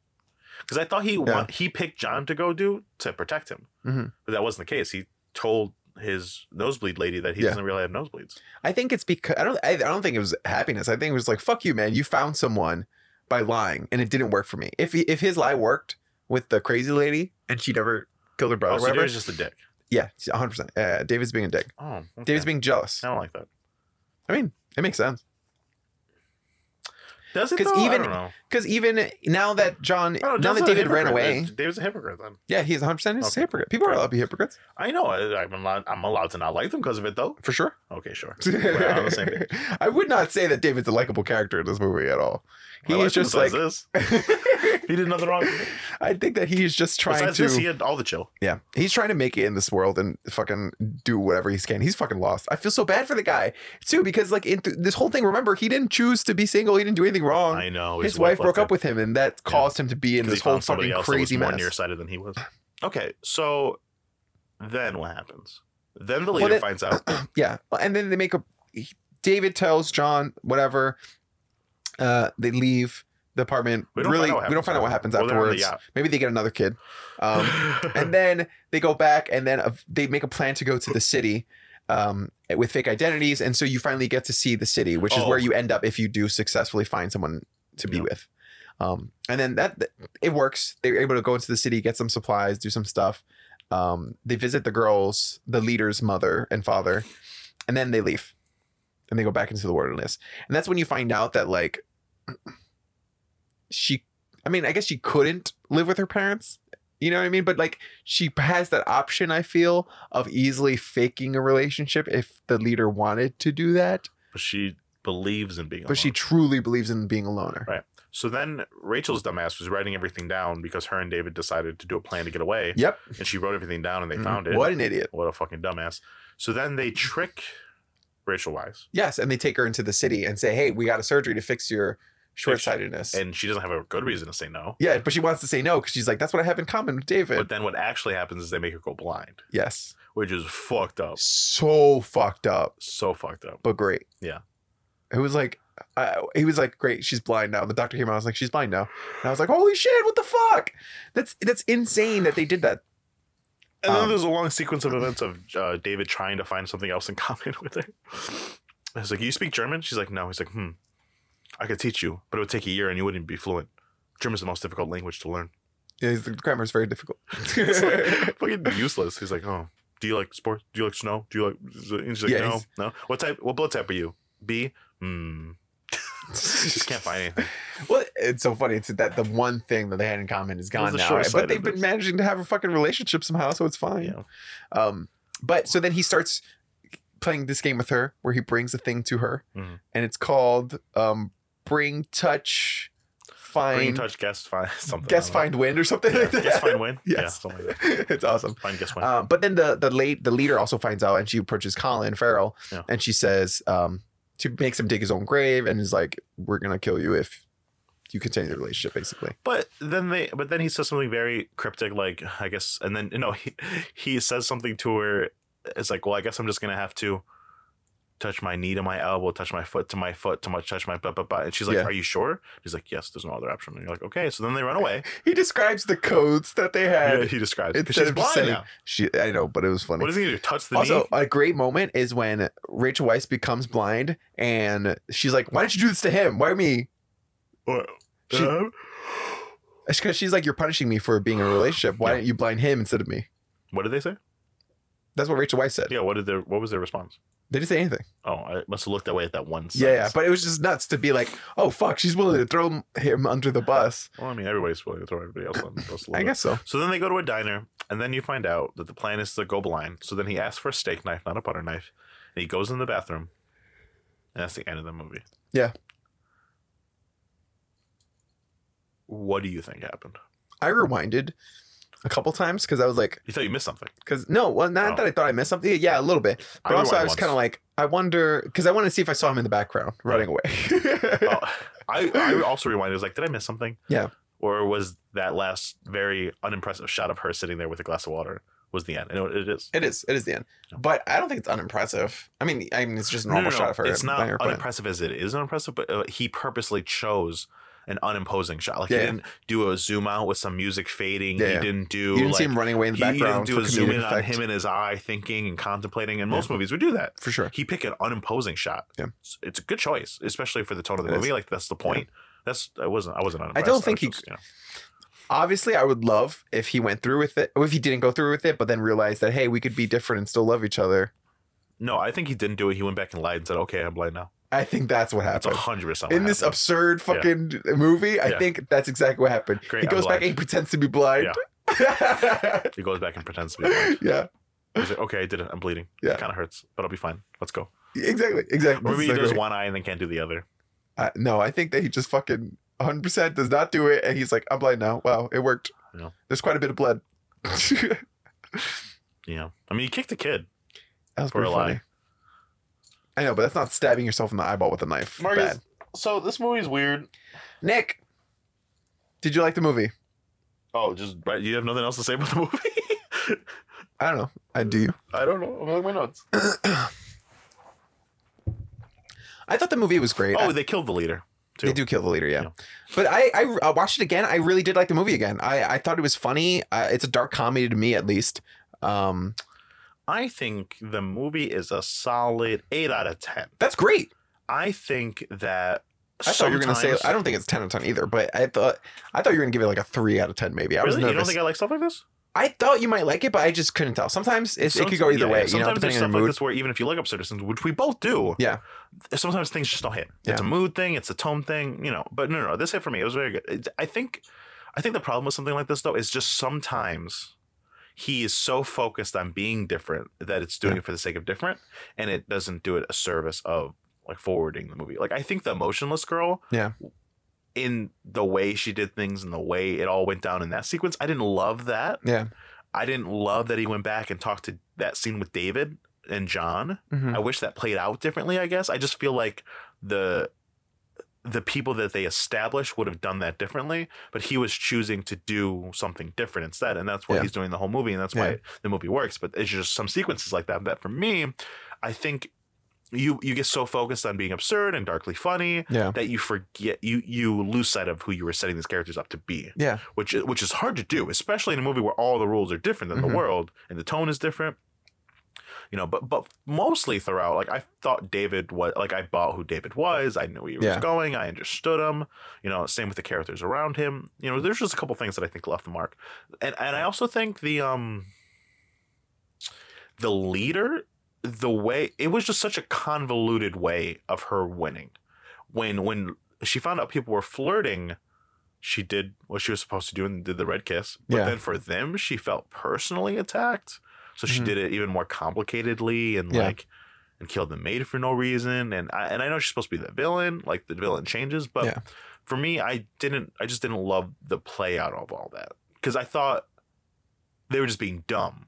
Speaker 2: Because I thought he wa- he picked John to go do to protect him,
Speaker 1: Mhm.
Speaker 2: but that wasn't the case. He told his nosebleed lady that he
Speaker 1: Yeah.
Speaker 2: doesn't really have nosebleeds.
Speaker 1: I think it's because I don't. I, I don't think it was happiness. I think it was like, fuck you, man. You found someone by lying, and it didn't work for me. If he, if his lie worked with the crazy lady, and she never killed her brother,
Speaker 2: Oh,
Speaker 1: or
Speaker 2: so
Speaker 1: whatever,
Speaker 2: David's just a dick.
Speaker 1: yeah, one hundred percent. Uh, David's being a dick.
Speaker 2: Oh, okay.
Speaker 1: David's being jealous.
Speaker 2: I don't like that.
Speaker 1: I mean, it makes sense
Speaker 2: Does it?
Speaker 1: 'Cause
Speaker 2: Because even I
Speaker 1: even-
Speaker 2: don't know.
Speaker 1: because even now that John,
Speaker 2: I don't know,
Speaker 1: now
Speaker 2: John's
Speaker 1: that
Speaker 2: a
Speaker 1: David ran
Speaker 2: hypocrite.
Speaker 1: away,
Speaker 2: David's a hypocrite then.
Speaker 1: yeah, he's one hundred percent a
Speaker 2: Okay.
Speaker 1: hypocrite. People are allowed to be hypocrites
Speaker 2: I know. I, I'm allowed. I'm allowed to not like them because of it, though.
Speaker 1: for sure.
Speaker 2: Okay, sure. We're on the same page.
Speaker 1: I would not say that David's a likable character in this movie at all. He
Speaker 2: My wife
Speaker 1: is just like
Speaker 2: says this. He did nothing wrong.
Speaker 1: I think that he is just trying
Speaker 2: Besides
Speaker 1: to
Speaker 2: this, he had all the chill.
Speaker 1: Yeah. He's trying to make it in this world and fucking do whatever he can. He's fucking lost. I feel so bad for the guy too because like in th- this whole thing remember he didn't choose to be single. He didn't do anything wrong.
Speaker 2: I know.
Speaker 1: His wife broke up with him and that
Speaker 2: Yeah.
Speaker 1: caused him to be in this whole fucking crazy
Speaker 2: more
Speaker 1: mess.
Speaker 2: nearsighted than he was. Okay, so then what happens? Then the
Speaker 1: Well,
Speaker 2: leader
Speaker 1: it-
Speaker 2: finds out.
Speaker 1: yeah Well, and then they make a he- david tells john whatever uh they leave the apartment
Speaker 2: We don't
Speaker 1: really
Speaker 2: find out what
Speaker 1: we don't
Speaker 2: happens
Speaker 1: find out what happens
Speaker 2: after. Well, they're on the
Speaker 1: afterwards
Speaker 2: yacht.
Speaker 1: maybe they get another kid um and then they go back and then uh, they make a plan to go to the city um with fake identities and so you finally get to see the city which is
Speaker 2: Oh.
Speaker 1: where you end up if you do successfully find someone to be
Speaker 2: Yeah.
Speaker 1: with um and then that th- it works they're able to go into the city get some supplies do some stuff um they visit the girls the leader's mother and father and then they leave and they go back into the wilderness and that's when you find out that like she i mean i guess she couldn't live with her parents you know what i mean but like she has that option i feel of easily faking a relationship if the leader wanted to do that
Speaker 2: But she believes in being alone.
Speaker 1: but she truly believes in being a loner.
Speaker 2: Uh-huh. Right. So then Rachel's dumbass was writing everything down because her and David decided to do a plan to get away.
Speaker 1: Yep.
Speaker 2: And she wrote everything down and they
Speaker 1: Mhm.
Speaker 2: found it.
Speaker 1: What an idiot.
Speaker 2: What a fucking dumbass. So then they trick Rachel Wise
Speaker 1: Yes, and they take her into the city and say, "Hey, we got a surgery to fix your short-sightedness."
Speaker 2: and she doesn't have a good reason to say no.
Speaker 1: yeah, but she wants to say no because she's like, "That's what I have in common with David."
Speaker 2: But then what actually happens is they make her go blind,
Speaker 1: yes,
Speaker 2: which is fucked up.
Speaker 1: so fucked up,
Speaker 2: So fucked up.
Speaker 1: but great.
Speaker 2: Yeah.
Speaker 1: it was like, I, he was like, "Great, she's blind now." The doctor came out, I was like, "She's blind now," and I was like, "Holy shit, what the fuck? That's that's insane that they did that."
Speaker 2: And then
Speaker 1: Um,
Speaker 2: there's a long sequence of events of uh, David trying to find something else in common with her. I was like, "You speak German?" She's like, "No." He's like, "Hmm, I could teach you, but it would take a year, and you wouldn't be fluent. German's the most difficult language to learn.
Speaker 1: Yeah, he's- the grammar is very difficult.
Speaker 2: It's like, fucking useless." He's like, "Oh, do you like sports? Do you like snow? Do you like?" And she's like,
Speaker 1: Yeah,
Speaker 2: "No,
Speaker 1: he's-
Speaker 2: no. What type? What blood type are you? B? Hmm. Just can't find anything.
Speaker 1: Well, it's so funny. It's that the one thing that they had in common is
Speaker 2: Well,
Speaker 1: gone
Speaker 2: the
Speaker 1: now,
Speaker 2: short
Speaker 1: right?
Speaker 2: side
Speaker 1: but
Speaker 2: of
Speaker 1: they've been
Speaker 2: this.
Speaker 1: managing to have a fucking relationship somehow, so it's fine.
Speaker 2: Yeah.
Speaker 1: Um, but so then he starts playing this game with her, where he brings a thing to her,
Speaker 2: Mhm.
Speaker 1: and it's called um, "Bring Touch, Find
Speaker 2: Green touch. Guess find something.
Speaker 1: Guess
Speaker 2: I
Speaker 1: Find Wind" or something
Speaker 2: don't know.
Speaker 1: like
Speaker 2: Yeah.
Speaker 1: that.
Speaker 2: Guess find win. Yeah.
Speaker 1: Yes.
Speaker 2: Something like
Speaker 1: it's awesome.
Speaker 2: that. Find guess win.
Speaker 1: Um, but then the the late the leader also finds out, and she approaches Colin Farrell,
Speaker 2: Yeah.
Speaker 1: and she says, um, she makes him dig his own grave, and is like, "We're gonna kill you if you continue the relationship." Basically,
Speaker 2: But then they, but then he says something very cryptic, like I guess, and then no, he he says something to her. It's like, well, I guess I'm just gonna have to touch my knee to my elbow, touch my foot to my foot, to my touch my blah blah blah. And she's like,
Speaker 1: Yeah.
Speaker 2: are you sure? He's like, yes. There's no other option. And you're like, okay. So then they run away.
Speaker 1: he describes the codes that they
Speaker 2: Yeah,
Speaker 1: had.
Speaker 2: he describes because
Speaker 1: Instead
Speaker 2: she's
Speaker 1: of just
Speaker 2: blind
Speaker 1: saying,
Speaker 2: now.
Speaker 1: she, I know, but it was funny.
Speaker 2: What does he do? Touch the
Speaker 1: Also,
Speaker 2: knee?
Speaker 1: a great moment is when Rachel Weisz becomes blind and she's like, Why did you do this to him? Why me?
Speaker 2: Or,
Speaker 1: she-
Speaker 2: um,
Speaker 1: Because she's like, You're punishing me for being in a relationship. Why
Speaker 2: Yeah.
Speaker 1: didn't you blind him instead of me?
Speaker 2: what did they say?
Speaker 1: That's what Rachel Weisz said.
Speaker 2: Yeah. What did their What was their response?
Speaker 1: They didn't say anything.
Speaker 2: Oh, I must have looked that way at that one.
Speaker 1: Yeah, yeah,
Speaker 2: sentence.
Speaker 1: but it was just nuts to be like, Oh, fuck, she's willing to throw him under the bus.
Speaker 2: well, I mean, everybody's willing to throw everybody else on. the bus a little
Speaker 1: I
Speaker 2: bit.
Speaker 1: guess so.
Speaker 2: So then they go to a diner, and then you find out that the plan is to go blind. So then he asks for a steak knife, not a butter knife. And he goes in the bathroom, and that's the end of the movie.
Speaker 1: Yeah.
Speaker 2: What do you think happened?
Speaker 1: I rewinded a couple times because I was like,
Speaker 2: You thought you missed something.
Speaker 1: Because no, well, not
Speaker 2: Oh.
Speaker 1: that I thought I missed something. Yeah, a little bit. But also, I was kind of like, I wonder, because I wanted to see if I saw him in the background running away.
Speaker 2: oh, I, I also rewind. I was like, did I miss something?
Speaker 1: Yeah.
Speaker 2: Or was that last very unimpressive shot of her sitting there with a glass of water was the end? And it- it is.
Speaker 1: It is. It is the end.
Speaker 2: No.
Speaker 1: But I don't think it's unimpressive. I mean, I mean, it's just a
Speaker 2: No,
Speaker 1: normal
Speaker 2: no, no,
Speaker 1: shot of her.
Speaker 2: It's not
Speaker 1: by her plan.
Speaker 2: unimpressive as it is unimpressive, but uh, he purposely chose an unimposing shot. Like
Speaker 1: Yeah.
Speaker 2: he didn't do a zoom out with some music fading.
Speaker 1: Yeah,
Speaker 2: He
Speaker 1: yeah.
Speaker 2: didn't do
Speaker 1: You didn't
Speaker 2: like
Speaker 1: see him running away in the
Speaker 2: he, he didn't
Speaker 1: background
Speaker 2: do a
Speaker 1: for
Speaker 2: zoom
Speaker 1: comedic
Speaker 2: in on
Speaker 1: effect.
Speaker 2: him and his eye thinking and contemplating. And most movies would do that.
Speaker 1: for sure.
Speaker 2: He picked an unimposing shot.
Speaker 1: Yeah.
Speaker 2: It's, it's a good choice, especially for the tone of the
Speaker 1: It is.
Speaker 2: movie. Like that's the point. That's I wasn't I wasn't
Speaker 1: don't
Speaker 2: unimpressed.
Speaker 1: think
Speaker 2: was
Speaker 1: he-
Speaker 2: just, you know.
Speaker 1: Obviously, I would love if he went through with it, or if he didn't go through with it, but then realized that hey, we could be different and still love each other.
Speaker 2: No, I think he didn't do it. He went back and lied and said, "Okay, I'm blind now."
Speaker 1: I think that's what
Speaker 2: That's
Speaker 1: happened.
Speaker 2: hundred percent.
Speaker 1: in this absurd fucking movie, I
Speaker 2: Yeah.
Speaker 1: think that's exactly what happened.
Speaker 2: Great,
Speaker 1: he
Speaker 2: I'm
Speaker 1: goes back
Speaker 2: blind.
Speaker 1: and he pretends to be blind. Yeah.
Speaker 2: he goes back and pretends to be blind. He's like, "Okay, I did it. I'm bleeding.
Speaker 1: Yeah.
Speaker 2: It kind of hurts, but I'll be fine. Let's go."
Speaker 1: exactly. Exactly.
Speaker 2: Or
Speaker 1: This is
Speaker 2: maybe
Speaker 1: so
Speaker 2: he does
Speaker 1: great.
Speaker 2: one eye and then can't do the other.
Speaker 1: I- no, I think that he just fucking 100% does not do it. And he's like, I'm blind now. Wow, it worked.
Speaker 2: Yeah.
Speaker 1: There's quite a bit of blood. that
Speaker 2: You know, I mean, he kicked a kid.
Speaker 1: was
Speaker 2: For a
Speaker 1: pretty
Speaker 2: lie.
Speaker 1: funny. I know, but that's not stabbing yourself in the eyeball with a knife.
Speaker 2: Marcus-
Speaker 1: Bad.
Speaker 2: So this movie's weird.
Speaker 1: Nick, did you like the movie?
Speaker 2: Oh, just right. You have nothing else to say about the movie?
Speaker 1: I don't know. I do. you?
Speaker 2: I don't know. I'm looking at my notes.
Speaker 1: I thought the movie was great.
Speaker 2: Oh,
Speaker 1: I-
Speaker 2: they killed the leader. too.
Speaker 1: They do kill the leader, yeah.
Speaker 2: Yeah.
Speaker 1: But I, I uh, watched it again. I really did like the movie again. I, I thought it was funny. Uh, it's a dark comedy to me, at least. Um,
Speaker 2: I think the movie is a solid eight out of ten.
Speaker 1: that's great.
Speaker 2: I think that.
Speaker 1: I thought you were gonna say
Speaker 2: sometimes-
Speaker 1: I don't think it's ten out of ten either, but I thought I thought you were gonna give it like a three out of ten maybe. I was
Speaker 2: Really? You
Speaker 1: nervous.
Speaker 2: don't think I like stuff like this?
Speaker 1: I thought you might like it, but I just couldn't tell. Sometimes it's, it could go
Speaker 2: Somet-
Speaker 1: either
Speaker 2: yeah,
Speaker 1: way,
Speaker 2: Sometimes
Speaker 1: you know,
Speaker 2: there's
Speaker 1: depending
Speaker 2: stuff
Speaker 1: on your
Speaker 2: like
Speaker 1: mood.
Speaker 2: this where even if you like Absurd Citizens, which we both do,
Speaker 1: Yeah.
Speaker 2: th- sometimes things just don't hit. It's a
Speaker 1: Yeah.
Speaker 2: mood thing, it's a tone thing, you know. But no, no, no, this hit for me. It was very good. It- I think, I think the problem with something like this though is just sometimes he is so focused on being different that it's doing
Speaker 1: Yeah.
Speaker 2: it for the sake of different, and it doesn't do it a service of like forwarding the movie. Like I think the emotionless girl,
Speaker 1: Yeah.
Speaker 2: in the way she did things and the way it all went down in that sequence, I didn't love that.
Speaker 1: Yeah.
Speaker 2: I didn't love that he went back and talked to that scene with David and John.
Speaker 1: Mhm.
Speaker 2: I wish that played out differently, I guess. I just feel like the the people that they established would have done that differently, but he was choosing to do something different instead. And that's what
Speaker 1: Yeah.
Speaker 2: he's doing the whole movie, and that's
Speaker 1: Yeah.
Speaker 2: why the movie works. But it's just some sequences like that that for me, I think you you get so focused on being absurd and darkly funny
Speaker 1: Mm-hmm. Yeah.
Speaker 2: that you forget you you lose sight of who you were setting these characters up to be
Speaker 1: Yeah.
Speaker 2: which is, which is hard to do, especially in a movie where all the rules are different than
Speaker 1: Mhm.
Speaker 2: the world and the tone is different. You know, but but mostly throughout, like I thought David was like I bought who David was. I knew he was
Speaker 1: Yeah.
Speaker 2: going. I understood him. You know, same with the characters around him. You know, there's just a couple things that I think left the mark, and and I also think the um the leader, the way it was just such a convoluted way of her winning. When when she found out people were flirting, she did what she was supposed to do and did the red kiss. But
Speaker 1: Yeah.
Speaker 2: then for them, she felt personally attacked. So she
Speaker 1: Mhm.
Speaker 2: did it even more complicatedly and
Speaker 1: Yeah.
Speaker 2: like and killed the maid for no reason. And I and I know she's supposed to be the villain, like the villain changes, but
Speaker 1: Yeah.
Speaker 2: for me, I didn't I just didn't love the play out of all that. Because I thought they were just being dumb.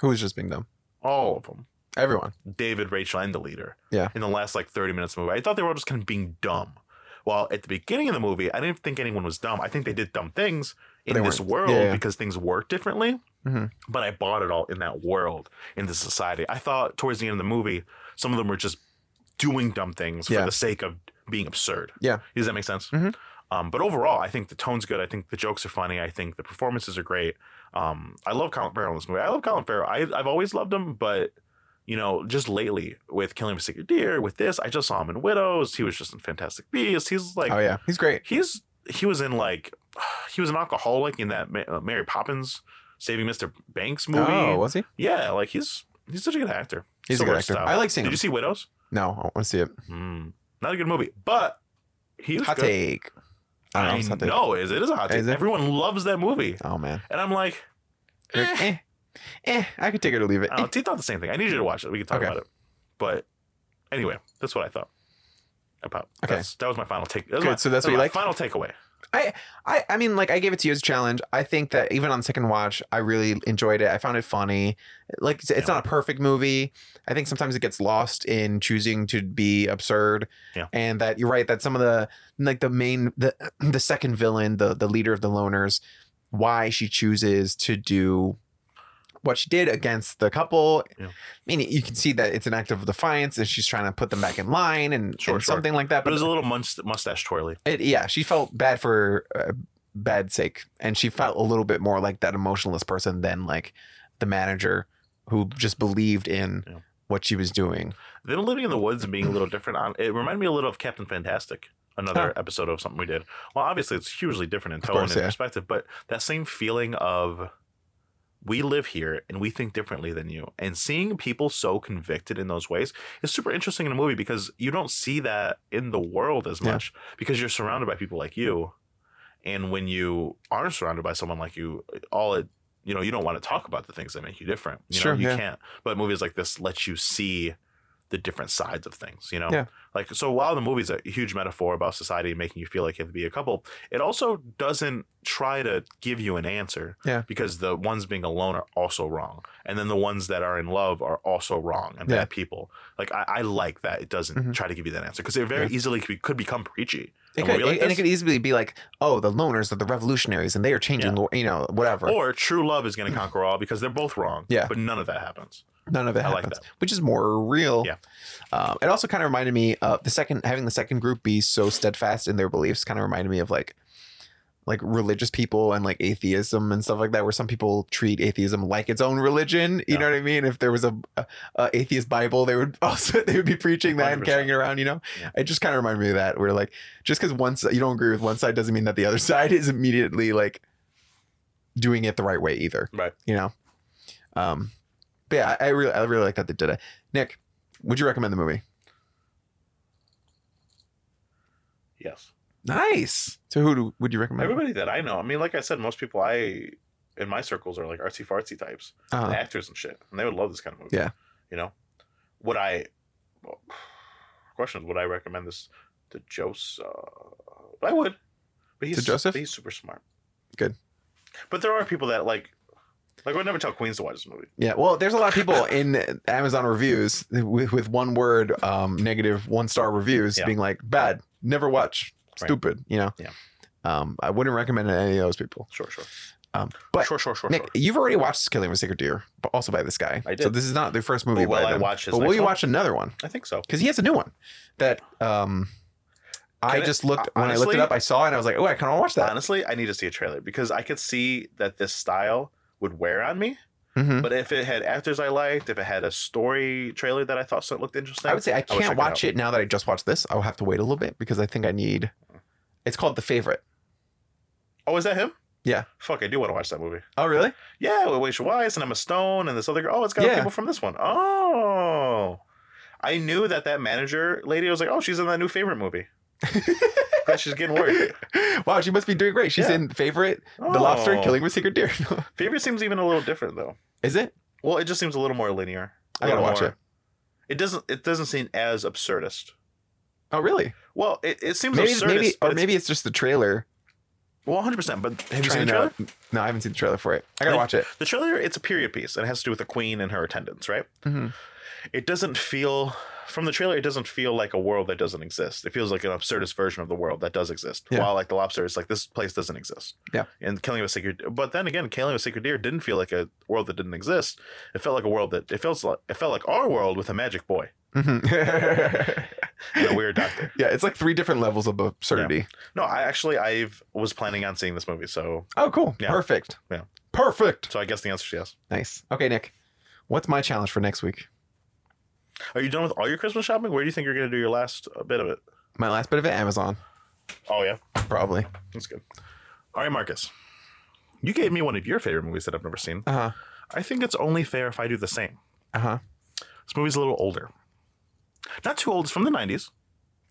Speaker 1: Who was just being dumb?
Speaker 2: All of them.
Speaker 1: Everyone.
Speaker 2: David, Rachel, and the leader.
Speaker 1: Yeah.
Speaker 2: In the last like 30 minutes of the movie. I thought they were all just kind of being dumb. While at the beginning of the movie, I didn't think anyone was dumb. I think they did dumb things
Speaker 1: But
Speaker 2: in
Speaker 1: they
Speaker 2: this
Speaker 1: weren't.
Speaker 2: world
Speaker 1: Yeah, yeah.
Speaker 2: because things work differently.
Speaker 1: Mhm.
Speaker 2: But I bought it all in that world, in the society. I thought towards the end of the movie, some of them were just doing dumb things
Speaker 1: Yeah.
Speaker 2: for the sake of being absurd.
Speaker 1: Yeah.
Speaker 2: Does that make sense?
Speaker 1: Mhm.
Speaker 2: Um, but overall, I think the tone's good. I think the jokes are funny. I think the performances are great. Um, I love Colin Farrell in this movie. I love Colin Farrell. I, I've always loved him, but you know, just lately with Killing of a Sacred Deer, with this, I just saw him in Widows. He was just in Fantastic Beasts. He's like,
Speaker 1: oh yeah, he's great.
Speaker 2: he's he was in like, he was an alcoholic in that Ma- uh, Mary Poppins Saving Mr. Banks movie.
Speaker 1: Oh, was he?
Speaker 2: yeah, like he's he's such a good actor.
Speaker 1: He's
Speaker 2: So
Speaker 1: a good
Speaker 2: versatile.
Speaker 1: actor. I like seeing
Speaker 2: Did
Speaker 1: him.
Speaker 2: you see Widows?
Speaker 1: no, I want to see it.
Speaker 2: Mm, not a good movie, but he was
Speaker 1: Hot
Speaker 2: good.
Speaker 1: take. I don't know.
Speaker 2: I
Speaker 1: it's hot take.
Speaker 2: know it is. It is a hot take.
Speaker 1: Is it?
Speaker 2: Everyone loves that movie,
Speaker 1: Oh man.
Speaker 2: and I'm like,
Speaker 1: You're- Eh.
Speaker 2: eh.
Speaker 1: Eh, I could take it or leave it.
Speaker 2: I don't know, T thought the same thing. I need you to watch it. We can talk
Speaker 1: Okay.
Speaker 2: about it. But anyway, that's what I thought about.
Speaker 1: Okay.
Speaker 2: That's- that was my final take. That was
Speaker 1: Good,
Speaker 2: my-
Speaker 1: so that's
Speaker 2: that
Speaker 1: what
Speaker 2: was
Speaker 1: you
Speaker 2: my Final takeaway.
Speaker 1: I, I mean, like, I gave it to you as a challenge. I think that even on second watch, I really enjoyed it. I found it funny. Like, it's, it's
Speaker 2: Yeah.
Speaker 1: not a perfect movie. I think sometimes it gets lost in choosing to be absurd.
Speaker 2: Yeah.
Speaker 1: And that you're right that some of the like the main the the second villain, the the leader of the loners, why she chooses to do what she did against the couple.
Speaker 2: Yeah.
Speaker 1: I mean, you can see that it's an act of defiance, and she's trying to put them back in line and,
Speaker 2: Sure,
Speaker 1: and
Speaker 2: sure.
Speaker 1: something like that.
Speaker 2: But it was a little munch- mustache twirly.
Speaker 1: It, yeah, she felt bad for uh, bad sake, and she felt a little bit more like that emotionless person than like the manager who just believed in
Speaker 2: Yeah.
Speaker 1: what she was doing.
Speaker 2: Them living in the woods and being a little different. On, it reminded me a little of Captain Fantastic, another episode of something we did. Well, obviously, it's hugely different in tone
Speaker 1: course,
Speaker 2: and
Speaker 1: yeah.
Speaker 2: perspective, but that same feeling of we live here and we think differently than you. And seeing people so convicted in those ways is super interesting in a movie because you don't see that in the world as
Speaker 1: Yeah.
Speaker 2: much because you're surrounded by people like you. And when you are surrounded by someone like you, all it you know, you don't want to talk about the things that make you different. You
Speaker 1: Sure,
Speaker 2: know, you
Speaker 1: yeah.
Speaker 2: can't. But movies like this let you see the different sides of things, you know?
Speaker 1: Yeah.
Speaker 2: Like so while the movie's a huge metaphor about society making you feel like you have to be a couple, it also doesn't try to give you an answer.
Speaker 1: Yeah.
Speaker 2: Because the ones being alone are also wrong. And then the ones that are in love are also wrong and
Speaker 1: Yeah.
Speaker 2: bad people. Like I, I like that it doesn't
Speaker 1: Mhm.
Speaker 2: try to give you that answer. Because it very
Speaker 1: Yeah.
Speaker 2: easily could, be, could become preachy.
Speaker 1: It
Speaker 2: A
Speaker 1: could,
Speaker 2: movie like
Speaker 1: and it
Speaker 2: this?
Speaker 1: could easily be like, oh, the loners are the revolutionaries, and they are changing, the you know, whatever.
Speaker 2: Or true love is gonna conquer all because they're both wrong.
Speaker 1: Mm. Yeah.
Speaker 2: But none of that happens.
Speaker 1: None of it
Speaker 2: I like
Speaker 1: happens, which is more real.
Speaker 2: Yeah.
Speaker 1: Um, it also kind of reminded me of the second having the second group be so steadfast in their beliefs. Kind of reminded me of like, like religious people and like atheism and stuff like that, where some people treat atheism like its own religion. You
Speaker 2: Yeah.
Speaker 1: know what I mean? If there was a, a, a atheist Bible, they would also they would be preaching that and
Speaker 2: 100%.
Speaker 1: carrying it around. You know,
Speaker 2: Yeah.
Speaker 1: it just kind of reminded me of that. Where like, just because one si- you don't agree with one side doesn't mean that the other side is immediately like doing it the right way either.
Speaker 2: Right.
Speaker 1: You know. Um, but yeah, I, I really, I really like that they did it. Nick, would you recommend the movie?
Speaker 2: Yes.
Speaker 1: Nice. So who do, would you recommend?
Speaker 2: Everybody that I know, I mean, like I said, most people I in my circles are like artsy fartsy types, and
Speaker 1: Uh,
Speaker 2: actors and shit, and they would love this kind of movie.
Speaker 1: Yeah.
Speaker 2: You know, would I? questions. Would I recommend this to Joseph? I would, but he's
Speaker 1: To Joseph?
Speaker 2: He's super smart.
Speaker 1: Good.
Speaker 2: But there are people that like, like I would never tell Queens to watch this movie.
Speaker 1: Yeah, well, there's a lot of people in Amazon reviews with, with one word, um, negative one star reviews
Speaker 2: Yeah.
Speaker 1: being like bad, never watch,
Speaker 2: Right.
Speaker 1: stupid. You know.
Speaker 2: Yeah.
Speaker 1: Um, I wouldn't recommend it to any of those people.
Speaker 2: Sure, sure,
Speaker 1: Um, but
Speaker 2: sure, sure, sure.
Speaker 1: Nick,
Speaker 2: sure.
Speaker 1: you've already watched Killing of a Sacred Deer, but also by this guy.
Speaker 2: I
Speaker 1: So
Speaker 2: did.
Speaker 1: this is not the first movie.
Speaker 2: But will
Speaker 1: by
Speaker 2: I
Speaker 1: them.
Speaker 2: watch his
Speaker 1: But will
Speaker 2: next
Speaker 1: you
Speaker 2: one?
Speaker 1: watch another one?
Speaker 2: I think so.
Speaker 1: Because he has a new one that um, I
Speaker 2: Can I-
Speaker 1: just looked when I looked
Speaker 2: honestly-
Speaker 1: it up. I saw it and I was like, oh, I kind of watch that.
Speaker 2: Honestly, I need to see a trailer because I could see that this style would wear on me.
Speaker 1: hmm
Speaker 2: But if it had actors I liked, if it had a story trailer that I thought so- looked interesting,
Speaker 1: I would say I
Speaker 2: would check
Speaker 1: can't
Speaker 2: it
Speaker 1: watch
Speaker 2: out.
Speaker 1: it, now that I just watched this. I'll have to wait a little bit because I think I need. It's called The Favorite.
Speaker 2: Oh, is that him?
Speaker 1: Yeah.
Speaker 2: Fuck, I do want to watch that movie.
Speaker 1: Oh, really?
Speaker 2: Yeah, with Waisha Wise and Emma Stone and this other girl. Oh, it's got
Speaker 1: Yeah.
Speaker 2: people from this one. Oh. I knew that that manager lady was like, oh, she's in that new favorite movie. Glad she's getting work.
Speaker 1: wow, she must be doing great. She's
Speaker 2: Yeah.
Speaker 1: in Favorite,
Speaker 2: Oh.
Speaker 1: The Lobster, and Killing with Secret Deer.
Speaker 2: Favorite seems even a little different though.
Speaker 1: Is it?
Speaker 2: Well, it just seems a little more linear. I
Speaker 1: I gotta watch it.
Speaker 2: It doesn't. It doesn't seem as absurdist.
Speaker 1: Oh, really?
Speaker 2: Well, it, it seems
Speaker 1: Maybe,
Speaker 2: absurdist,
Speaker 1: maybe,
Speaker 2: but
Speaker 1: or
Speaker 2: it's-
Speaker 1: maybe it's just the trailer.
Speaker 2: well, 100. percent But have you
Speaker 1: trying
Speaker 2: seen
Speaker 1: to-
Speaker 2: the trailer?
Speaker 1: No, I haven't seen the trailer for it. I gotta
Speaker 2: Like-
Speaker 1: watch it.
Speaker 2: The trailer. It's a period piece, and it has to do with the queen and her attendants, right?
Speaker 1: Mhm.
Speaker 2: It doesn't feel from the trailer. It doesn't feel like a world that doesn't exist. It feels like an absurdist version of the world that does exist.
Speaker 1: Yeah.
Speaker 2: While like the lobster, it's like this place doesn't exist.
Speaker 1: Yeah.
Speaker 2: And killing of a sacred, but then again, killing of a sacred deer didn't feel like a world that didn't exist. It felt like a world that it felt like it felt like our world with a magic boy
Speaker 1: Mhm.
Speaker 2: and a weird doctor.
Speaker 1: yeah, it's like three different levels of absurdity.
Speaker 2: No, I actually I was planning on seeing this movie, so
Speaker 1: Oh, cool.
Speaker 2: Yeah.
Speaker 1: Perfect.
Speaker 2: Yeah.
Speaker 1: Perfect.
Speaker 2: so I guess the answer is yes.
Speaker 1: Nice. Okay, Nick. What's my challenge for next week?
Speaker 2: Are you done with all your Christmas shopping? Where do you think you're going to do your last uh, bit of it?
Speaker 1: My last bit of it, Amazon,
Speaker 2: Oh yeah,
Speaker 1: probably.
Speaker 2: that's good. All right, Marcus, you gave me one of your favorite movies that I've never seen.
Speaker 1: Uh huh.
Speaker 2: I think it's only fair if I do the same.
Speaker 1: Uh
Speaker 2: Uh-huh.
Speaker 1: huh.
Speaker 2: This movie's a little older, not too old. It's from the '90s.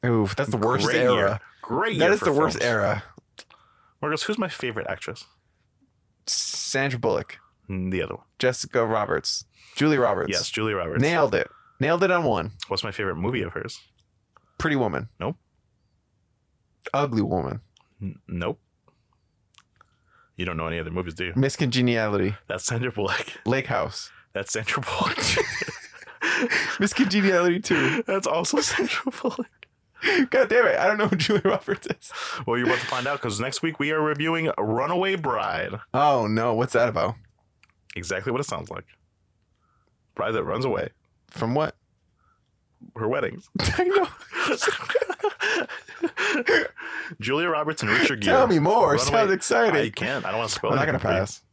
Speaker 1: Oof, that's the worst
Speaker 2: Great
Speaker 1: era.
Speaker 2: year. Great.
Speaker 1: That
Speaker 2: year
Speaker 1: is
Speaker 2: for
Speaker 1: the worst
Speaker 2: films.
Speaker 1: era.
Speaker 2: Marcus, who's my favorite actress?
Speaker 1: Sandra Bullock,
Speaker 2: Mm, The other one.
Speaker 1: Jessica Roberts, Julie Roberts.
Speaker 2: Yes, Julia Roberts.
Speaker 1: Nailed it. Nailed it on one.
Speaker 2: What's my favorite movie of hers?
Speaker 1: Pretty Woman.
Speaker 2: Nope.
Speaker 1: Ugly Woman.
Speaker 2: N- nope. You don't know any other movies, do you?
Speaker 1: Miss Congeniality.
Speaker 2: That's Sandra Bullock.
Speaker 1: Lake House.
Speaker 2: That's Sandra Bullock.
Speaker 1: Miss Congeniality 2.
Speaker 2: That's also Sandra Bullock.
Speaker 1: God damn it. I don't know who Julie Roberts is.
Speaker 2: Well, you're about to find out because next week we are reviewing Runaway Bride.
Speaker 1: Oh, no. What's that about?
Speaker 2: Exactly what it sounds like. Bride that runs away.
Speaker 1: From what?
Speaker 2: Her weddings.
Speaker 1: I know.
Speaker 2: Julia Roberts and Richard Gere.
Speaker 1: Tell me more.
Speaker 2: Runaway-
Speaker 1: Sounds exciting.
Speaker 2: I can't. I don't want to spoil
Speaker 1: I'm not going
Speaker 2: anything
Speaker 1: to
Speaker 2: for you.
Speaker 1: pass.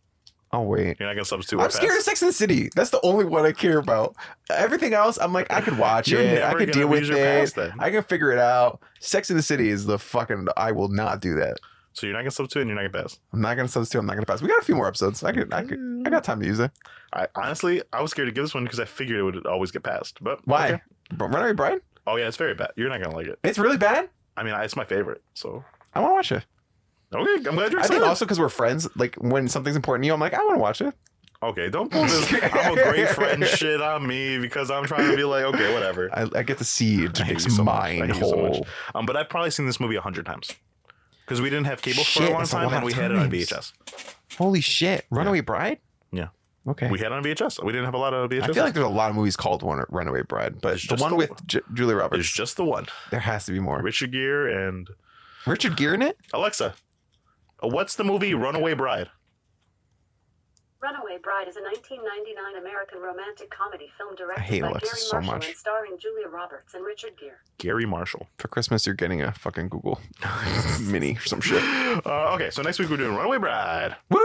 Speaker 1: I'll wait.
Speaker 2: You're not going to substitute.
Speaker 1: I'm
Speaker 2: or pass.
Speaker 1: scared of Sex and the City. That's the only one I care about. Everything else, I'm like, I could watch
Speaker 2: You're
Speaker 1: it. I
Speaker 2: never
Speaker 1: could
Speaker 2: gonna
Speaker 1: deal with
Speaker 2: lose your pass
Speaker 1: it.
Speaker 2: then.
Speaker 1: I can figure it out. Sex and the City is the fucking. I will not do that.
Speaker 2: So you're not going to substitute and you're not going to pass.
Speaker 1: I'm not gonna substitute. I'm not gonna pass. We got a few more episodes. I could. I could. I got time to use it.
Speaker 2: I, honestly, I was scared to give this one because I figured it would always get passed. But
Speaker 1: Why?
Speaker 2: okay.
Speaker 1: Bro, Runaway Bride?
Speaker 2: Oh yeah, it's very bad. You're not going to like it.
Speaker 1: It's really bad.
Speaker 2: I mean, it's my favorite. So
Speaker 1: I want to watch it.
Speaker 2: okay, I'm glad you're
Speaker 1: I
Speaker 2: excited.
Speaker 1: think also because we're friends. Like when something's important to you, I'm like, I want to watch it.
Speaker 2: Okay, don't pull this I'm a great friend shit on me because I'm trying to be like, okay, whatever.
Speaker 1: I, I get to see it.
Speaker 2: I hate
Speaker 1: It's
Speaker 2: you so much. I
Speaker 1: mine
Speaker 2: hate you so
Speaker 1: whole.
Speaker 2: much. Um, but I've probably seen this movie a hundred times because we didn't have cable for
Speaker 1: Shit,
Speaker 2: a long
Speaker 1: that's a
Speaker 2: time
Speaker 1: lot
Speaker 2: and
Speaker 1: of
Speaker 2: we had it on
Speaker 1: times.
Speaker 2: VHS.
Speaker 1: Holy shit! Runaway Bride.
Speaker 2: Yeah.
Speaker 1: Okay.
Speaker 2: We had it on VHS. We didn't have a lot of VHS.
Speaker 1: I feel like there's a lot of movies called One Runaway Bride, but
Speaker 2: There's
Speaker 1: the
Speaker 2: just
Speaker 1: one
Speaker 2: the
Speaker 1: with
Speaker 2: one.
Speaker 1: J- Julie
Speaker 2: there's
Speaker 1: Roberts,
Speaker 2: just the one
Speaker 1: there has to be more.
Speaker 2: Richard Gere and
Speaker 1: Richard Gere in it?
Speaker 2: Alexa. uh, What's the movie Runaway Bride?
Speaker 3: Runaway Bride is a 1999 American romantic comedy film directed
Speaker 1: hate
Speaker 3: by
Speaker 1: Alexa
Speaker 3: Gary
Speaker 1: so
Speaker 3: Marshall
Speaker 1: much.
Speaker 3: and starring Julia Roberts and Richard Gere.
Speaker 2: Gary Marshall.
Speaker 1: For Christmas, you're getting a fucking Google Mini or some shit.
Speaker 2: Uh, okay, so next week we're doing Runaway Bride.
Speaker 1: Woo!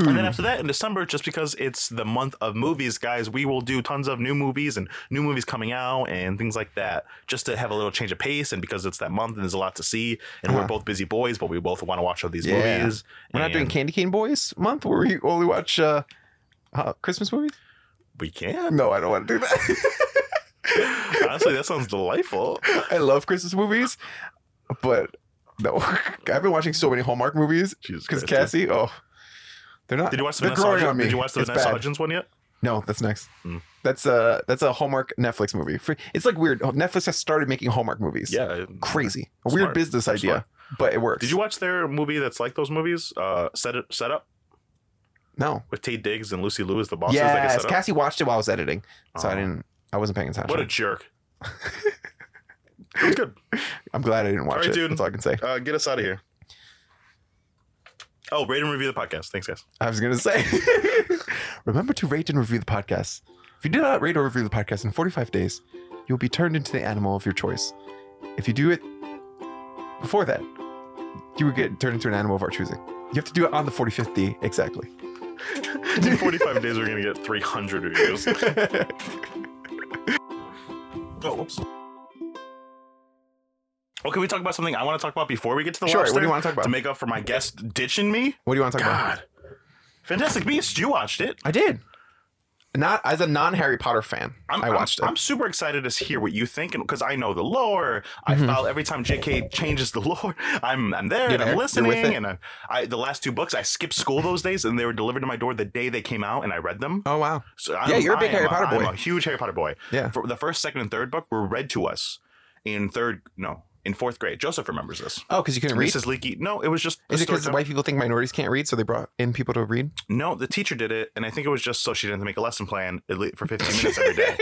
Speaker 2: And then after that, in December, just because it's the month of movies, guys, we will do tons of new movies and new movies coming out and things like that, just to have a little change of pace. And because it's that month and there's a lot to see, and
Speaker 1: Uh-huh.
Speaker 2: we're both busy boys, but we both want to watch all these
Speaker 1: Yeah.
Speaker 2: movies.
Speaker 1: We're not doing
Speaker 2: and
Speaker 1: Candy Cane Boys month where we only watch uh, uh, Christmas movies?
Speaker 2: We can.
Speaker 1: No, I don't want to do that.
Speaker 2: Honestly, that sounds delightful.
Speaker 1: I love Christmas movies, but no. I've been watching so many Hallmark movies
Speaker 2: Jesus
Speaker 1: because
Speaker 2: Christ.
Speaker 1: Cassie, oh, they're not.
Speaker 2: Did you watch the
Speaker 1: they're
Speaker 2: Vanessa
Speaker 1: growing
Speaker 2: Hudgens-
Speaker 1: on me.
Speaker 2: Did you watch the
Speaker 1: It's
Speaker 2: Vanessa
Speaker 1: bad.
Speaker 2: Hudgens one yet?
Speaker 1: No, that's next.
Speaker 2: Mm.
Speaker 1: That's a that's a Hallmark Netflix movie. For- It's like weird. Netflix has started making Hallmark movies.
Speaker 2: Yeah,
Speaker 1: crazy. A
Speaker 2: Smart.
Speaker 1: weird business
Speaker 2: Smart.
Speaker 1: idea, but it works.
Speaker 2: Did you watch their movie that's like those movies? Uh, set it, set up
Speaker 1: No.
Speaker 2: with Tate Diggs and Lucy Liu as the bosses. like a
Speaker 1: yes,
Speaker 2: Set Up?
Speaker 1: Cassie watched it while I was editing, so I
Speaker 2: Oh.
Speaker 1: didn't. I wasn't paying attention.
Speaker 2: What a jerk. it was good.
Speaker 1: I'm glad I didn't watch
Speaker 2: Sorry,
Speaker 1: it.
Speaker 2: dude.
Speaker 1: That's all I can say.
Speaker 2: Uh, get us out of here. Oh, rate and review the podcast. Thanks, guys.
Speaker 1: I was gonna say. Remember to rate and review the podcast. If you do not rate or review the podcast in 45 days, you'll be turned into the animal of your choice. If you do it before that, you would get turned into an animal of our choosing. You have to do it on the 45th day exactly.
Speaker 2: In 45 days, we're going to get 300 reviews. oh, whoops. Oh, can we talk about something I want to talk about before we get to the
Speaker 1: Sure, what do
Speaker 2: lobster?
Speaker 1: you wanna talk about?
Speaker 2: To make up for my guest ditching me?
Speaker 1: What do you want to talk about?
Speaker 2: God. Fantastic Beasts, you watched it.
Speaker 1: I did. Not as a non Harry Potter fan,
Speaker 2: I'm,
Speaker 1: I watched
Speaker 2: am
Speaker 1: it.
Speaker 2: I'm super excited to hear what you think, and because I know the lore, I
Speaker 1: Mm-hmm.
Speaker 2: follow every time J.K. changes the lore. I'm I'm there,
Speaker 1: You're there.
Speaker 2: and I'm
Speaker 1: You're with
Speaker 2: listening,
Speaker 1: it.
Speaker 2: and I, I the last two books I skipped school those days, and they were delivered to my door the day they came out, and I read them.
Speaker 1: oh wow.
Speaker 2: So I'm,
Speaker 1: Yeah, you're a big
Speaker 2: I am
Speaker 1: Harry Potter boy.
Speaker 2: I'm a huge Harry Potter boy.
Speaker 1: Yeah.
Speaker 2: For the first, second, and third book were read to us in third, no, in fourth grade. Joseph remembers this.
Speaker 1: Oh, because you couldn't read.
Speaker 2: Mrs. Leakey. No, it was just. a
Speaker 1: Is it
Speaker 2: story
Speaker 1: because
Speaker 2: time-
Speaker 1: white people think minorities can't read, so they brought in people to read?
Speaker 2: No, the teacher did it, and I think it was just so she didn't have to make a lesson plan at least for 15 minutes every day.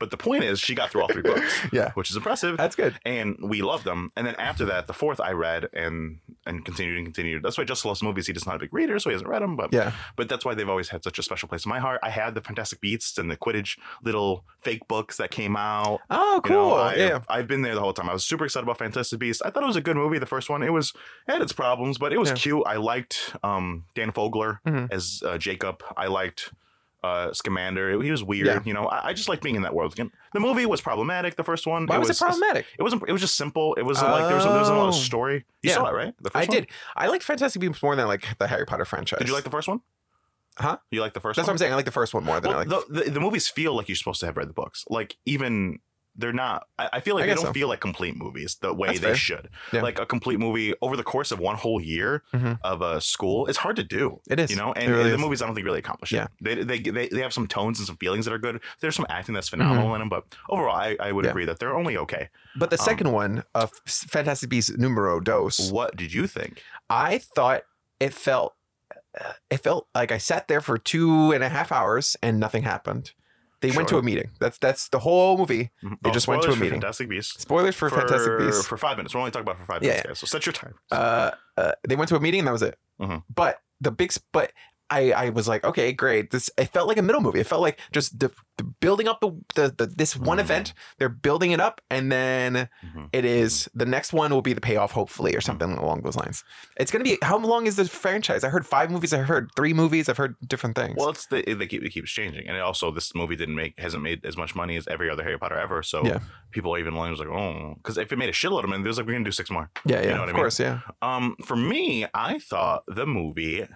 Speaker 2: But the point is, she got through all three books.
Speaker 1: Yeah.
Speaker 2: Which is impressive.
Speaker 1: That's good.
Speaker 2: and we loved them. And then after that, the fourth I read and and continued and continued. That's why Justin loves movies. He just not a big reader, so he hasn't read them. But
Speaker 1: Yeah.
Speaker 2: but that's why they've always had such a special place in my heart. I had the Fantastic Beasts and the Quidditch little fake books that came out.
Speaker 1: Oh,
Speaker 2: You
Speaker 1: cool.
Speaker 2: know, I,
Speaker 1: yeah.
Speaker 2: I've been there the whole time. I was super excited about Fantastic Beasts. I thought it was a good movie, the first one. It was it had its problems, but it was
Speaker 1: Yeah.
Speaker 2: cute. I liked um, Dan Fogler
Speaker 1: Mhm.
Speaker 2: as uh, Jacob. I liked uh, Scamander. He was weird,
Speaker 1: Yeah.
Speaker 2: you know. I, I just like being in that world again. The movie was problematic. The first one.
Speaker 1: Why was it problematic?
Speaker 2: It wasn't. It was just simple. It wasn't like there was, there was a lot
Speaker 1: Oh.
Speaker 2: of story. You
Speaker 1: Yeah.
Speaker 2: saw it, right? The
Speaker 1: I
Speaker 2: first one?
Speaker 1: did. I like Fantastic Beasts more than I like the Harry Potter franchise.
Speaker 2: Did you like the first one?
Speaker 1: Huh?
Speaker 2: You like the first?
Speaker 1: That's what
Speaker 2: one?
Speaker 1: I'm saying. I like the first one more than I like.
Speaker 2: Well, the, the, the movies feel like you're supposed to have read the books. Like even they're not. I, I feel like
Speaker 1: I
Speaker 2: they
Speaker 1: guess
Speaker 2: don't
Speaker 1: so.
Speaker 2: feel like complete movies the way
Speaker 1: That's
Speaker 2: they
Speaker 1: fair.
Speaker 2: should.
Speaker 1: Yeah.
Speaker 2: Like a complete movie over the course of one whole year
Speaker 1: Mhm.
Speaker 2: of a school, it's hard to do.
Speaker 1: It is.
Speaker 2: You know,
Speaker 1: It
Speaker 2: and,
Speaker 1: really
Speaker 2: and the
Speaker 1: is.
Speaker 2: movies I don't think really accomplish
Speaker 1: Yeah.
Speaker 2: it. They, they they they have some tones and some feelings that are good. There's some acting that's phenomenal in them, but overall, I, I would
Speaker 1: Mm-hmm. Yeah.
Speaker 2: agree that they're only okay.
Speaker 1: But the
Speaker 2: Um,
Speaker 1: second one, uh, F- Fantastic Beasts Numero Dos,
Speaker 2: What did you think?
Speaker 1: I thought it felt, uh, it felt like I sat there for two and a half hours and nothing happened. They went to
Speaker 2: Sure.
Speaker 1: a meeting. That's that's the whole movie. They just went to
Speaker 2: Oh,
Speaker 1: a
Speaker 2: spoilers for
Speaker 1: meeting.
Speaker 2: Fantastic Beasts.
Speaker 1: Spoilers for, Fantastic Beasts.
Speaker 2: for five minutes. We're only talking about it for five
Speaker 1: Yeah,
Speaker 2: minutes, guys. So set your time.
Speaker 1: uh, uh, they went to a meeting and that was it.
Speaker 2: Mhm.
Speaker 1: But the big, s- but I, I was like, okay, great. This it felt like a middle movie. It felt like just the, the building up the, the, the this one
Speaker 2: Mhm.
Speaker 1: event. They're building it up, and then
Speaker 2: Mhm.
Speaker 1: it is the next one will be the payoff, hopefully, or
Speaker 2: Mm-hmm.
Speaker 1: something along those lines. It's gonna be how long is this franchise? I heard five movies. I heard three movies. I've heard different things.
Speaker 2: Well, it's the, it, they keep, it keeps changing, and it also this movie didn't make hasn't made as much money as every other Harry Potter ever. So
Speaker 1: Yeah.
Speaker 2: people are even was like, oh, because if it made a shitload of money, there's like we're gonna do six more.
Speaker 1: yeah, yeah,
Speaker 2: know
Speaker 1: of
Speaker 2: what I mean?
Speaker 1: course, yeah.
Speaker 2: Um, for me, I thought the movie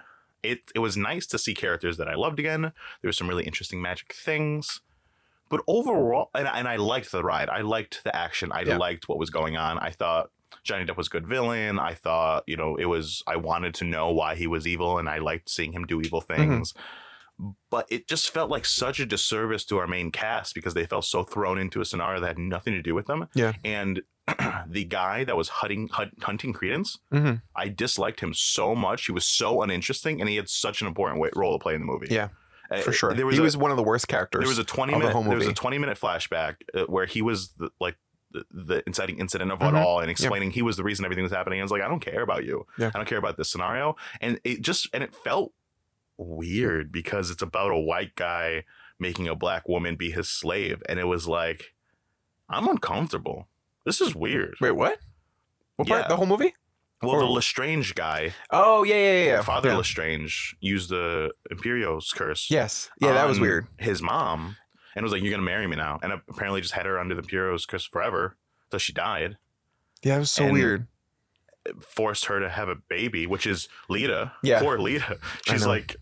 Speaker 2: it it was nice to see characters that I loved again. There was some really interesting magic things. But overall, and, and I liked the ride. I liked the action. I
Speaker 1: Yeah.
Speaker 2: liked what was going on. I thought Johnny Depp was a good villain. I thought, you know, it was, I wanted to know why he was evil and I liked seeing him do evil
Speaker 1: Mm-hmm.
Speaker 2: things. But it just felt like such a disservice to our main cast because they felt so thrown into a scenario that had nothing to do with them.
Speaker 1: Yeah.
Speaker 2: And the guy that was hunting, hunt- hunting Credence,
Speaker 1: hmm
Speaker 2: I disliked him so much. He was so uninteresting, and he had such an important wa- role to play in the movie.
Speaker 1: Yeah,
Speaker 2: Uh,
Speaker 1: For sure,
Speaker 2: There was
Speaker 1: he
Speaker 2: a,
Speaker 1: was one of the worst characters.
Speaker 2: there was a twenty
Speaker 1: of the
Speaker 2: minute
Speaker 1: whole
Speaker 2: there was a
Speaker 1: movie.
Speaker 2: twenty minute flashback uh, where he was the, like the, the inciting incident of
Speaker 1: Mhm.
Speaker 2: it all, and explaining he was the reason everything was happening. I was like, I don't care about you.
Speaker 1: Yeah.
Speaker 2: I don't care about this scenario, and it just and it felt weird because it's about a white guy making a black woman be his slave, and it was like, I'm uncomfortable. This is weird.
Speaker 1: Wait, what? What part?
Speaker 2: Yeah.
Speaker 1: The whole movie?
Speaker 2: Well, the
Speaker 1: Or-
Speaker 2: Lestrange guy.
Speaker 1: Oh yeah, yeah, yeah. yeah.
Speaker 2: Father
Speaker 1: Yeah.
Speaker 2: Lestrange used the Imperio's curse.
Speaker 1: Yes, yeah, that was
Speaker 2: on
Speaker 1: weird.
Speaker 2: His mom and was like, "You're gonna marry me now," and apparently just had her under the Imperio's curse forever till she died.
Speaker 1: Yeah, that was so
Speaker 2: and-
Speaker 1: weird.
Speaker 2: It forced her to have a baby, which is Lita.
Speaker 1: Yeah.
Speaker 2: poor Lita. She's
Speaker 1: know.
Speaker 2: like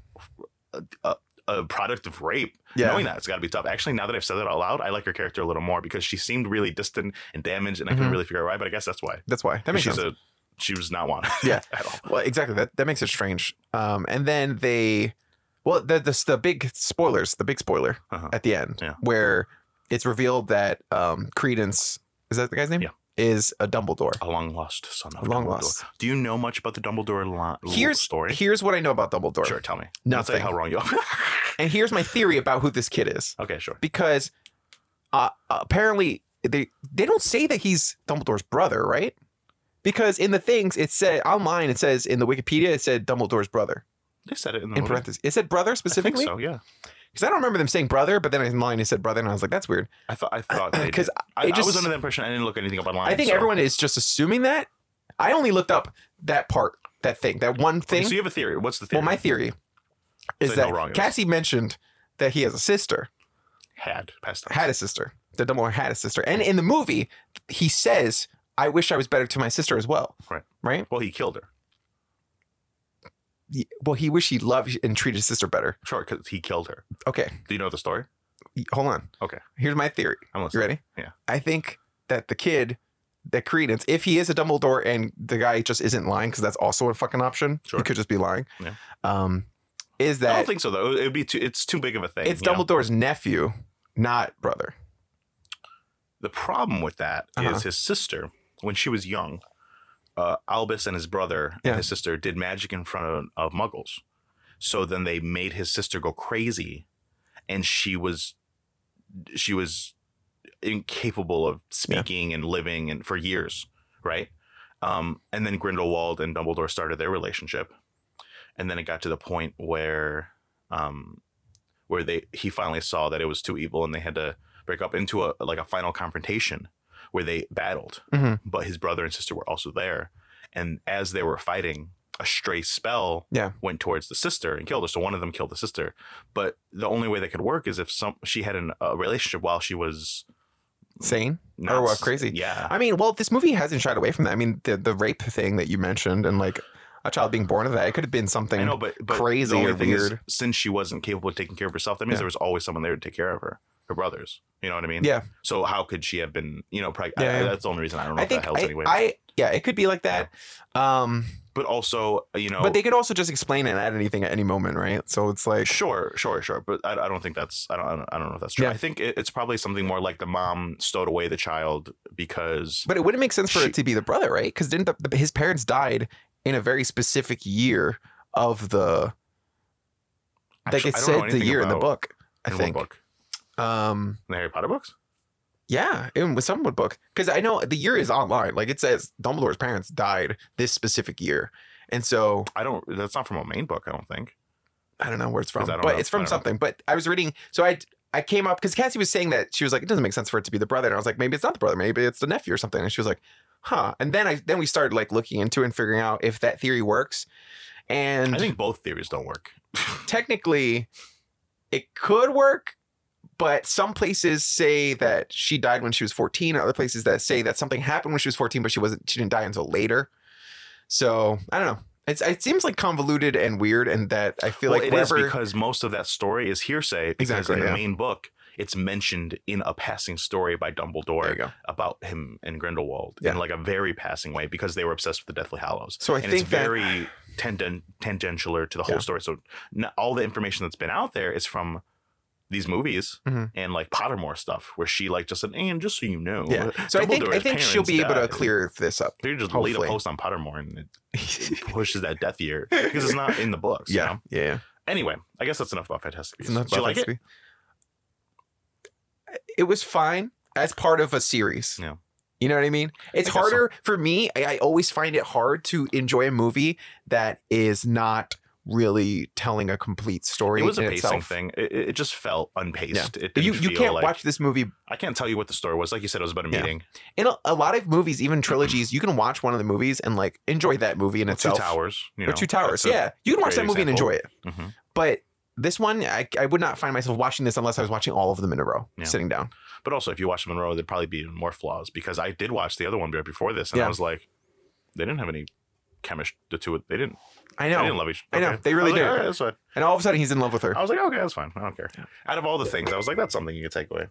Speaker 2: a, a, a product of rape.
Speaker 1: Yeah.
Speaker 2: Knowing that, it's got to be tough. Actually, now that I've said that out loud, I like her character a little more because she seemed really distant and damaged, and I couldn't
Speaker 1: Mhm.
Speaker 2: really figure out why. But I guess that's why.
Speaker 1: That's why. That makes
Speaker 2: she's
Speaker 1: sense.
Speaker 2: a she was not wanted.
Speaker 1: Yeah.
Speaker 2: at all.
Speaker 1: Well, exactly. That that makes it strange. Um, and then they Well, the the, the big spoilers, the big spoiler
Speaker 2: Uh-huh.
Speaker 1: at the end,
Speaker 2: Yeah.
Speaker 1: where it's revealed that um, Credence is that the guy's name?
Speaker 2: Yeah.
Speaker 1: is a Dumbledore.
Speaker 2: A long lost son of
Speaker 1: A long
Speaker 2: Dumbledore.
Speaker 1: lost.
Speaker 2: Do you know much about the Dumbledore li-
Speaker 1: Here's
Speaker 2: story?
Speaker 1: here's what I know about Dumbledore,
Speaker 2: Sure, tell me. Don't say
Speaker 1: Nothing.
Speaker 2: how wrong you are.
Speaker 1: and here's my theory about who this kid is.
Speaker 2: okay, sure.
Speaker 1: because uh, apparently they they don't say that he's Dumbledore's brother, right? Because in the things it said online, it says in the Wikipedia it said Dumbledore's brother
Speaker 2: They said it in the
Speaker 1: in
Speaker 2: movie.
Speaker 1: parentheses. It said brother
Speaker 2: I think
Speaker 1: specifically
Speaker 2: so, yeah.
Speaker 1: because I don't remember them saying brother, but then online it said brother, and I was like, that's weird.
Speaker 2: I thought I thought they did.
Speaker 1: 'Cause
Speaker 2: I,
Speaker 1: it
Speaker 2: I was
Speaker 1: just-
Speaker 2: under the impression I didn't look anything up online.
Speaker 1: I think
Speaker 2: so-
Speaker 1: everyone is just assuming that. I only looked up that part, that thing, that one
Speaker 2: Okay,
Speaker 1: thing.
Speaker 2: So you have a theory. What's the theory?
Speaker 1: well, my theory is
Speaker 2: Say how wrong it
Speaker 1: that
Speaker 2: is.
Speaker 1: Cassie mentioned that he has a sister.
Speaker 2: had past tense.
Speaker 1: had a sister. The Dumbledore had a sister, and in the movie, he says, "I wish I was better to my sister as well."
Speaker 2: Right.
Speaker 1: Right.
Speaker 2: Well, he killed her.
Speaker 1: Ye- Well, he wished he loved and treated his sister better.
Speaker 2: Sure, because he killed her.
Speaker 1: Okay,
Speaker 2: Do you know the story?
Speaker 1: y- hold on.
Speaker 2: Okay.
Speaker 1: Here's my theory.
Speaker 2: I'm
Speaker 1: You
Speaker 2: listening.
Speaker 1: ready?
Speaker 2: Yeah.
Speaker 1: I think that the kid, that Credence, if he is a Dumbledore and the guy just isn't lying, because that's also a fucking option.
Speaker 2: Sure.
Speaker 1: He could just be lying.
Speaker 2: Yeah.
Speaker 1: Um, is
Speaker 2: I don't
Speaker 1: that
Speaker 2: think so though. It would be too. It's too big of a thing.
Speaker 1: it's
Speaker 2: you know?
Speaker 1: Dumbledore's nephew, not brother.
Speaker 2: The problem with that is
Speaker 1: Uh-huh.
Speaker 2: his sister, when she was young, uh, Albus and his brother
Speaker 1: Yeah.
Speaker 2: and his sister did magic in front of, of Muggles. So then they made his sister go crazy, and she was, she was, incapable of speaking and living and for years, right? Um, and then Grindelwald and Dumbledore started their relationship, and then it got to the point where, um, where they he finally saw that it was too evil and they had to break up into a like a final confrontation where they battled
Speaker 1: Mhm.
Speaker 2: but his brother and sister were also there and as they were fighting a stray spell
Speaker 1: Yeah.
Speaker 2: went towards the sister and killed her so one of them killed the sister but the only way that could work is if some she had an, a relationship while she was
Speaker 1: Sane
Speaker 2: not
Speaker 1: or what? Crazy.
Speaker 2: yeah
Speaker 1: I mean, well, this movie hasn't shied away from that. I mean, the the rape thing that you mentioned and like a child being born of that, it could have been something.
Speaker 2: I know, but, but
Speaker 1: crazy
Speaker 2: The only
Speaker 1: or
Speaker 2: thing is,
Speaker 1: weird.
Speaker 2: since she wasn't capable of taking care of herself, that means
Speaker 1: Yeah.
Speaker 2: there was always someone there to take care of her, her brothers. You know what I mean?
Speaker 1: Yeah.
Speaker 2: So how could she have been? You know, preg-
Speaker 1: Yeah,
Speaker 2: I- I-
Speaker 1: yeah.
Speaker 2: that's the only reason I don't know
Speaker 1: I
Speaker 2: if that
Speaker 1: think
Speaker 2: helps
Speaker 1: I,
Speaker 2: anyway.
Speaker 1: I yeah, it could be like that. Um,
Speaker 2: but also, you know,
Speaker 1: but they could also just explain it at anything at any moment, right? So it's like
Speaker 2: Sure, sure, sure. But I, I don't think that's I don't I don't, I don't know if that's true.
Speaker 1: Yeah.
Speaker 2: I think it, it's probably something more like the mom stowed away the child because
Speaker 1: But it wouldn't make sense for
Speaker 2: She-
Speaker 1: it to be the brother, right? Because didn't the, the- his parents died in a very specific year of the like
Speaker 2: Actually,
Speaker 1: it
Speaker 2: I don't know
Speaker 1: said the
Speaker 2: anything
Speaker 1: year in the
Speaker 2: about-
Speaker 1: book. I
Speaker 2: in what
Speaker 1: think.
Speaker 2: book
Speaker 1: Um.
Speaker 2: in the Harry Potter books.
Speaker 1: Yeah, in with someone book because I know the year is online. Like it says Dumbledore's parents died this specific year, and so
Speaker 2: I don't. That's not from a main book. I don't think.
Speaker 1: I don't know where it's from,
Speaker 2: 'Cause I don't
Speaker 1: but
Speaker 2: know.
Speaker 1: it's
Speaker 2: I
Speaker 1: from
Speaker 2: don't know.
Speaker 1: something. But I was reading, so I I came up because Cassie was saying that she was like, it doesn't make sense for it to be the brother, and I was like, maybe it's not the brother, maybe it's the nephew or something. And she was like, huh. And then I then we started like looking into it and figuring out if that theory works. And
Speaker 2: I think both theories don't work.
Speaker 1: technically, it could work, but some places say that she died when she was fourteen, and other places that say that something happened when she was fourteen, but she wasn't she didn't die until later. So I don't know. It's, it seems like convoluted and weird, and that I feel
Speaker 2: well,
Speaker 1: like
Speaker 2: it is
Speaker 1: wherever
Speaker 2: because most of that story is hearsay. Because
Speaker 1: Exactly,
Speaker 2: In the
Speaker 1: yeah.
Speaker 2: main book, it's mentioned in a passing story by
Speaker 1: there
Speaker 2: Dumbledore
Speaker 1: you go.
Speaker 2: about him and Grindelwald
Speaker 1: Yeah.
Speaker 2: in like a very passing way because they were obsessed with the Deathly Hallows.
Speaker 1: So I
Speaker 2: and
Speaker 1: think
Speaker 2: it's
Speaker 1: that-
Speaker 2: very tangent, tangentialer to the whole
Speaker 1: Yeah.
Speaker 2: story. So not, all the information that's been out there is from these movies
Speaker 1: Mhm.
Speaker 2: and like Pottermore stuff where she like just said, and just so you know,
Speaker 1: Yeah. So I think I
Speaker 2: Dumbledore's
Speaker 1: think she'll
Speaker 2: parents
Speaker 1: be able to
Speaker 2: died."
Speaker 1: clear this up.
Speaker 2: They just laid
Speaker 1: hopefully.
Speaker 2: a post on Pottermore and it pushes that death year because it's not in the books. you know?
Speaker 1: yeah.
Speaker 2: Anyway, I guess that's enough about Fantastic
Speaker 1: It's
Speaker 2: Beasts.
Speaker 1: enough
Speaker 2: Did you
Speaker 1: about
Speaker 2: like it?
Speaker 1: Fantastic Beasts. It was fine as part of a series.
Speaker 2: Yeah.
Speaker 1: You know what I mean? It's
Speaker 2: I guess so.
Speaker 1: harder for me. I, I always find it hard to enjoy a movie that is not really telling a complete story.
Speaker 2: It was a
Speaker 1: in
Speaker 2: pacing
Speaker 1: itself.
Speaker 2: thing. It, it it just felt unpaced. It didn't
Speaker 1: You you
Speaker 2: feel
Speaker 1: can't
Speaker 2: like-
Speaker 1: watch this movie.
Speaker 2: I can't tell you what the story was. Like you said, it was about a
Speaker 1: Yeah.
Speaker 2: meeting.
Speaker 1: In a, a lot of movies, even trilogies, you can watch one of the movies and like enjoy that movie in
Speaker 2: Well,
Speaker 1: itself.
Speaker 2: Two towers. You
Speaker 1: or
Speaker 2: know,
Speaker 1: two towers.
Speaker 2: that's a-
Speaker 1: Yeah, you can watch that
Speaker 2: great
Speaker 1: movie and
Speaker 2: example.
Speaker 1: enjoy it.
Speaker 2: Mhm.
Speaker 1: But this one, I, I would not find myself watching this unless I was watching all of them in a row,
Speaker 2: Yeah.
Speaker 1: sitting down.
Speaker 2: But also, if you watch Monroe, there'd probably be even more flaws because I did watch the other one right before this, and I
Speaker 1: Yeah.
Speaker 2: was like, they didn't have any chemistry. The two, they didn't.
Speaker 1: I
Speaker 2: They
Speaker 1: know.
Speaker 2: didn't love each.
Speaker 1: I know, they really
Speaker 2: I was like,
Speaker 1: didn't.
Speaker 2: "All right, that's fine."
Speaker 1: and all of a sudden, he's in love with her.
Speaker 2: I was like, okay, that's fine. I don't care. Out of all the things, I was like, that's something you could take away.